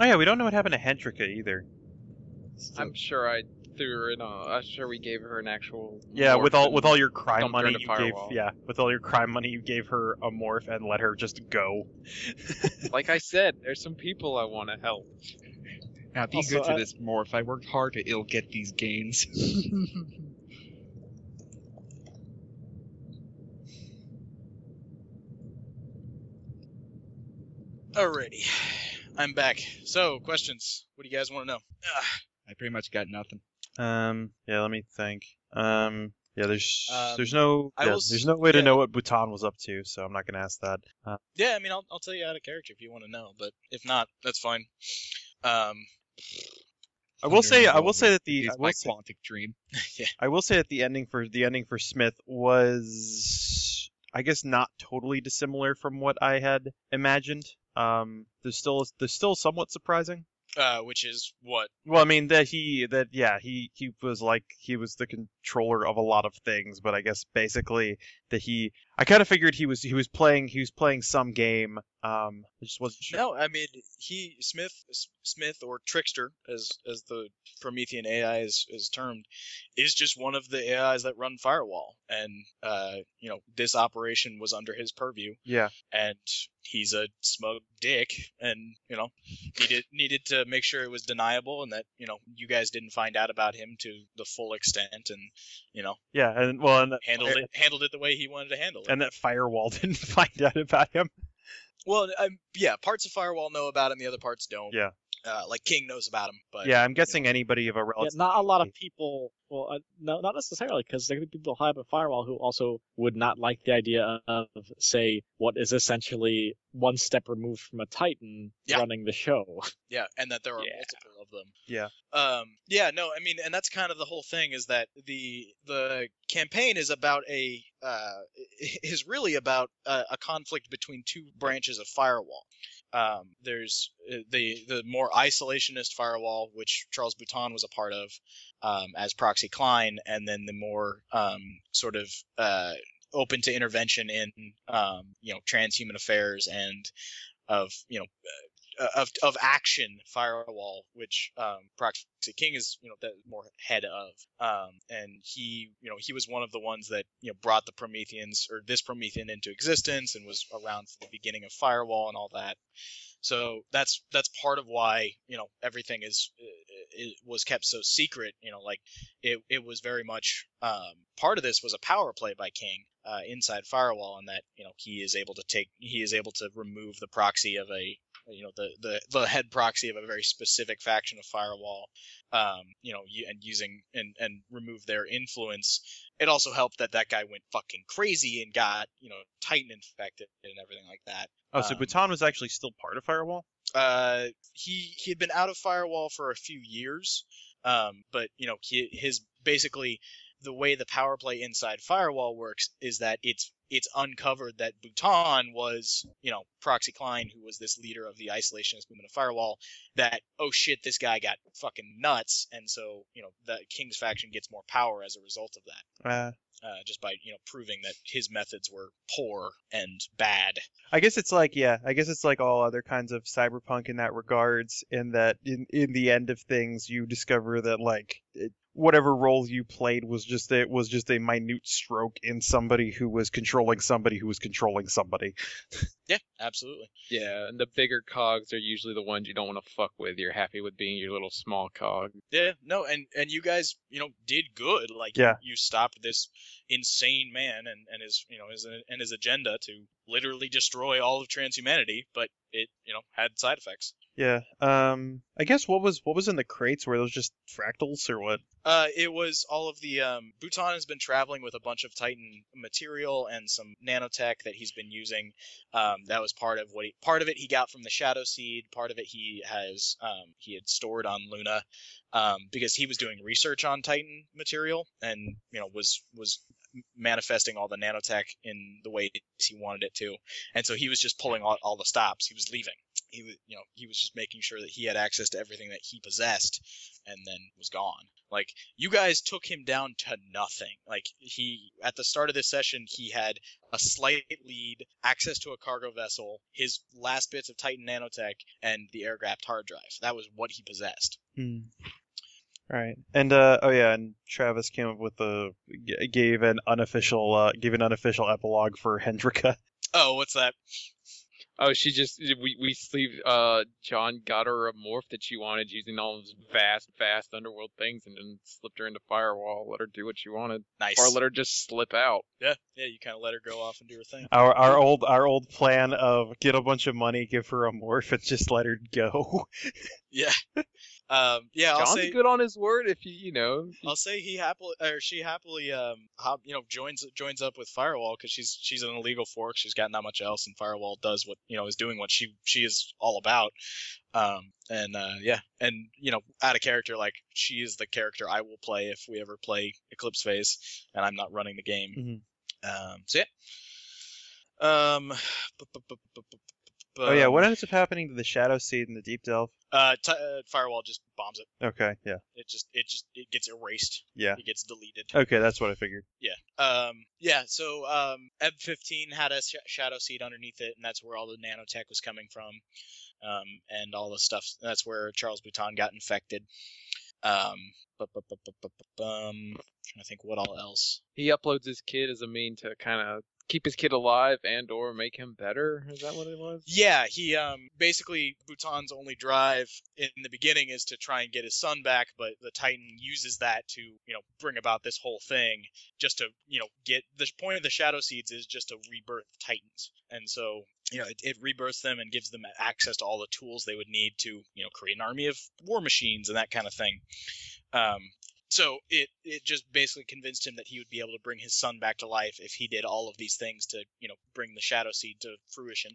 Speaker 1: Oh yeah, we don't know what happened to Hendrika either.
Speaker 5: I'm sure I threw her in. A, I'm sure we gave her an actual.
Speaker 1: Yeah, with
Speaker 5: morph
Speaker 1: all
Speaker 5: and-
Speaker 1: with all your crime
Speaker 5: dumped her
Speaker 1: money
Speaker 5: in a
Speaker 1: you
Speaker 5: firewall.
Speaker 1: gave yeah, with all your crime money you gave her a morph and let her just go.
Speaker 5: Like I said, there's some people I want to help.
Speaker 4: Now be
Speaker 6: Also,
Speaker 4: good for
Speaker 6: I-
Speaker 4: this more. If I worked hard, it'll get these gains.
Speaker 2: Alrighty, I'm back. So questions. What do you guys want to know? Ugh.
Speaker 4: I pretty much got nothing.
Speaker 1: Um yeah, let me think. Um yeah, there's
Speaker 2: Um,
Speaker 1: there's no
Speaker 2: I
Speaker 1: yeah,
Speaker 2: will s-
Speaker 1: there's no way
Speaker 2: yeah.
Speaker 1: to know what Bhutan was up to, so I'm not gonna ask that. Uh,
Speaker 2: Yeah, I mean, I'll, I'll tell you out of character if you want to know, but if not, that's fine. Um,
Speaker 1: I will say I will
Speaker 4: Underworld
Speaker 1: say that the
Speaker 4: is
Speaker 1: I
Speaker 4: my
Speaker 1: will say,
Speaker 4: quantic dream.
Speaker 1: I will say that the ending for the ending for Smith was I guess not totally dissimilar from what I had imagined. Um there's still there's still somewhat surprising.
Speaker 2: uh, which is what?
Speaker 1: Well, I mean that he that yeah he he was like he was the controller of a lot of things, but I guess basically that he I kind of figured he was he was playing he was playing some game Um, I just wasn't sure.
Speaker 2: No, I mean he Smith S- Smith or Trickster as as the Promethean AI is, is termed is just one of the AIs that run Firewall, and uh, you know this operation was under his purview,
Speaker 1: Yeah.
Speaker 2: and he's a smug dick, and you know needed needed to make sure it was deniable and that you know you guys didn't find out about him to the full extent, and you know
Speaker 1: Yeah, and well, and that,
Speaker 2: handled it handled it the way he wanted to handle it.
Speaker 1: and that firewall didn't find out about him.
Speaker 2: Well, i yeah, parts of Firewall know about him, the other parts don't.
Speaker 1: Yeah.
Speaker 2: Uh, like King knows about him, but
Speaker 1: yeah, I'm guessing anybody of a
Speaker 6: Yeah,
Speaker 1: relative.
Speaker 6: not a lot of people. Well, uh, no, not necessarily, because there could be people high up in firewall who also would not like the idea of, say, what is essentially one step removed from a Titan
Speaker 2: Yeah.
Speaker 6: running the show.
Speaker 2: yeah, and that there are
Speaker 6: Yeah.
Speaker 2: multiple of them.
Speaker 1: Yeah.
Speaker 2: Um. Yeah. No. I mean, and that's kind of the whole thing is that the the campaign is about a uh is really about a, a conflict between two branches of firewall. Um. There's uh, the the more isolationist firewall, which Charles Bouton was a part of, um, as Proxy Klein, and then the more um sort of uh open to intervention in um you know transhuman affairs and of you know uh, of of action firewall, which um, Proxy King is you know that more head of, um, and he you know he was one of the ones that you know brought the Prometheans or this Promethean into existence and was around for the beginning of firewall and all that. So that's that's part of why you know everything is uh, it was kept so secret. You know, like it it was very much um, part of this was a power play by King uh, inside firewall, and that you know he is able to take he is able to remove the proxy of a you know the the, the head proxy of a very specific faction of firewall um you know you- and using and and remove their influence it also helped that that guy went fucking crazy and got you know titan infected and everything like that
Speaker 1: oh, so
Speaker 2: um,
Speaker 1: Bhutan was actually still part of firewall.
Speaker 2: uh he he had been out of firewall for a few years um but you know he, his basically the way the power play inside firewall works is that it's it's uncovered that Bhutan was, you know, Proxy Klein, who was this leader of the isolationist movement of Firewall, that oh shit, this guy got fucking nuts, and so you know the King's faction gets more power as a result of that,
Speaker 1: Uh,
Speaker 2: uh, just by you know proving that his methods were poor and bad.
Speaker 1: I guess it's like yeah, I guess it's like all other kinds of cyberpunk in that regards, in that in in the end of things, you discover that like it, whatever role you played was just a, was just a minute stroke in somebody who was controlling somebody who was controlling somebody.
Speaker 2: Yeah, absolutely.
Speaker 5: Yeah, and the bigger cogs are usually the ones you don't want to fuck with. You're happy with being your little small cog.
Speaker 2: Yeah, no, and and you guys, you know, did good. Like,
Speaker 1: Yeah.
Speaker 2: you, you stopped this insane man and and his, you know, his and his agenda to literally destroy all of transhumanity, but it, you know, had side effects.
Speaker 1: Yeah. Um. I guess what was what was in the crates were those just fractals or what?
Speaker 2: Uh, it was all of the um, Bhutan has been traveling with a bunch of Titan material and some nanotech that he's been using. Um, that was part of what he part of it he got from the Shadow Seed. Part of it he has um, he had stored on Luna um, because he was doing research on Titan material and you know was was manifesting all the nanotech in the way he wanted it to. And so he was just pulling all, all the stops. He was leaving. He was you know he was just making sure that he had access to everything that he possessed and then was gone. Like you guys took him down to nothing. Like he at the start of this session he had a slight lead, access to a cargo vessel, his last bits of Titan nanotech, and the air grapped hard drive. That was what he possessed.
Speaker 1: Hmm. All right. And uh, oh yeah, and Travis came up with the g- gave an unofficial uh, gave an unofficial epilogue for Hendrika.
Speaker 2: Oh, what's that?
Speaker 5: Oh, she just we we sleeve uh John got her a morph that she wanted using all those vast, vast underworld things and then slipped her into firewall, let her do what she wanted.
Speaker 2: Nice.
Speaker 5: Or let her just slip out.
Speaker 2: yeah, yeah. You kind of let her go off and do her thing.
Speaker 1: Our our old our old plan of get a bunch of money, give her a morph, and just let her go.
Speaker 2: Yeah. Um, yeah. I'll
Speaker 5: John's
Speaker 2: say,
Speaker 5: good on his word if you you know
Speaker 2: I'll say he happily or she happily um hop, you know joins joins up with Firewall because she's she's an illegal fork. She's got not much else, and Firewall does what you know is doing what she she is all about. Um and uh yeah, and you know out of character like she is the character I will play if we ever play Eclipse Phase, and I'm not running the
Speaker 7: Mm-hmm.
Speaker 2: game. Um so yeah. Um bu- bu- bu- bu- bu- bu- But,
Speaker 7: oh yeah, what
Speaker 2: um,
Speaker 7: ends up happening to the Shadow Seed in the Deep Delve?
Speaker 2: Uh, t- uh, firewall just bombs it.
Speaker 7: Okay, yeah,
Speaker 2: It just it just it gets erased.
Speaker 7: yeah.
Speaker 2: It gets deleted.
Speaker 7: Okay, that's what I figured.
Speaker 2: Um, yeah, so um, Ebb 15 had a sh- shadow seed underneath it, and that's where all the nanotech was coming from, um, and all the stuff. and that's where Charles Bouton got infected. Um, bu- bu- bu- bu- bu- bu- bum. trying to think what all else.
Speaker 5: He uploads his kid as a mean to kind of keep his kid alive and or make him better. Is that what it was?
Speaker 2: Yeah, he um, basically Bouton's only drive in the beginning is to try and get his son back, but the Titan uses that to you know bring about this whole thing just to you know get the point of the Shadow Seeds is just to rebirth Titans, and so you know it, it rebirths them and gives them access to all the tools they would need to you know create an army of war machines and that kind of thing. Um, so it it just basically convinced him that he would be able to bring his son back to life if he did all of these things to you know bring the Shadow Seed to fruition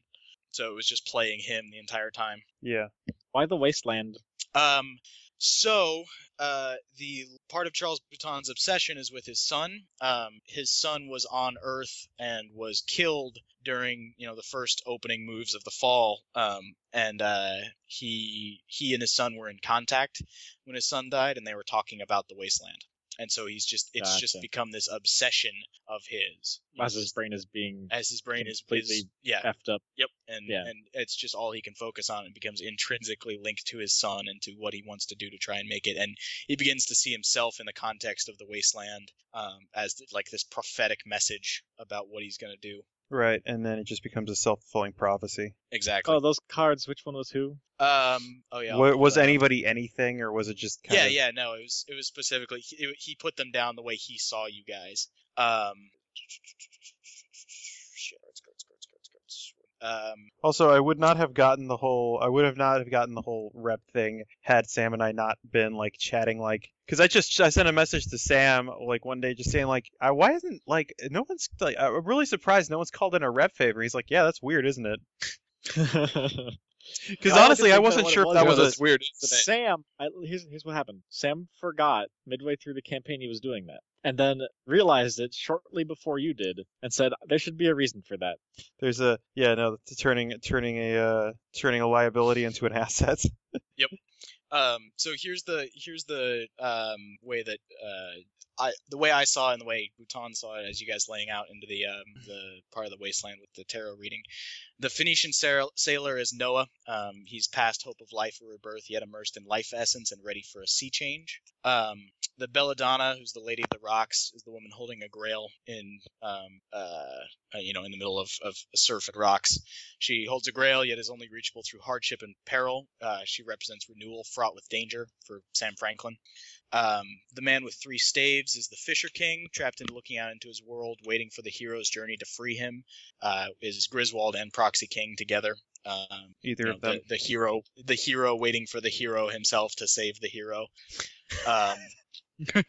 Speaker 2: so it was just playing him the entire time.
Speaker 7: Yeah.
Speaker 6: Why the wasteland?
Speaker 2: Um, so uh, the part of Charles Bouton's obsession is with his son. Um, his son was on Earth and was killed during you know the first opening moves of the fall. Um, and uh, he he and his son were in contact when his son died, and they were talking about the wasteland. And so he's just it's just
Speaker 6: Gotcha.
Speaker 2: become this obsession of his
Speaker 6: As his brain is being
Speaker 2: as his brain is
Speaker 6: Completely
Speaker 2: is- yeah
Speaker 6: effed up.
Speaker 2: Yep. And
Speaker 6: Yeah.
Speaker 2: and it's just all he can focus on. It becomes intrinsically linked to his son and to what he wants to do to try and make it. And he begins to see himself in the context of the wasteland um, as like this prophetic message about what he's going to do.
Speaker 7: Right, and then it just becomes a self-fulfilling prophecy.
Speaker 2: Exactly.
Speaker 6: Oh, those cards. Which one was who?
Speaker 2: Um. Oh yeah. I'll
Speaker 7: Wa-
Speaker 2: pull
Speaker 7: was
Speaker 2: that up.
Speaker 7: anybody anything, or was it just kind
Speaker 2: Yeah.
Speaker 7: of?
Speaker 2: Yeah. No. It was. It was specifically. He, it- he put them down the way he saw you guys. Um. Shit. Cards. Cards. Cards. Cards. Cards. Um.
Speaker 7: Also, I would not have gotten the whole. I would have not have gotten the whole rep thing had Sam and I not been like chatting like. Because I just I sent a message to Sam like one day just saying like I, why isn't like no one's like I'm really surprised no one's called in a rep favor. He's like yeah that's weird isn't it? Because
Speaker 6: No, I
Speaker 7: honestly I
Speaker 6: just looked at
Speaker 7: wasn't
Speaker 6: what it
Speaker 7: sure
Speaker 6: was.
Speaker 7: if that
Speaker 6: Yeah,
Speaker 7: was a
Speaker 5: that's weird. Isn't it?
Speaker 6: Sam, I, here's here's what happened. Sam forgot midway through the campaign he was doing that, and then realized it shortly before you did, and said there should be a reason for that.
Speaker 7: There's a yeah no t- turning turning a uh, turning a liability into an asset.
Speaker 2: um so here's the here's the um way that uh i the way i saw it and the way bhutan saw it as you guys laying out into the um the part of the wasteland with the tarot reading the phoenician sail- sailor is noah um he's past hope of life or rebirth yet immersed in life essence and ready for a sea change um the belladonna who's the lady of the rocks is the woman holding a grail in um uh uh, you know, in the middle of, of surf and rocks. She holds a grail, yet is only reachable through hardship and peril. Uh, she represents renewal fraught with danger for Sam Franklin. Um, the man with three staves is the Fisher King, trapped in looking out into his world, waiting for the hero's journey to free him. Uh, is Griswold and Proxy King together? Um,
Speaker 7: Either
Speaker 2: you
Speaker 7: of
Speaker 2: know,
Speaker 7: them.
Speaker 2: the, the hero, the hero waiting for the hero himself to save the hero. Um,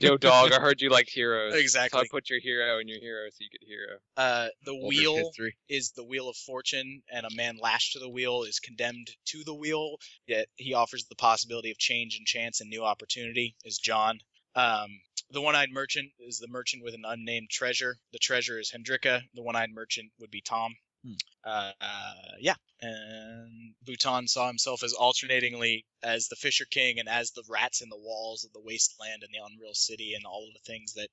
Speaker 5: Yo, dog, I heard you liked heroes. So I
Speaker 2: Exactly.
Speaker 5: put your hero in your hero so you could hero.
Speaker 2: uh, the
Speaker 4: Altered
Speaker 2: wheel
Speaker 4: history.
Speaker 2: is the wheel of fortune, and a man lashed to the wheel is condemned to the wheel. Yet he offers the possibility of change and chance and new opportunity. Is John? Um, the one-eyed merchant is the merchant with an unnamed treasure. The treasure is Hendrika. The one-eyed merchant would be Tom. Uh, uh, yeah, and Bhutan saw himself as alternatingly as the Fisher King and as the rats in the walls of the wasteland and the Unreal City and all of the things that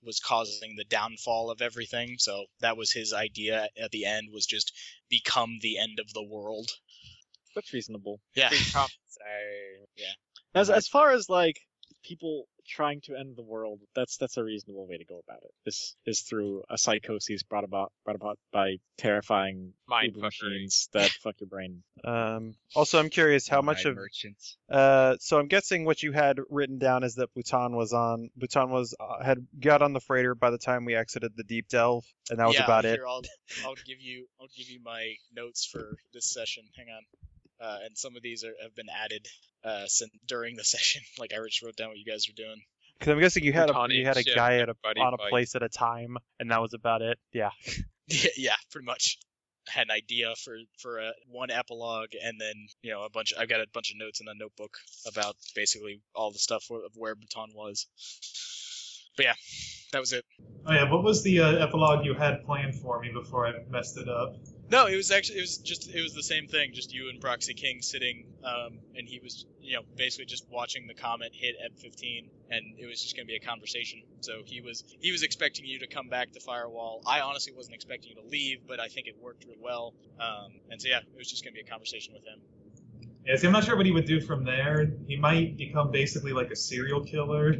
Speaker 2: was causing the downfall of everything. So that was his idea at the end was just become the end of the world.
Speaker 6: That's reasonable.
Speaker 2: Yeah.
Speaker 6: As as far as like people trying to end the world, that's that's a reasonable way to go about it. This is through a psychosis brought about brought about by terrifying
Speaker 5: Mind
Speaker 6: evil
Speaker 5: fuckery.
Speaker 6: machines that fuck your brain.
Speaker 7: Um, also, I'm curious how much
Speaker 4: Allied
Speaker 7: of
Speaker 4: merchants?
Speaker 7: Uh, so I'm guessing what you had written down is that Bhutan was on Bhutan was uh, had got on the freighter by the time we exited the deep delve, and that was
Speaker 2: Yeah,
Speaker 7: about it.
Speaker 2: here, I'll, I'll give you I'll give you my notes for this session. Hang on. Uh, and some of these are, have been added uh, since during the session. Like I just wrote down what you guys were doing.
Speaker 7: Because I'm guessing you had a
Speaker 5: Bhutan
Speaker 7: you had a
Speaker 5: shipped
Speaker 7: guy at a,
Speaker 5: everybody
Speaker 7: on a
Speaker 5: by-
Speaker 7: place at a time, and that was about it. Yeah.
Speaker 2: Yeah, yeah, pretty much. I had an idea for for a, one epilogue, and then you know a bunch. I've got a bunch of notes in a notebook about basically all the stuff where- of where Baton was. But yeah, that was it.
Speaker 3: Oh yeah, what was the uh, epilogue you had planned for me before I messed it up?
Speaker 2: No, it was actually it was just it was the same thing. Just you and Proxy King sitting, um, and he was you know basically just watching the comet hit at 15, and it was just going to be a conversation. So he was he was expecting you to come back to Firewall. I honestly wasn't expecting you to leave, but I think it worked real well. Um, and so yeah, it was just going to be a conversation with him.
Speaker 3: Yeah, see, I'm not sure what he would do from there. He might become basically like a serial killer,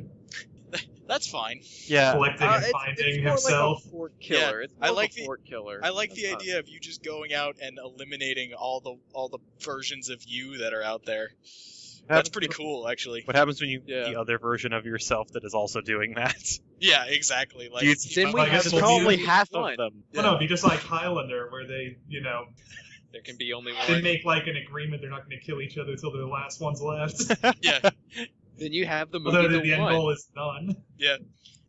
Speaker 2: That's fine.
Speaker 1: Yeah.
Speaker 3: collecting
Speaker 5: Uh,
Speaker 3: and
Speaker 5: it's,
Speaker 3: finding
Speaker 5: it's more
Speaker 3: himself.
Speaker 5: like a fort killer. it's more
Speaker 2: I
Speaker 5: of a
Speaker 2: like the-
Speaker 5: fort killer.
Speaker 2: I like the
Speaker 5: That's not-
Speaker 2: idea of you just going out and eliminating all the all the versions of you that are out there. That's pretty cool, actually.
Speaker 1: What happens when you
Speaker 5: Yeah.
Speaker 1: the other version of yourself that is also doing that?
Speaker 2: Yeah, exactly. Like
Speaker 1: Dude,
Speaker 2: he
Speaker 4: Then
Speaker 2: might-
Speaker 4: we
Speaker 3: I guess
Speaker 4: have
Speaker 3: we'll
Speaker 4: probably
Speaker 5: do
Speaker 4: half
Speaker 5: one.
Speaker 4: of them.
Speaker 3: Well, no, it'd be just like Highlander, where they, you know,
Speaker 5: There can be only
Speaker 3: they
Speaker 5: one.
Speaker 3: make like an agreement they're not going to kill each other until the last one's left.
Speaker 2: yeah,
Speaker 5: Then you have the movie
Speaker 3: Although the,
Speaker 5: the,
Speaker 3: the end
Speaker 5: one.
Speaker 3: goal is none.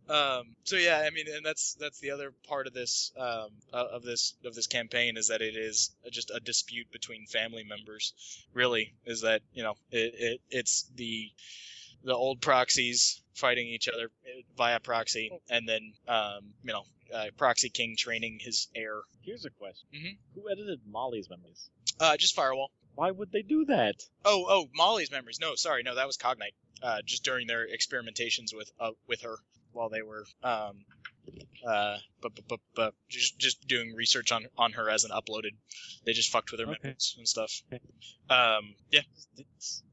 Speaker 2: um, so yeah, I mean, and that's that's the other part of this um, uh, of this of this campaign is that it is just a dispute between family members. Really, is that you know it, it it's the the old proxies fighting each other via proxy, and then um, you know uh, Proxy King training his heir.
Speaker 6: Here's a question:
Speaker 2: Mhm.
Speaker 4: Mm-hmm.
Speaker 6: Who edited Molly's memories?
Speaker 2: Uh, just firewall.
Speaker 6: Why would they do that?
Speaker 2: Oh, oh, Molly's memories. No, sorry, no, that was Cognite. Uh, just during their experimentations with uh, with her while they were um, uh, bu- bu- bu- bu- just just doing research on on her as an uploaded. They just fucked with her
Speaker 1: Okay.
Speaker 2: memories and stuff.
Speaker 1: Okay.
Speaker 2: Um, yeah,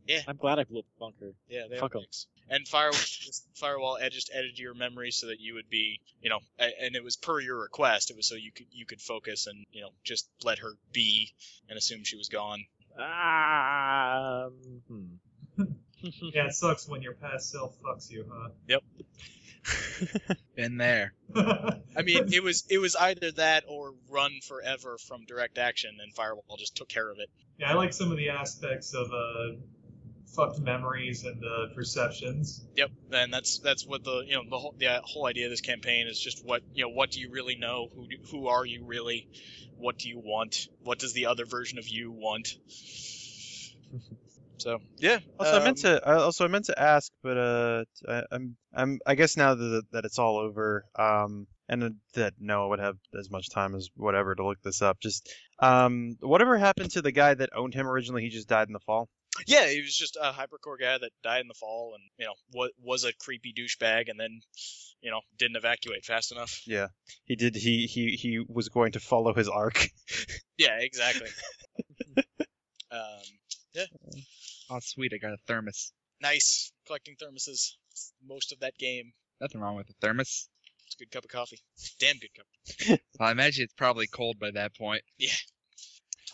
Speaker 2: Yeah.
Speaker 6: I'm glad I blew up the bunker.
Speaker 2: yeah, they
Speaker 6: Fuck
Speaker 2: are
Speaker 6: 'em.
Speaker 2: dicks. And firewall, just, firewall ed just edited your memory so that you would be, you know, a- and it was per your request. It was so you could you could focus and you know just let her be and assume she was gone.
Speaker 6: Um, hmm.
Speaker 3: Yeah, it sucks when your past self fucks you,
Speaker 4: Been there.
Speaker 3: huh?
Speaker 2: I mean, it was it was either that or run forever from direct action, and Firewall just took care of it.
Speaker 3: yeah, I like some of the aspects of uh, fucked memories and uh, perceptions.
Speaker 2: Yep, and that's that's what the you know the whole the whole idea of this campaign is just what you know what do you really know who do, who are you really, what do you want, what does the other version of you want. So yeah,
Speaker 1: Also, I
Speaker 2: um,
Speaker 1: meant to. I also, I meant to ask, but uh, I, I'm, I'm. I guess now that that it's all over, um, and that- that Noah would have as much time as whatever to look this up. Just, um, whatever happened to the guy that owned him originally? He just died in the fall.
Speaker 2: Yeah, he was just a hypercore guy that died in the fall, and you know was was a creepy douchebag, and then you know didn't evacuate fast enough.
Speaker 1: He did. He he he was going to follow his arc.
Speaker 2: Yeah, exactly. um, yeah.
Speaker 4: Oh, sweet. I got a thermos.
Speaker 2: Nice. Collecting thermoses. It's most of that game.
Speaker 4: Nothing wrong with a thermos.
Speaker 2: It's a good cup of coffee. Damn good cup.
Speaker 4: Well, I imagine it's probably cold by that point.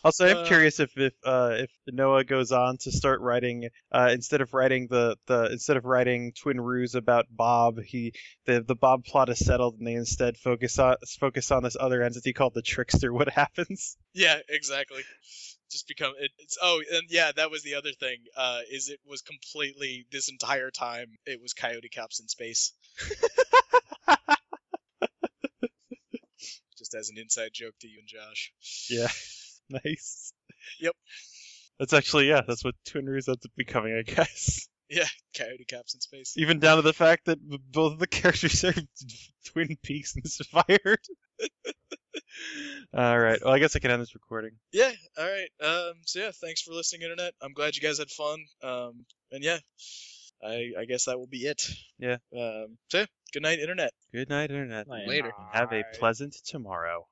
Speaker 1: Also, I'm
Speaker 2: Uh,
Speaker 1: curious if if uh, if Noah goes on to start writing uh, instead of writing the, the instead of writing Twin Ruse about Bob, he the the Bob plot is settled and they instead focus on focus on this other entity called the Trickster. What happens?
Speaker 2: Yeah, exactly. Just become it, it's oh and yeah that was the other thing uh is it was completely this entire time it was coyote cops in space. Just as an inside joke to you and Josh.
Speaker 1: Yeah. Nice.
Speaker 2: Yep.
Speaker 1: That's actually yeah. That's what Twin Ruse ends up becoming, I guess.
Speaker 2: Coyote cops in space.
Speaker 1: Even down to the fact that b- both of the characters are Twin Peaks inspired. All right. Well, I guess I can end this recording.
Speaker 2: Yeah. All right. Um. So yeah, thanks for listening, Internet. I'm glad you guys had fun. Um. And yeah, I I guess that will be it.
Speaker 1: Yeah.
Speaker 2: Um. So yeah, good night, Internet.
Speaker 1: Good night, Internet.
Speaker 6: Nice.
Speaker 4: Later.
Speaker 1: Have a pleasant tomorrow.